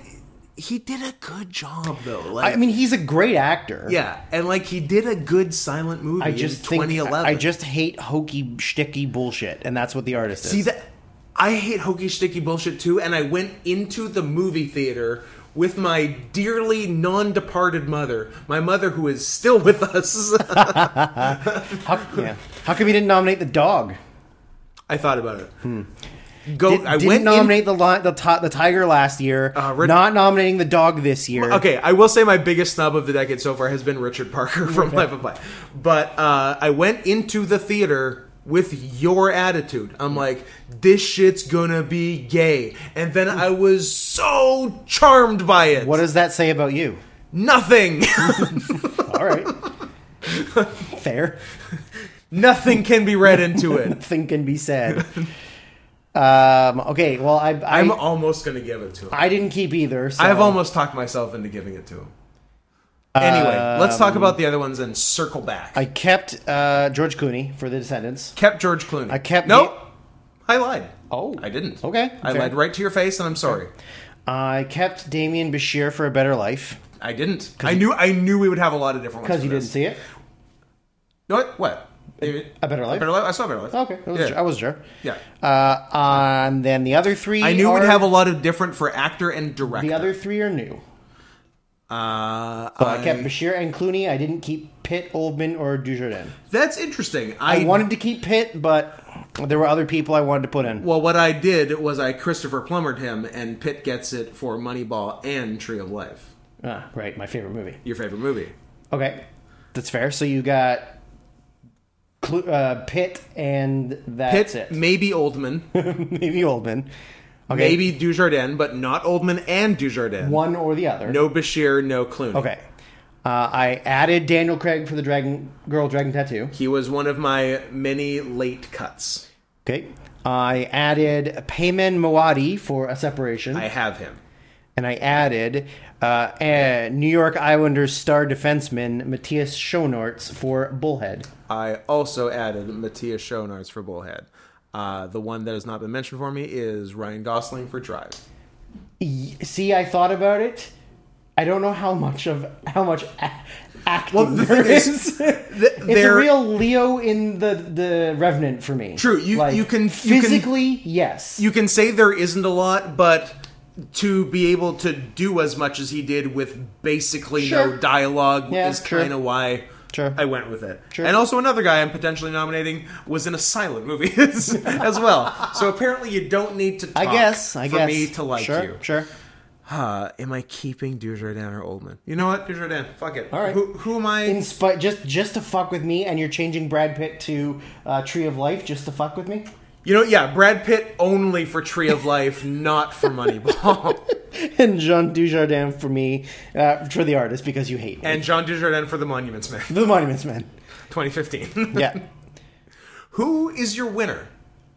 [SPEAKER 1] he did a good job though. Like
[SPEAKER 2] I mean, he's a great actor.
[SPEAKER 1] yeah, and like he did a good silent movie
[SPEAKER 2] I just
[SPEAKER 1] in
[SPEAKER 2] think
[SPEAKER 1] 2011.
[SPEAKER 2] I just hate hokey shticky bullshit, and that's what the artist is.
[SPEAKER 1] See that I hate hokey sticky bullshit too, and I went into the movie theater with my dearly non-departed mother, my mother who is still with us.
[SPEAKER 2] how, yeah. how come you didn't nominate the dog?
[SPEAKER 1] I thought about it. Go.
[SPEAKER 2] Did,
[SPEAKER 1] I
[SPEAKER 2] Hmm. didn't
[SPEAKER 1] went in-
[SPEAKER 2] nominate the li- the ti- the tiger last year.
[SPEAKER 1] Uh, Rid-
[SPEAKER 2] not nominating the dog this year.
[SPEAKER 1] okay, I will say my biggest snub of the decade so far has been Richard Parker from Life of Pi. But uh, I went into the theater with your attitude. I'm
[SPEAKER 2] Hmm.
[SPEAKER 1] like, this shit's gonna be gay, and then I was so charmed by it.
[SPEAKER 2] What does that say about you?
[SPEAKER 1] Nothing.
[SPEAKER 2] All right. Fair.
[SPEAKER 1] Nothing can be read into it.
[SPEAKER 2] Nothing can be said. um, okay. Well, I I,
[SPEAKER 1] I'm
[SPEAKER 2] I'm,
[SPEAKER 1] almost going to give it to him.
[SPEAKER 2] I did not keep either. So.
[SPEAKER 1] I've almost talked myself into giving it to him. Anyway, let's talk about the other ones and circle back.
[SPEAKER 2] I
[SPEAKER 1] I
[SPEAKER 2] kept uh, George Clooney for the Descendants.
[SPEAKER 1] kept George Clooney. I
[SPEAKER 2] kept-
[SPEAKER 1] Nope. I lied.
[SPEAKER 2] Oh.
[SPEAKER 1] I didn't.
[SPEAKER 2] Okay,
[SPEAKER 1] I
[SPEAKER 2] fair.
[SPEAKER 1] lied right to your face and I'm sorry.
[SPEAKER 2] I kept Damien Bashir for A Better Life
[SPEAKER 1] I didn't. I knew I knew we would have a lot of different ones.
[SPEAKER 2] because you
[SPEAKER 1] for
[SPEAKER 2] didn't
[SPEAKER 1] this.
[SPEAKER 2] see it.
[SPEAKER 1] No, what? What? A
[SPEAKER 2] A Better Life.
[SPEAKER 1] Better Life? I saw Better Life.
[SPEAKER 2] Okay, I was,
[SPEAKER 1] yeah.
[SPEAKER 2] I was sure.
[SPEAKER 1] yeah.
[SPEAKER 2] Uh, and then the other three.
[SPEAKER 1] I knew
[SPEAKER 2] are,
[SPEAKER 1] we'd have a lot of different for actor and director.
[SPEAKER 2] The other three are new.
[SPEAKER 1] uh,
[SPEAKER 2] So I kept Bashir and Clooney. I didn't keep Pitt, Oldman, or Dujardin.
[SPEAKER 1] that's interesting.
[SPEAKER 2] I
[SPEAKER 1] I,
[SPEAKER 2] wanted to keep Pitt, but there were other people I wanted to put in.
[SPEAKER 1] Well, what I did was I Christopher Plummered him, and Pitt gets it for Moneyball and Tree of Life,
[SPEAKER 2] Ah, right, my favorite movie.
[SPEAKER 1] your favorite movie.
[SPEAKER 2] Okay, that's fair. So you got Clo- uh, Pitt, and that's
[SPEAKER 1] Pitt,
[SPEAKER 2] it.
[SPEAKER 1] maybe Oldman,
[SPEAKER 2] Maybe Oldman. Okay,
[SPEAKER 1] maybe Dujardin, but not Oldman and Dujardin.
[SPEAKER 2] one or the other.
[SPEAKER 1] No Bashir, no Clooney.
[SPEAKER 2] Okay. Uh, I added Daniel Craig for the Dragon Girl Dragon Tattoo.
[SPEAKER 1] He was one of my many late cuts.
[SPEAKER 2] Okay. I added Payman Moadi for a separation,
[SPEAKER 1] I have him.
[SPEAKER 2] and I added uh, uh, New York Islanders star defenseman Matthias Schoenaerts for Bullhead.
[SPEAKER 1] I also added Matthias Schoenaerts for Bullhead. Uh, the one that has not been mentioned for me is Ryan Gosling for Drive.
[SPEAKER 2] Y- See, I thought about it. I don't know how much of how much a- acting
[SPEAKER 1] Well, the
[SPEAKER 2] there
[SPEAKER 1] thing is,
[SPEAKER 2] is.
[SPEAKER 1] th-
[SPEAKER 2] it's a
[SPEAKER 1] there-
[SPEAKER 2] real Leo in the the Revenant for me.
[SPEAKER 1] True, you- you can- you can-
[SPEAKER 2] physically yes.
[SPEAKER 1] you can say there isn't a lot, but to be able to do as much as he did with basically
[SPEAKER 2] Sure.
[SPEAKER 1] no dialogue
[SPEAKER 2] Yeah,
[SPEAKER 1] is
[SPEAKER 2] sure.
[SPEAKER 1] kind of why
[SPEAKER 2] Sure.
[SPEAKER 1] I went with it.
[SPEAKER 2] Sure.
[SPEAKER 1] And also another guy I'm potentially nominating was in a silent movie as, as well. So apparently you don't need to. Talk
[SPEAKER 2] I guess. I
[SPEAKER 1] for
[SPEAKER 2] guess
[SPEAKER 1] me to like
[SPEAKER 2] sure,
[SPEAKER 1] you.
[SPEAKER 2] Sure.
[SPEAKER 1] huh, am I keeping Dujardin or Oldman? You know what? Dujardin. Fuck it.
[SPEAKER 2] All right.
[SPEAKER 1] Who, who am I?
[SPEAKER 2] In spite, just just to fuck with me, and you're changing Brad Pitt to uh, Tree of Life just to fuck with me.
[SPEAKER 1] You know, yeah, Brad Pitt only for Tree of Life, not for Moneyball.
[SPEAKER 2] and Jean Dujardin for me, uh, for the artist, because you hate me.
[SPEAKER 1] and John Dujardin for The Monuments Man,
[SPEAKER 2] the Monuments Men.
[SPEAKER 1] 2015.
[SPEAKER 2] Yeah.
[SPEAKER 1] Who is your winner?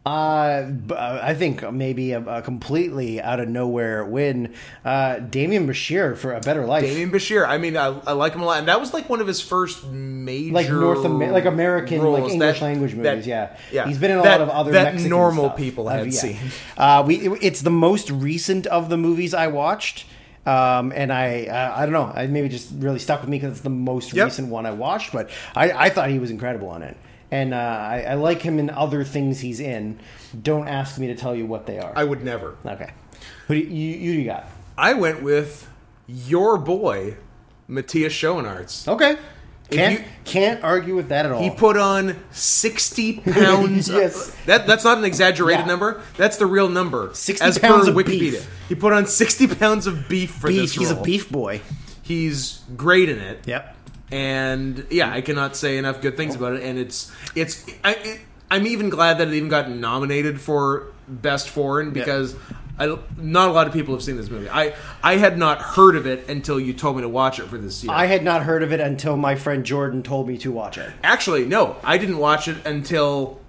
[SPEAKER 2] Uh, b- uh, I think maybe a, a completely out of nowhere win. Uh, Damien Bashir for A Better Life.
[SPEAKER 1] Damien Bashir. I mean, I, I like him a lot, and that was like one of his first major,
[SPEAKER 2] like North Amer- like American like
[SPEAKER 1] roles.
[SPEAKER 2] English
[SPEAKER 1] That-
[SPEAKER 2] language
[SPEAKER 1] that-
[SPEAKER 2] movies. yeah,
[SPEAKER 1] yeah.
[SPEAKER 2] He's been in a
[SPEAKER 1] That-
[SPEAKER 2] lot of other
[SPEAKER 1] that
[SPEAKER 2] Mexican
[SPEAKER 1] normal
[SPEAKER 2] stuff.
[SPEAKER 1] people
[SPEAKER 2] Uh,
[SPEAKER 1] have
[SPEAKER 2] yeah.
[SPEAKER 1] seen.
[SPEAKER 2] Uh, we it- it's the most recent of the movies I watched. Um, and I, uh, I don't know, I maybe just really stuck with me because it's the most
[SPEAKER 1] Yep.
[SPEAKER 2] recent one I watched. But I, I thought he was incredible on it, and uh, I, I like him in other things he's in. Don't ask me to tell you what they are.
[SPEAKER 1] I would never.
[SPEAKER 2] okay, who do you, you, you got?
[SPEAKER 1] I went with your boy, Matthias Schoenarts.
[SPEAKER 2] Okay, can't
[SPEAKER 1] you-
[SPEAKER 2] can't argue with that at all.
[SPEAKER 1] He put on sixty pounds.
[SPEAKER 2] Yes.
[SPEAKER 1] that that's not an exaggerated
[SPEAKER 2] Yeah.
[SPEAKER 1] number. That's the real number.
[SPEAKER 2] 60 pounds of beef.
[SPEAKER 1] He put on sixty pounds of beef for
[SPEAKER 2] beef.
[SPEAKER 1] this
[SPEAKER 2] He's a
[SPEAKER 1] role.
[SPEAKER 2] beef boy.
[SPEAKER 1] He's great in it.
[SPEAKER 2] Yep.
[SPEAKER 1] And yeah, I cannot say enough good things about it. And it's it's I it, I'm even glad that it even got nominated for best foreign because. I, not a lot of people have seen this movie. I I had not heard of it until you told me to watch it for this year.
[SPEAKER 2] I had not heard of it until my friend Jordan told me to watch it.
[SPEAKER 1] Actually, no, I didn't watch it until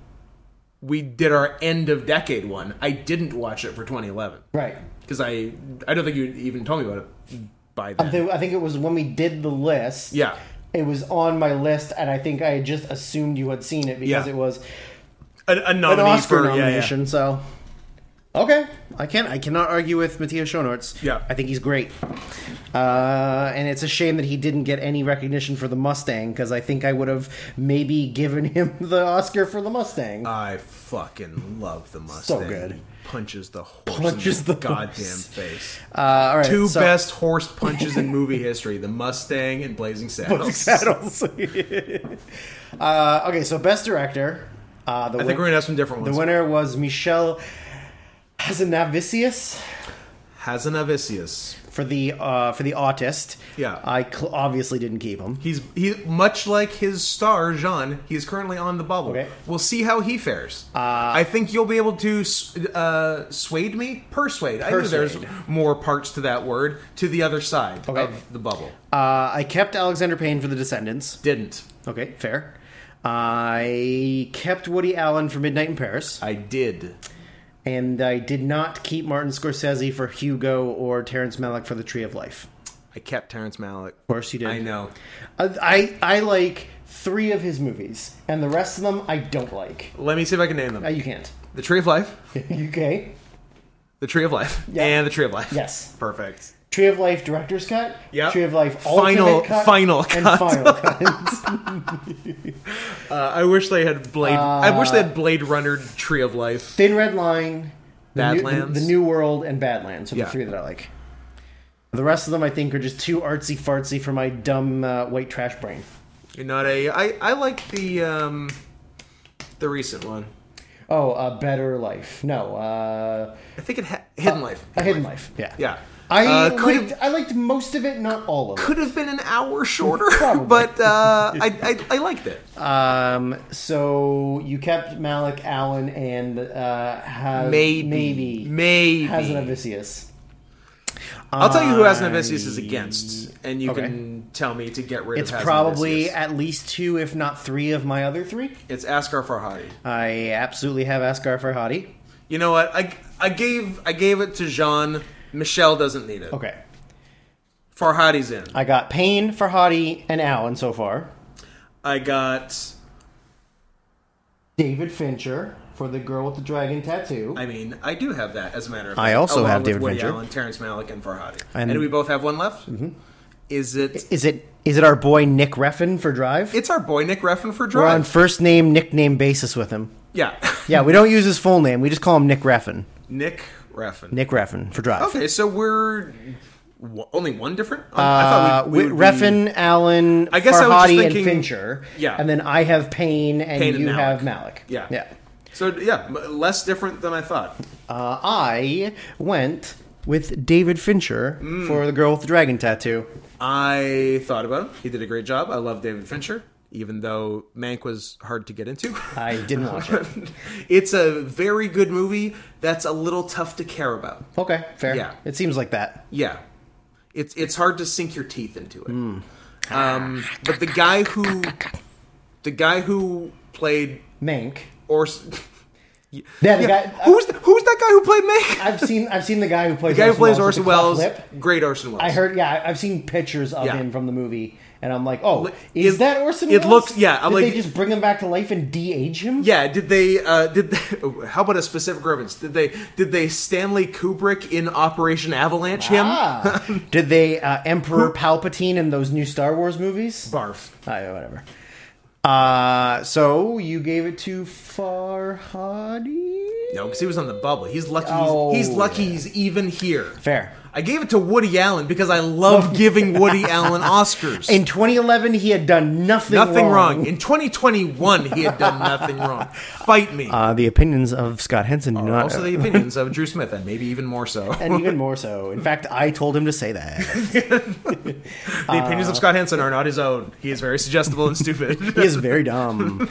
[SPEAKER 1] we did our end of decade one. I didn't watch it for 2011
[SPEAKER 2] Right.
[SPEAKER 1] because I I don't think you even told me about it by then.
[SPEAKER 2] I think it was when we did the list.
[SPEAKER 1] Yeah.
[SPEAKER 2] It was on my list, and I think I had just assumed you had seen it because
[SPEAKER 1] Yeah.
[SPEAKER 2] it was
[SPEAKER 1] A, a
[SPEAKER 2] an
[SPEAKER 1] nominee
[SPEAKER 2] Oscar
[SPEAKER 1] for- yeah, yeah.
[SPEAKER 2] nomination. So, okay, I can't. I cannot argue with Matthias Schoenaerts.
[SPEAKER 1] Yeah.
[SPEAKER 2] I think he's great. Uh, and it's a shame that he didn't get any recognition for the Mustang because I think I would have maybe given him the Oscar for the Mustang.
[SPEAKER 1] I fucking love the Mustang.
[SPEAKER 2] good.
[SPEAKER 1] He punches the horse
[SPEAKER 2] Punches
[SPEAKER 1] in the,
[SPEAKER 2] the
[SPEAKER 1] goddamn
[SPEAKER 2] horse.
[SPEAKER 1] face.
[SPEAKER 2] Uh, all right,
[SPEAKER 1] Two
[SPEAKER 2] so-
[SPEAKER 1] best horse punches in movie history: the Mustang and Blazing Saddles.
[SPEAKER 2] saddles. uh, okay, so best director. Uh, the
[SPEAKER 1] I think we're gonna have some different
[SPEAKER 2] the
[SPEAKER 1] ones.
[SPEAKER 2] winner was Michelle Hazanavicius
[SPEAKER 1] Hazanavicius.
[SPEAKER 2] for the uh, for the autist.
[SPEAKER 1] Yeah.
[SPEAKER 2] I cl- obviously didn't keep him.
[SPEAKER 1] He's he much like his star Jean. He's currently on the bubble.
[SPEAKER 2] Okay. Uh,
[SPEAKER 1] We'll see how he fares. I think you'll be able to s- uh, swayed me, persuade. I knew there's
[SPEAKER 2] Persuade.
[SPEAKER 1] more parts to that word to the other side
[SPEAKER 2] Okay.
[SPEAKER 1] of the bubble.
[SPEAKER 2] Uh, I kept Alexander Payne for The Descendants.
[SPEAKER 1] Didn't
[SPEAKER 2] Okay, fair. I kept Woody Allen for Midnight in Paris,
[SPEAKER 1] I? Did
[SPEAKER 2] and I did not keep Martin Scorsese for Hugo or Terrence Malick for The Tree of Life.
[SPEAKER 1] I kept Terrence Malick?
[SPEAKER 2] Of course, you did.
[SPEAKER 1] I know.
[SPEAKER 2] I I, I like three of his movies, and the rest of them I don't like.
[SPEAKER 1] Let me see if I can name
[SPEAKER 2] Uh,
[SPEAKER 1] them:
[SPEAKER 2] you can't.
[SPEAKER 1] The Tree of Life,
[SPEAKER 2] okay.
[SPEAKER 1] The Tree of Life,
[SPEAKER 2] Yeah.
[SPEAKER 1] and The Tree of Life.
[SPEAKER 2] Yes.
[SPEAKER 1] perfect.
[SPEAKER 2] Tree of Life director's cut.
[SPEAKER 1] Yep.
[SPEAKER 2] Tree of Life
[SPEAKER 1] Final-
[SPEAKER 2] alternate cut,
[SPEAKER 1] final
[SPEAKER 2] And
[SPEAKER 1] cut.
[SPEAKER 2] final cut.
[SPEAKER 1] Uh, I wish they had Blade. I wish
[SPEAKER 2] Uh.
[SPEAKER 1] they had Blade Runner Tree of Life.
[SPEAKER 2] Thin Red Line. The new,
[SPEAKER 1] Badlands.
[SPEAKER 2] the New World and Badlands are
[SPEAKER 1] Yeah.
[SPEAKER 2] the three that I like. The rest of them I think are just too artsy fartsy for my dumb uh, white trash brain.
[SPEAKER 1] You're not a. I I like the um the recent one.
[SPEAKER 2] Oh, a better life. No, uh,
[SPEAKER 1] I think it ha- Hidden Life.
[SPEAKER 2] a hidden life. Yeah.
[SPEAKER 1] Yeah.
[SPEAKER 2] Uh, I
[SPEAKER 1] uh, could
[SPEAKER 2] liked,
[SPEAKER 1] have
[SPEAKER 2] I liked most of it, not all of it.
[SPEAKER 1] could have been an hour shorter,
[SPEAKER 2] Probably.
[SPEAKER 1] but uh, I, I I liked it.
[SPEAKER 2] Um, so you kept Malik Allen and uh, ha-
[SPEAKER 1] Maybe
[SPEAKER 2] maybe
[SPEAKER 1] maybe.
[SPEAKER 2] has an Avicius.
[SPEAKER 1] I'll tell you who Hazanavicius is against, and you
[SPEAKER 2] Okay.
[SPEAKER 1] can tell me to get rid
[SPEAKER 2] It's
[SPEAKER 1] of. Hazanavicius.
[SPEAKER 2] probably at least two, if not three, of my other three.
[SPEAKER 1] it's Askar Farhadi.
[SPEAKER 2] I absolutely have Asghar Farhadi.
[SPEAKER 1] You know what? I I gave I gave it to Jean. Michelle doesn't need it.
[SPEAKER 2] Okay,
[SPEAKER 1] Farhadi's in.
[SPEAKER 2] I got Payne, Farhadi, and Allen so far.
[SPEAKER 1] I got.
[SPEAKER 2] David Fincher for the girl with the dragon tattoo.
[SPEAKER 1] I mean, I do have that as a matter of fact.
[SPEAKER 2] I also
[SPEAKER 1] along
[SPEAKER 2] have
[SPEAKER 1] with
[SPEAKER 2] David
[SPEAKER 1] Woody
[SPEAKER 2] Fincher.
[SPEAKER 1] Allen, Terrence Malick, and Farhadi. And,
[SPEAKER 2] And-
[SPEAKER 1] we both have one left. Mm-hmm. Is it?
[SPEAKER 2] is it is it our boy Nick Reffin for Drive?
[SPEAKER 1] It's our boy Nick Reffin for
[SPEAKER 2] We're
[SPEAKER 1] Drive.
[SPEAKER 2] on first name nickname basis with him.
[SPEAKER 1] yeah.
[SPEAKER 2] Yeah, we don't use his full name. We just call him Nick Reffin.
[SPEAKER 1] Nick Reffin.
[SPEAKER 2] Nick Reffin for Drive.
[SPEAKER 1] Okay, so we're w- only one different. I
[SPEAKER 2] Uh,
[SPEAKER 1] thought we, we
[SPEAKER 2] Wi-
[SPEAKER 1] would be-
[SPEAKER 2] Reffin, Allen,
[SPEAKER 1] I guess I was
[SPEAKER 2] Farhadi,
[SPEAKER 1] just thinking-
[SPEAKER 2] and Fincher.
[SPEAKER 1] Yeah.
[SPEAKER 2] and then I have Payne, and
[SPEAKER 1] Payne and
[SPEAKER 2] you
[SPEAKER 1] Malick.
[SPEAKER 2] have Malik.
[SPEAKER 1] Yeah.
[SPEAKER 2] yeah.
[SPEAKER 1] So yeah, m- less different than I thought.
[SPEAKER 2] Uh, I went with David Fincher
[SPEAKER 1] Mm.
[SPEAKER 2] for The Girl with the Dragon Tattoo.
[SPEAKER 1] I thought about him. He did a great job. I love David Fincher, even though Mank was hard to get into.
[SPEAKER 2] I didn't watch it.
[SPEAKER 1] it's a very good movie that's a little tough to care about.
[SPEAKER 2] Okay, fair.
[SPEAKER 1] Yeah.
[SPEAKER 2] It seems like that.
[SPEAKER 1] Yeah. It's it's hard to sink your teeth into it. Um, but the guy who the guy who played
[SPEAKER 2] Mank.
[SPEAKER 1] or
[SPEAKER 2] Yeah, the
[SPEAKER 1] yeah,
[SPEAKER 2] guy.
[SPEAKER 1] who's who's that guy who played Mank?
[SPEAKER 2] I've seen I've seen the guy who plays
[SPEAKER 1] The guy who plays
[SPEAKER 2] Orson
[SPEAKER 1] Orson Welles,
[SPEAKER 2] Welles. with the cleft lip.
[SPEAKER 1] great Orson Welles.
[SPEAKER 2] I heard. Yeah, I've seen pictures of
[SPEAKER 1] Yeah.
[SPEAKER 2] him from the movie, and I'm like, oh, is
[SPEAKER 1] It-
[SPEAKER 2] that Orson?
[SPEAKER 1] it
[SPEAKER 2] Welles?
[SPEAKER 1] looks- yeah, I'm
[SPEAKER 2] Did
[SPEAKER 1] like-
[SPEAKER 2] they just bring him back to life and de-age him?
[SPEAKER 1] Yeah, did they? Uh, did they, how about a specific reference? Did they? Did they Stanley Kubrick in Operation Avalanche him?
[SPEAKER 2] Ah. Did they uh, Emperor Palpatine in those new Star Wars movies?
[SPEAKER 1] Barf.
[SPEAKER 2] Ah, yeah, whatever. Uh, so you gave it to Farhadi?
[SPEAKER 1] No, because he was on the bubble. He's lucky. He's,
[SPEAKER 2] Oh,
[SPEAKER 1] he's lucky.
[SPEAKER 2] yeah.
[SPEAKER 1] He's even here.
[SPEAKER 2] Fair.
[SPEAKER 1] I gave it to Woody Allen because I love giving Woody Allen Oscars.
[SPEAKER 2] In 2011, he had done nothing,
[SPEAKER 1] nothing
[SPEAKER 2] wrong.
[SPEAKER 1] wrong. In 2021, he had done nothing wrong. Fight me.
[SPEAKER 2] Uh, the opinions of Scott Henson do not.
[SPEAKER 1] Oh, also, the opinions of Drew Smith, and maybe even more so.
[SPEAKER 2] and even more so. In fact, I told him to say that.
[SPEAKER 1] the opinions
[SPEAKER 2] uh,
[SPEAKER 1] of Scott Hansen are not his own. He is very suggestible and stupid.
[SPEAKER 2] He is very dumb.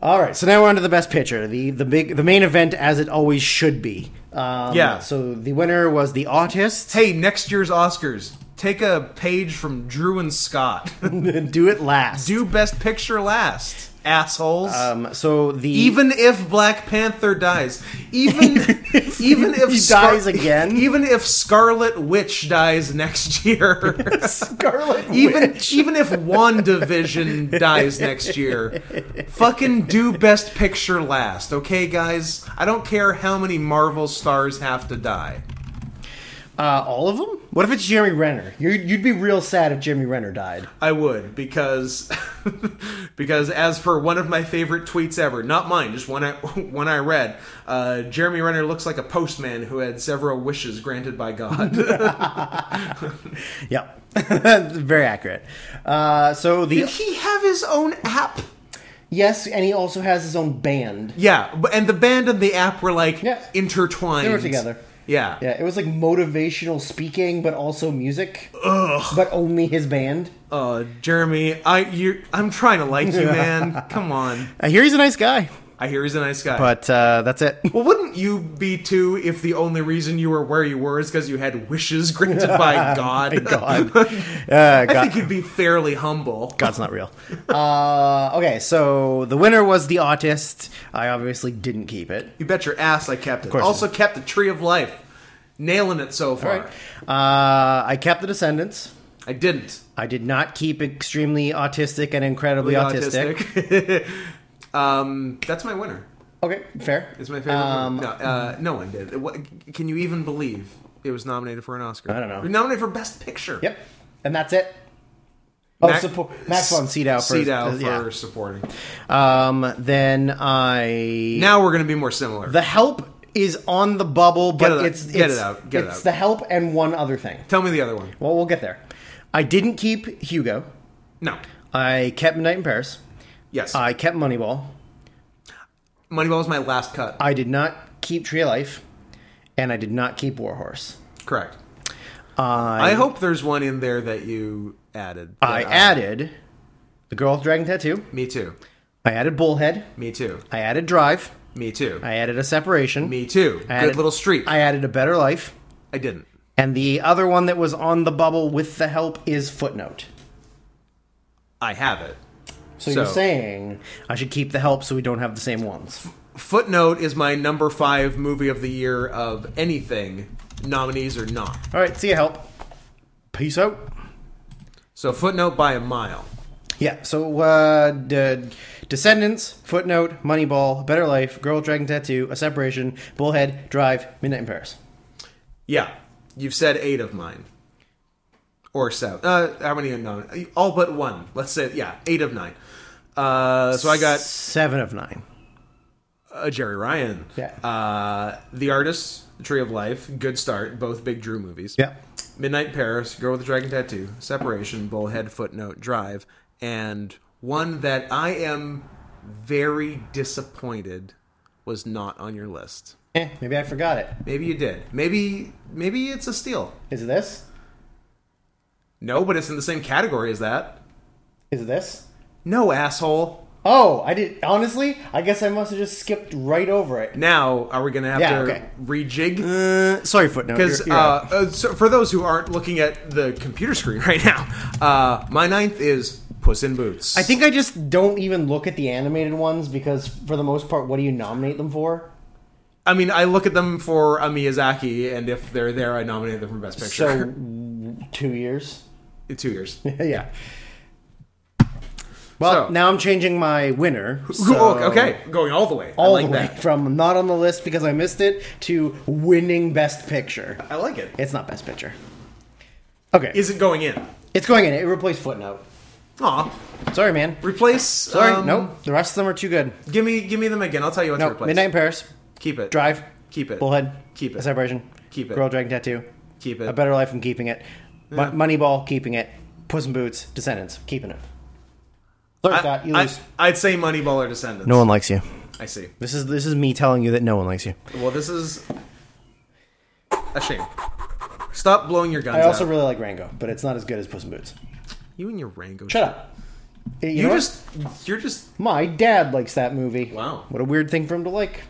[SPEAKER 2] All right, so now we're on to the best picture, the the big the main event as it always should be. Um,
[SPEAKER 1] Yeah.
[SPEAKER 2] So the winner was the autist.
[SPEAKER 1] hey, next year's Oscars, take a page from Drew and Scott.
[SPEAKER 2] Do it last.
[SPEAKER 1] Do Best Picture last, assholes.
[SPEAKER 2] um, so the
[SPEAKER 1] even if Black Panther dies, even even if
[SPEAKER 2] he dies again?
[SPEAKER 1] even if Scarlet Witch dies next year,
[SPEAKER 2] Scarlet
[SPEAKER 1] even
[SPEAKER 2] Witch.
[SPEAKER 1] even if WandaVision dies next year, fucking do Best Picture last, okay, guys? I don't care how many Marvel stars have to die.
[SPEAKER 2] uh, all of them. What if it's Jeremy Renner? you you'd be real sad if Jeremy Renner died.
[SPEAKER 1] I would because because as per one of my favorite tweets ever, not mine, just one I one I read, uh, Jeremy Renner looks like a postman who had several wishes granted by God.
[SPEAKER 2] Yep. Very accurate. Uh, so the
[SPEAKER 1] Did he have his own app?
[SPEAKER 2] yes, and he also has his own band.
[SPEAKER 1] Yeah, but- and the band and the app were like
[SPEAKER 2] Yeah.
[SPEAKER 1] intertwined.
[SPEAKER 2] They were together.
[SPEAKER 1] Yeah.
[SPEAKER 2] Yeah, it was like motivational speaking, but also music. But only his band.
[SPEAKER 1] Oh, Jeremy, I you I'm trying to like you, man. Come on.
[SPEAKER 2] I hear he's a nice guy,
[SPEAKER 1] I hear he's a nice guy.
[SPEAKER 2] but uh, that's it.
[SPEAKER 1] well, wouldn't you be too if the only reason you were where you were is because you had wishes granted by God?
[SPEAKER 2] God, uh,
[SPEAKER 1] I
[SPEAKER 2] God
[SPEAKER 1] think you'd be fairly humble.
[SPEAKER 2] God's not real. Uh, okay, so the winner was the autist. I obviously didn't keep it.
[SPEAKER 1] You bet your ass I kept it.
[SPEAKER 2] course.
[SPEAKER 1] Also kept the Tree of Life. Nailing it so far.
[SPEAKER 2] Uh, I kept the Descendants.
[SPEAKER 1] I didn't.
[SPEAKER 2] I did not keep extremely autistic and incredibly autistic.
[SPEAKER 1] Autistic. um, that's my winner.
[SPEAKER 2] Okay, fair.
[SPEAKER 1] It's my favorite
[SPEAKER 2] Um,
[SPEAKER 1] one. No, uh, no one did. What, can you even believe it was nominated for an Oscar?
[SPEAKER 2] I don't know.
[SPEAKER 1] It was nominated for Best Picture.
[SPEAKER 2] Yep, and that's it. Oh,
[SPEAKER 1] Mac-
[SPEAKER 2] support Max von Sydow for
[SPEAKER 1] Seed out for
[SPEAKER 2] Uh, yeah.
[SPEAKER 1] supporting.
[SPEAKER 2] Um, then I
[SPEAKER 1] Now we're going to be more similar.
[SPEAKER 2] the help is on the bubble, but
[SPEAKER 1] it out.
[SPEAKER 2] it's
[SPEAKER 1] Get
[SPEAKER 2] it's,
[SPEAKER 1] it out. Get it
[SPEAKER 2] it's
[SPEAKER 1] out.
[SPEAKER 2] the help and one other thing.
[SPEAKER 1] Tell me the other one.
[SPEAKER 2] Well, we'll get there. I didn't keep Hugo.
[SPEAKER 1] No.
[SPEAKER 2] I kept Midnight in Paris.
[SPEAKER 1] Yes.
[SPEAKER 2] I kept Moneyball.
[SPEAKER 1] Moneyball was my last cut.
[SPEAKER 2] I did not keep Tree of Life, and I did not keep Warhorse.
[SPEAKER 1] Correct.
[SPEAKER 2] I
[SPEAKER 1] I hope there's one in there that you added. that uh,
[SPEAKER 2] I added the girl with dragon tattoo.
[SPEAKER 1] Me too.
[SPEAKER 2] I added Bullhead.
[SPEAKER 1] Me too.
[SPEAKER 2] I added Drive.
[SPEAKER 1] Me too.
[SPEAKER 2] I added a separation.
[SPEAKER 1] Me too. Good
[SPEAKER 2] I added-
[SPEAKER 1] little streak.
[SPEAKER 2] I
[SPEAKER 1] I,
[SPEAKER 2] added a better life.
[SPEAKER 1] didn't.
[SPEAKER 2] And the other one that was on the bubble with the help is Footnote.
[SPEAKER 1] I have it.
[SPEAKER 2] So,
[SPEAKER 1] So-
[SPEAKER 2] you're saying I should keep the help so we don't have the same ones.
[SPEAKER 1] Footnote is my number five movie of the year of anything, nominees or not.
[SPEAKER 2] All right, see you help. Peace out.
[SPEAKER 1] So footnote by a mile.
[SPEAKER 2] Yeah, so uh d- Descendants, Footnote, Moneyball, Better Life, Girl with Dragon Tattoo, A Separation, Bullhead, Drive, Midnight in Paris.
[SPEAKER 1] Yeah, you've said eight of mine, or seven. Uh, how many are known? All but one. Let's say yeah, eight of nine. Uh, so I got
[SPEAKER 2] Seven of nine.
[SPEAKER 1] uh, Jerry Ryan.
[SPEAKER 2] Yeah.
[SPEAKER 1] Uh, the artist, Tree of Life, Good Start, both big Drew movies.
[SPEAKER 2] Yeah.
[SPEAKER 1] Midnight in Paris, Girl with the Dragon Tattoo, Separation, Bullhead, Footnote, Drive, and one that I am very disappointed was not on your list.
[SPEAKER 2] Eh, maybe I forgot it.
[SPEAKER 1] Maybe you did. Maybe maybe it's a steal.
[SPEAKER 2] Is it this?
[SPEAKER 1] No, but it's in the same category as that.
[SPEAKER 2] Is it this?
[SPEAKER 1] No, asshole.
[SPEAKER 2] Oh, I did. Honestly, I guess I must have just skipped right over it.
[SPEAKER 1] Now are we gonna have
[SPEAKER 2] Yeah,
[SPEAKER 1] to
[SPEAKER 2] okay.
[SPEAKER 1] rejig?
[SPEAKER 2] Uh, sorry, footnote.
[SPEAKER 1] Because
[SPEAKER 2] You're- you're right.
[SPEAKER 1] uh, uh, so for those who aren't looking at the computer screen right now, uh, my ninth is Puss in Boots.
[SPEAKER 2] I think I just don't even look at the animated ones because, for the most part, what do you nominate them for?
[SPEAKER 1] I mean, I look at them for a Miyazaki, and if they're there, I nominate them for Best
[SPEAKER 2] So,
[SPEAKER 1] Picture.
[SPEAKER 2] mm, two years.
[SPEAKER 1] in two years.
[SPEAKER 2] yeah. Well,
[SPEAKER 1] So-
[SPEAKER 2] now I'm changing my winner. so-
[SPEAKER 1] Cool, oh, okay, going all the way.
[SPEAKER 2] All
[SPEAKER 1] I like
[SPEAKER 2] the way
[SPEAKER 1] that.
[SPEAKER 2] from not on the list because I missed it to winning Best Picture.
[SPEAKER 1] I like it.
[SPEAKER 2] It's not Best Picture. Okay,
[SPEAKER 1] Is it going in?
[SPEAKER 2] it's going in. It replaced Footnote.
[SPEAKER 1] Aw,
[SPEAKER 2] Sorry, man.
[SPEAKER 1] replace.
[SPEAKER 2] Sorry,
[SPEAKER 1] um,
[SPEAKER 2] nope. The rest of them are too good.
[SPEAKER 1] Give me, give me them again. I'll tell you what
[SPEAKER 2] No,
[SPEAKER 1] to replace.
[SPEAKER 2] Midnight in Paris,
[SPEAKER 1] Keep it.
[SPEAKER 2] Drive,
[SPEAKER 1] Keep it.
[SPEAKER 2] Bullhead,
[SPEAKER 1] Keep
[SPEAKER 2] A
[SPEAKER 1] it.
[SPEAKER 2] Celebration,
[SPEAKER 1] Keep it.
[SPEAKER 2] Girl Dragon Tattoo,
[SPEAKER 1] Keep it.
[SPEAKER 2] A Better Life, I'm keeping it. Mo-
[SPEAKER 1] Yeah.
[SPEAKER 2] Moneyball, keeping it. Puss in Boots, Descendants, keeping it. Sorry, Scott, you
[SPEAKER 1] I,
[SPEAKER 2] lose.
[SPEAKER 1] would say Moneyball or Descendants.
[SPEAKER 2] No one likes you.
[SPEAKER 1] I see.
[SPEAKER 2] This is this is me telling you that no one likes you.
[SPEAKER 1] Well, this is a shame. Stop blowing your guns
[SPEAKER 2] I also
[SPEAKER 1] out.
[SPEAKER 2] really like Rango, but it's not as good as Puss in Boots.
[SPEAKER 1] you and your Rango.
[SPEAKER 2] Shut up. You,
[SPEAKER 1] You,
[SPEAKER 2] know what?
[SPEAKER 1] just, you're just,
[SPEAKER 2] my dad likes that movie.
[SPEAKER 1] Wow.
[SPEAKER 2] what a weird thing for him to like.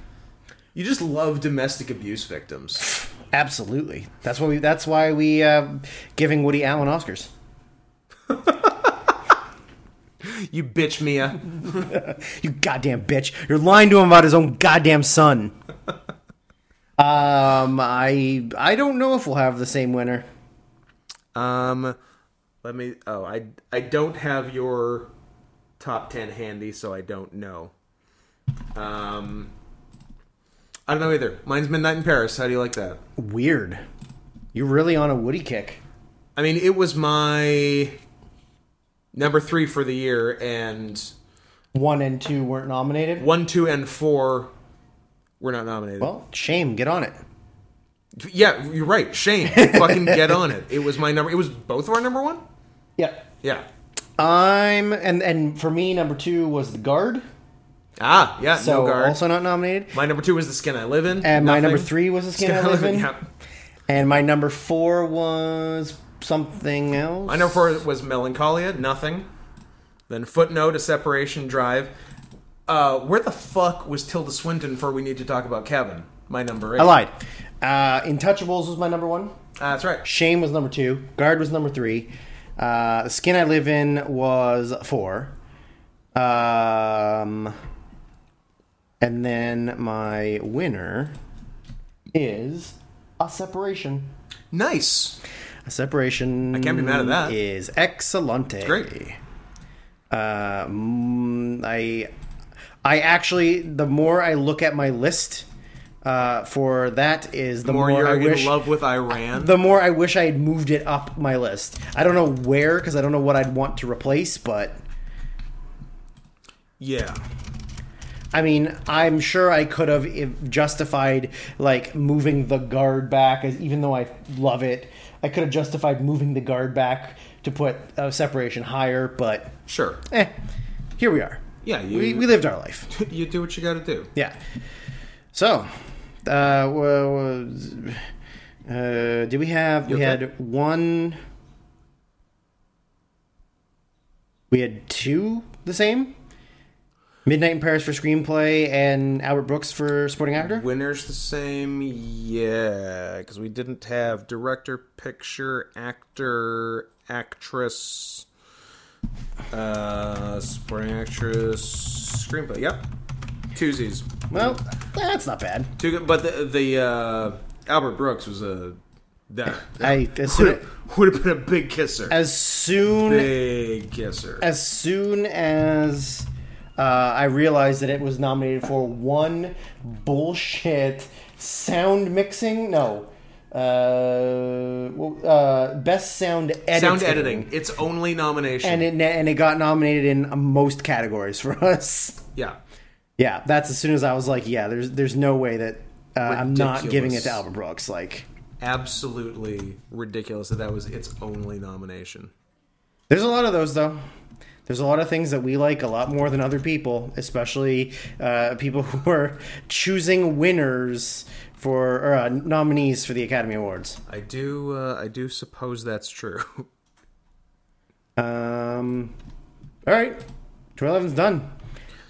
[SPEAKER 1] you just love domestic abuse victims.
[SPEAKER 2] Absolutely. That's why we. That's why we uh, giving Woody Allen Oscars.
[SPEAKER 1] You bitch, Mia.
[SPEAKER 2] You goddamn bitch. You're lying to him about his own goddamn son. um, I I don't know if we'll have the same winner.
[SPEAKER 1] Um, let me. Oh, I I don't have your top ten handy, so I don't know. Um, I don't know either. Mine's Midnight in Paris. How do you like that?
[SPEAKER 2] Weird. You're really on a Woody kick.
[SPEAKER 1] I mean, it was my number three for the year, and
[SPEAKER 2] One and two weren't nominated.
[SPEAKER 1] one, two, and four were not nominated.
[SPEAKER 2] Well, shame. Get on it.
[SPEAKER 1] yeah, you're right. Shame. Fucking get on it. It was my number. It was both of our number one.
[SPEAKER 2] Yep.
[SPEAKER 1] Yeah.
[SPEAKER 2] I'm and and for me, number two was the guard.
[SPEAKER 1] Ah, yeah.
[SPEAKER 2] So
[SPEAKER 1] no guard.
[SPEAKER 2] also not nominated.
[SPEAKER 1] my number two was the skin I live in,
[SPEAKER 2] And my
[SPEAKER 1] Nothing.
[SPEAKER 2] number three was the skin, I live in.
[SPEAKER 1] Yeah.
[SPEAKER 2] And my number four was something else.
[SPEAKER 1] My number four was Melancholia, nothing. Then Footnote, A Separation Drive. Uh, where the fuck was Tilda Swinton for We Need to Talk About Kevin? My number eight.
[SPEAKER 2] I lied. Uh, Intouchables was my number one.
[SPEAKER 1] Ah, that's right.
[SPEAKER 2] Shame was number two. Guard was number three. Uh, the skin I live in was four. Um, and then my winner is a separation.
[SPEAKER 1] Nice.
[SPEAKER 2] A separation. I
[SPEAKER 1] can't be mad at that.
[SPEAKER 2] Is excellente.
[SPEAKER 1] Great.
[SPEAKER 2] Um, I, I actually, the more I look at my list uh, for that, is the
[SPEAKER 1] More
[SPEAKER 2] more,
[SPEAKER 1] you're
[SPEAKER 2] I
[SPEAKER 1] in
[SPEAKER 2] wish
[SPEAKER 1] love with Iran.
[SPEAKER 2] the more I wish I had moved it up my list. I don't know where because I don't know what I'd want to replace, but
[SPEAKER 1] yeah.
[SPEAKER 2] I mean, I'm sure I could have if- justified like moving the guard back, as even though I love it, I could have justified moving the guard back to put uh, separation higher. But
[SPEAKER 1] Sure.
[SPEAKER 2] eh, here we are.
[SPEAKER 1] Yeah, you,
[SPEAKER 2] We, we lived our life.
[SPEAKER 1] you do what you gotta do.
[SPEAKER 2] Yeah. So, uh, well, uh, do we have?
[SPEAKER 1] You
[SPEAKER 2] we
[SPEAKER 1] okay?
[SPEAKER 2] had one. We had two the same. Midnight in Paris for screenplay and Albert Brooks for supporting actor.
[SPEAKER 1] Winner's the same, yeah, because we didn't have director, picture, actor, actress, uh, supporting actress, screenplay. Yep, twosies.
[SPEAKER 2] Well, that's not bad.
[SPEAKER 1] Two, good- but the, the uh, Albert Brooks was a that
[SPEAKER 2] I as soon
[SPEAKER 1] would would have been a big kisser,
[SPEAKER 2] as soon
[SPEAKER 1] big kisser.
[SPEAKER 2] as soon as uh, I realized that it was nominated for one bullshit sound mixing, no, uh, well, uh, best sound editing,
[SPEAKER 1] Sound editing, its only nomination.
[SPEAKER 2] and it and it got nominated in most categories for us.
[SPEAKER 1] yeah,
[SPEAKER 2] Yeah, that's as soon as I was like, yeah, there's there's no way that uh, I'm not
[SPEAKER 1] Ridiculous.
[SPEAKER 2] giving it to Albert Brooks. Like,
[SPEAKER 1] absolutely ridiculous that that was its only nomination.
[SPEAKER 2] there's a lot of those though. There's a lot of things that we like a lot more than other people, especially uh, people who are choosing winners for or, uh, nominees for the Academy Awards.
[SPEAKER 1] I do. Uh, I do suppose that's true.
[SPEAKER 2] Um, all right, 2011's done.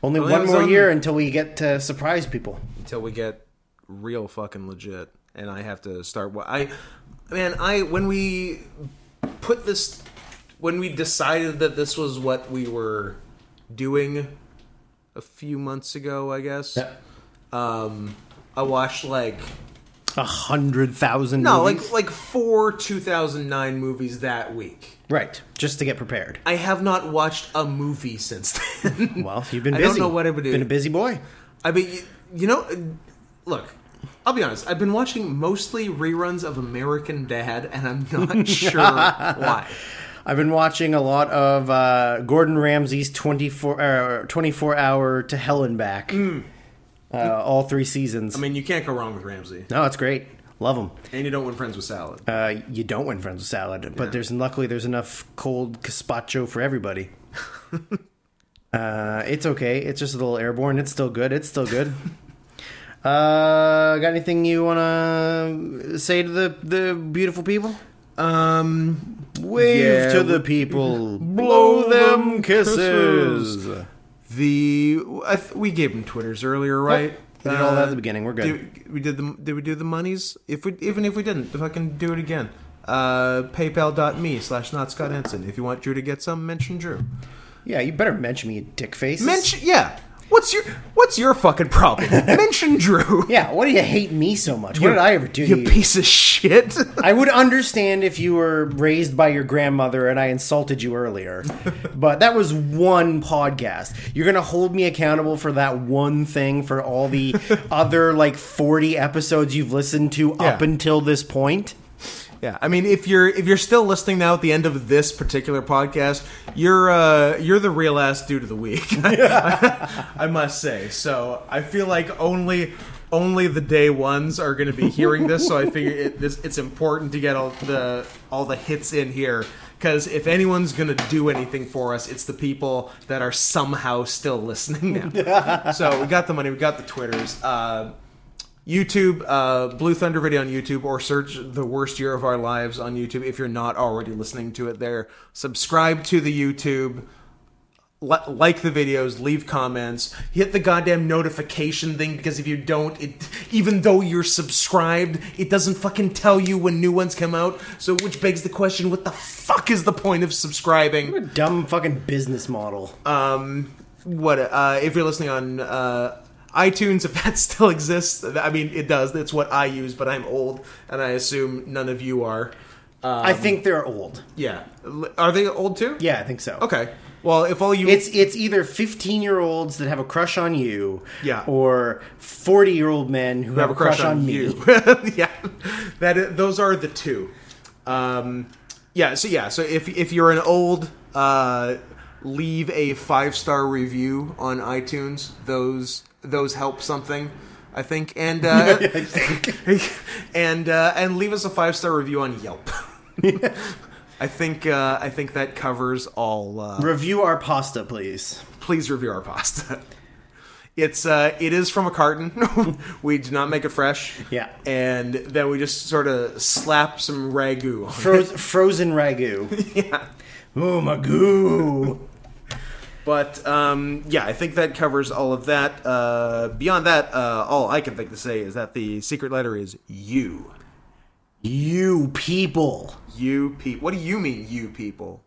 [SPEAKER 2] Only one
[SPEAKER 1] 2011's
[SPEAKER 2] more
[SPEAKER 1] done.
[SPEAKER 2] year until we get to surprise people.
[SPEAKER 1] until we get real fucking legit and i have to start wa- i man i when we put this when we decided that this was what we were doing a few months ago i guess um i watched like
[SPEAKER 2] A hundred thousand.
[SPEAKER 1] no
[SPEAKER 2] movies.
[SPEAKER 1] like like four 2009 movies that week
[SPEAKER 2] right, just to get prepared.
[SPEAKER 1] i have not watched a movie since then
[SPEAKER 2] Well, you've been
[SPEAKER 1] I
[SPEAKER 2] busy.
[SPEAKER 1] don't know what I would do.
[SPEAKER 2] Been a busy boy.
[SPEAKER 1] I mean, you, you know, uh, look, I'll be honest. I've been watching mostly reruns of American Dad, and I'm not sure why.
[SPEAKER 2] I've been watching a lot of uh, Gordon Ramsay's 24, uh, 24 hour to hell and back. Uh, all three seasons.
[SPEAKER 1] Hmm. I mean, you can't go wrong with Ramsey,
[SPEAKER 2] no, it's great. Love them.
[SPEAKER 1] and you don't win friends with salad.
[SPEAKER 2] Uh, you don't win friends with salad, but there's luckily there's enough cold gazpacho for everybody. uh, it's okay. It's just a little airborne. It's still good. It's still good. uh, got anything you want to say to the the beautiful people?
[SPEAKER 1] Um,
[SPEAKER 2] Wave
[SPEAKER 1] Yeah,
[SPEAKER 2] to the people. Blow them kisses.
[SPEAKER 1] the I th- we gave him Twitters earlier, right?
[SPEAKER 2] we did all that at the beginning. We're good.
[SPEAKER 1] do- we did the did we do the monies? If we even if we didn't, if I can do it again. Uh, PayPal.me slash not Scott Henson. If you want Drew to get some, mention Drew.
[SPEAKER 2] Yeah, you better mention me, you dick face.
[SPEAKER 1] Mention yeah. What's your what's your fucking problem? mention Drew.
[SPEAKER 2] Yeah, why do you hate me so much? What did I ever do to
[SPEAKER 1] You,
[SPEAKER 2] you?
[SPEAKER 1] piece of shit.
[SPEAKER 2] I would understand if you were raised by your grandmother and I insulted you earlier, but that was one podcast. You're going to hold me accountable for that one thing for all the other like 40 episodes you've listened to up
[SPEAKER 1] Yeah.
[SPEAKER 2] until this point?
[SPEAKER 1] yeah, I mean, if you're if you're still listening now at the end of this particular podcast, you're uh, you're the real ass dude of the week. I must say. So I feel like only only the day ones are going to be hearing this. So I figure it, this, it's important to get all the all the hits in here because if anyone's going to do anything for us, it's the people that are somehow still listening now. so we got the money, we got the twitters. Uh, YouTube, uh, Blue Thunder video on YouTube, or search the worst year of our lives on YouTube if you're not already listening to it there. Subscribe to the YouTube li- like the videos, leave comments, hit the goddamn notification thing because if you don't, it even though you're subscribed, it doesn't fucking tell you when new ones come out. So which begs the question, what the fuck is the point of subscribing?
[SPEAKER 2] Dumb fucking business model.
[SPEAKER 1] Um what uh if you're listening on uh iTunes, if that still exists, I mean, it does. That's what I use, but I'm old, and I assume none of you are.
[SPEAKER 2] I
[SPEAKER 1] Um,
[SPEAKER 2] think they're old.
[SPEAKER 1] Yeah, L- are they old too?
[SPEAKER 2] Yeah, I think so.
[SPEAKER 1] Okay. Well, if all you
[SPEAKER 2] It's it's either fifteen year olds that have a crush on you,
[SPEAKER 1] Yeah.
[SPEAKER 2] or forty year old men who,
[SPEAKER 1] have a crush, on,
[SPEAKER 2] me.
[SPEAKER 1] you. yeah, that is, those are the two. Um, yeah. So yeah. So if if you're an old, uh, leave a five star review on iTunes. Those those help something, I think. And uh,
[SPEAKER 2] I think.
[SPEAKER 1] and uh, and leave us a five star review on Yelp. I think uh, I think that covers all. Uh,
[SPEAKER 2] Review our pasta, please.
[SPEAKER 1] please review our pasta. It's uh, it is from a carton. we do not make it fresh.
[SPEAKER 2] Yeah.
[SPEAKER 1] and then we just sort of slap some ragu on.
[SPEAKER 2] Froz- frozen ragu.
[SPEAKER 1] Yeah,
[SPEAKER 2] Oh my goo.
[SPEAKER 1] but um, yeah, I think that covers all of that. Uh, beyond that, uh, all I can think to say is that the secret letter is you.
[SPEAKER 2] You people.
[SPEAKER 1] You people. What do you mean, you people?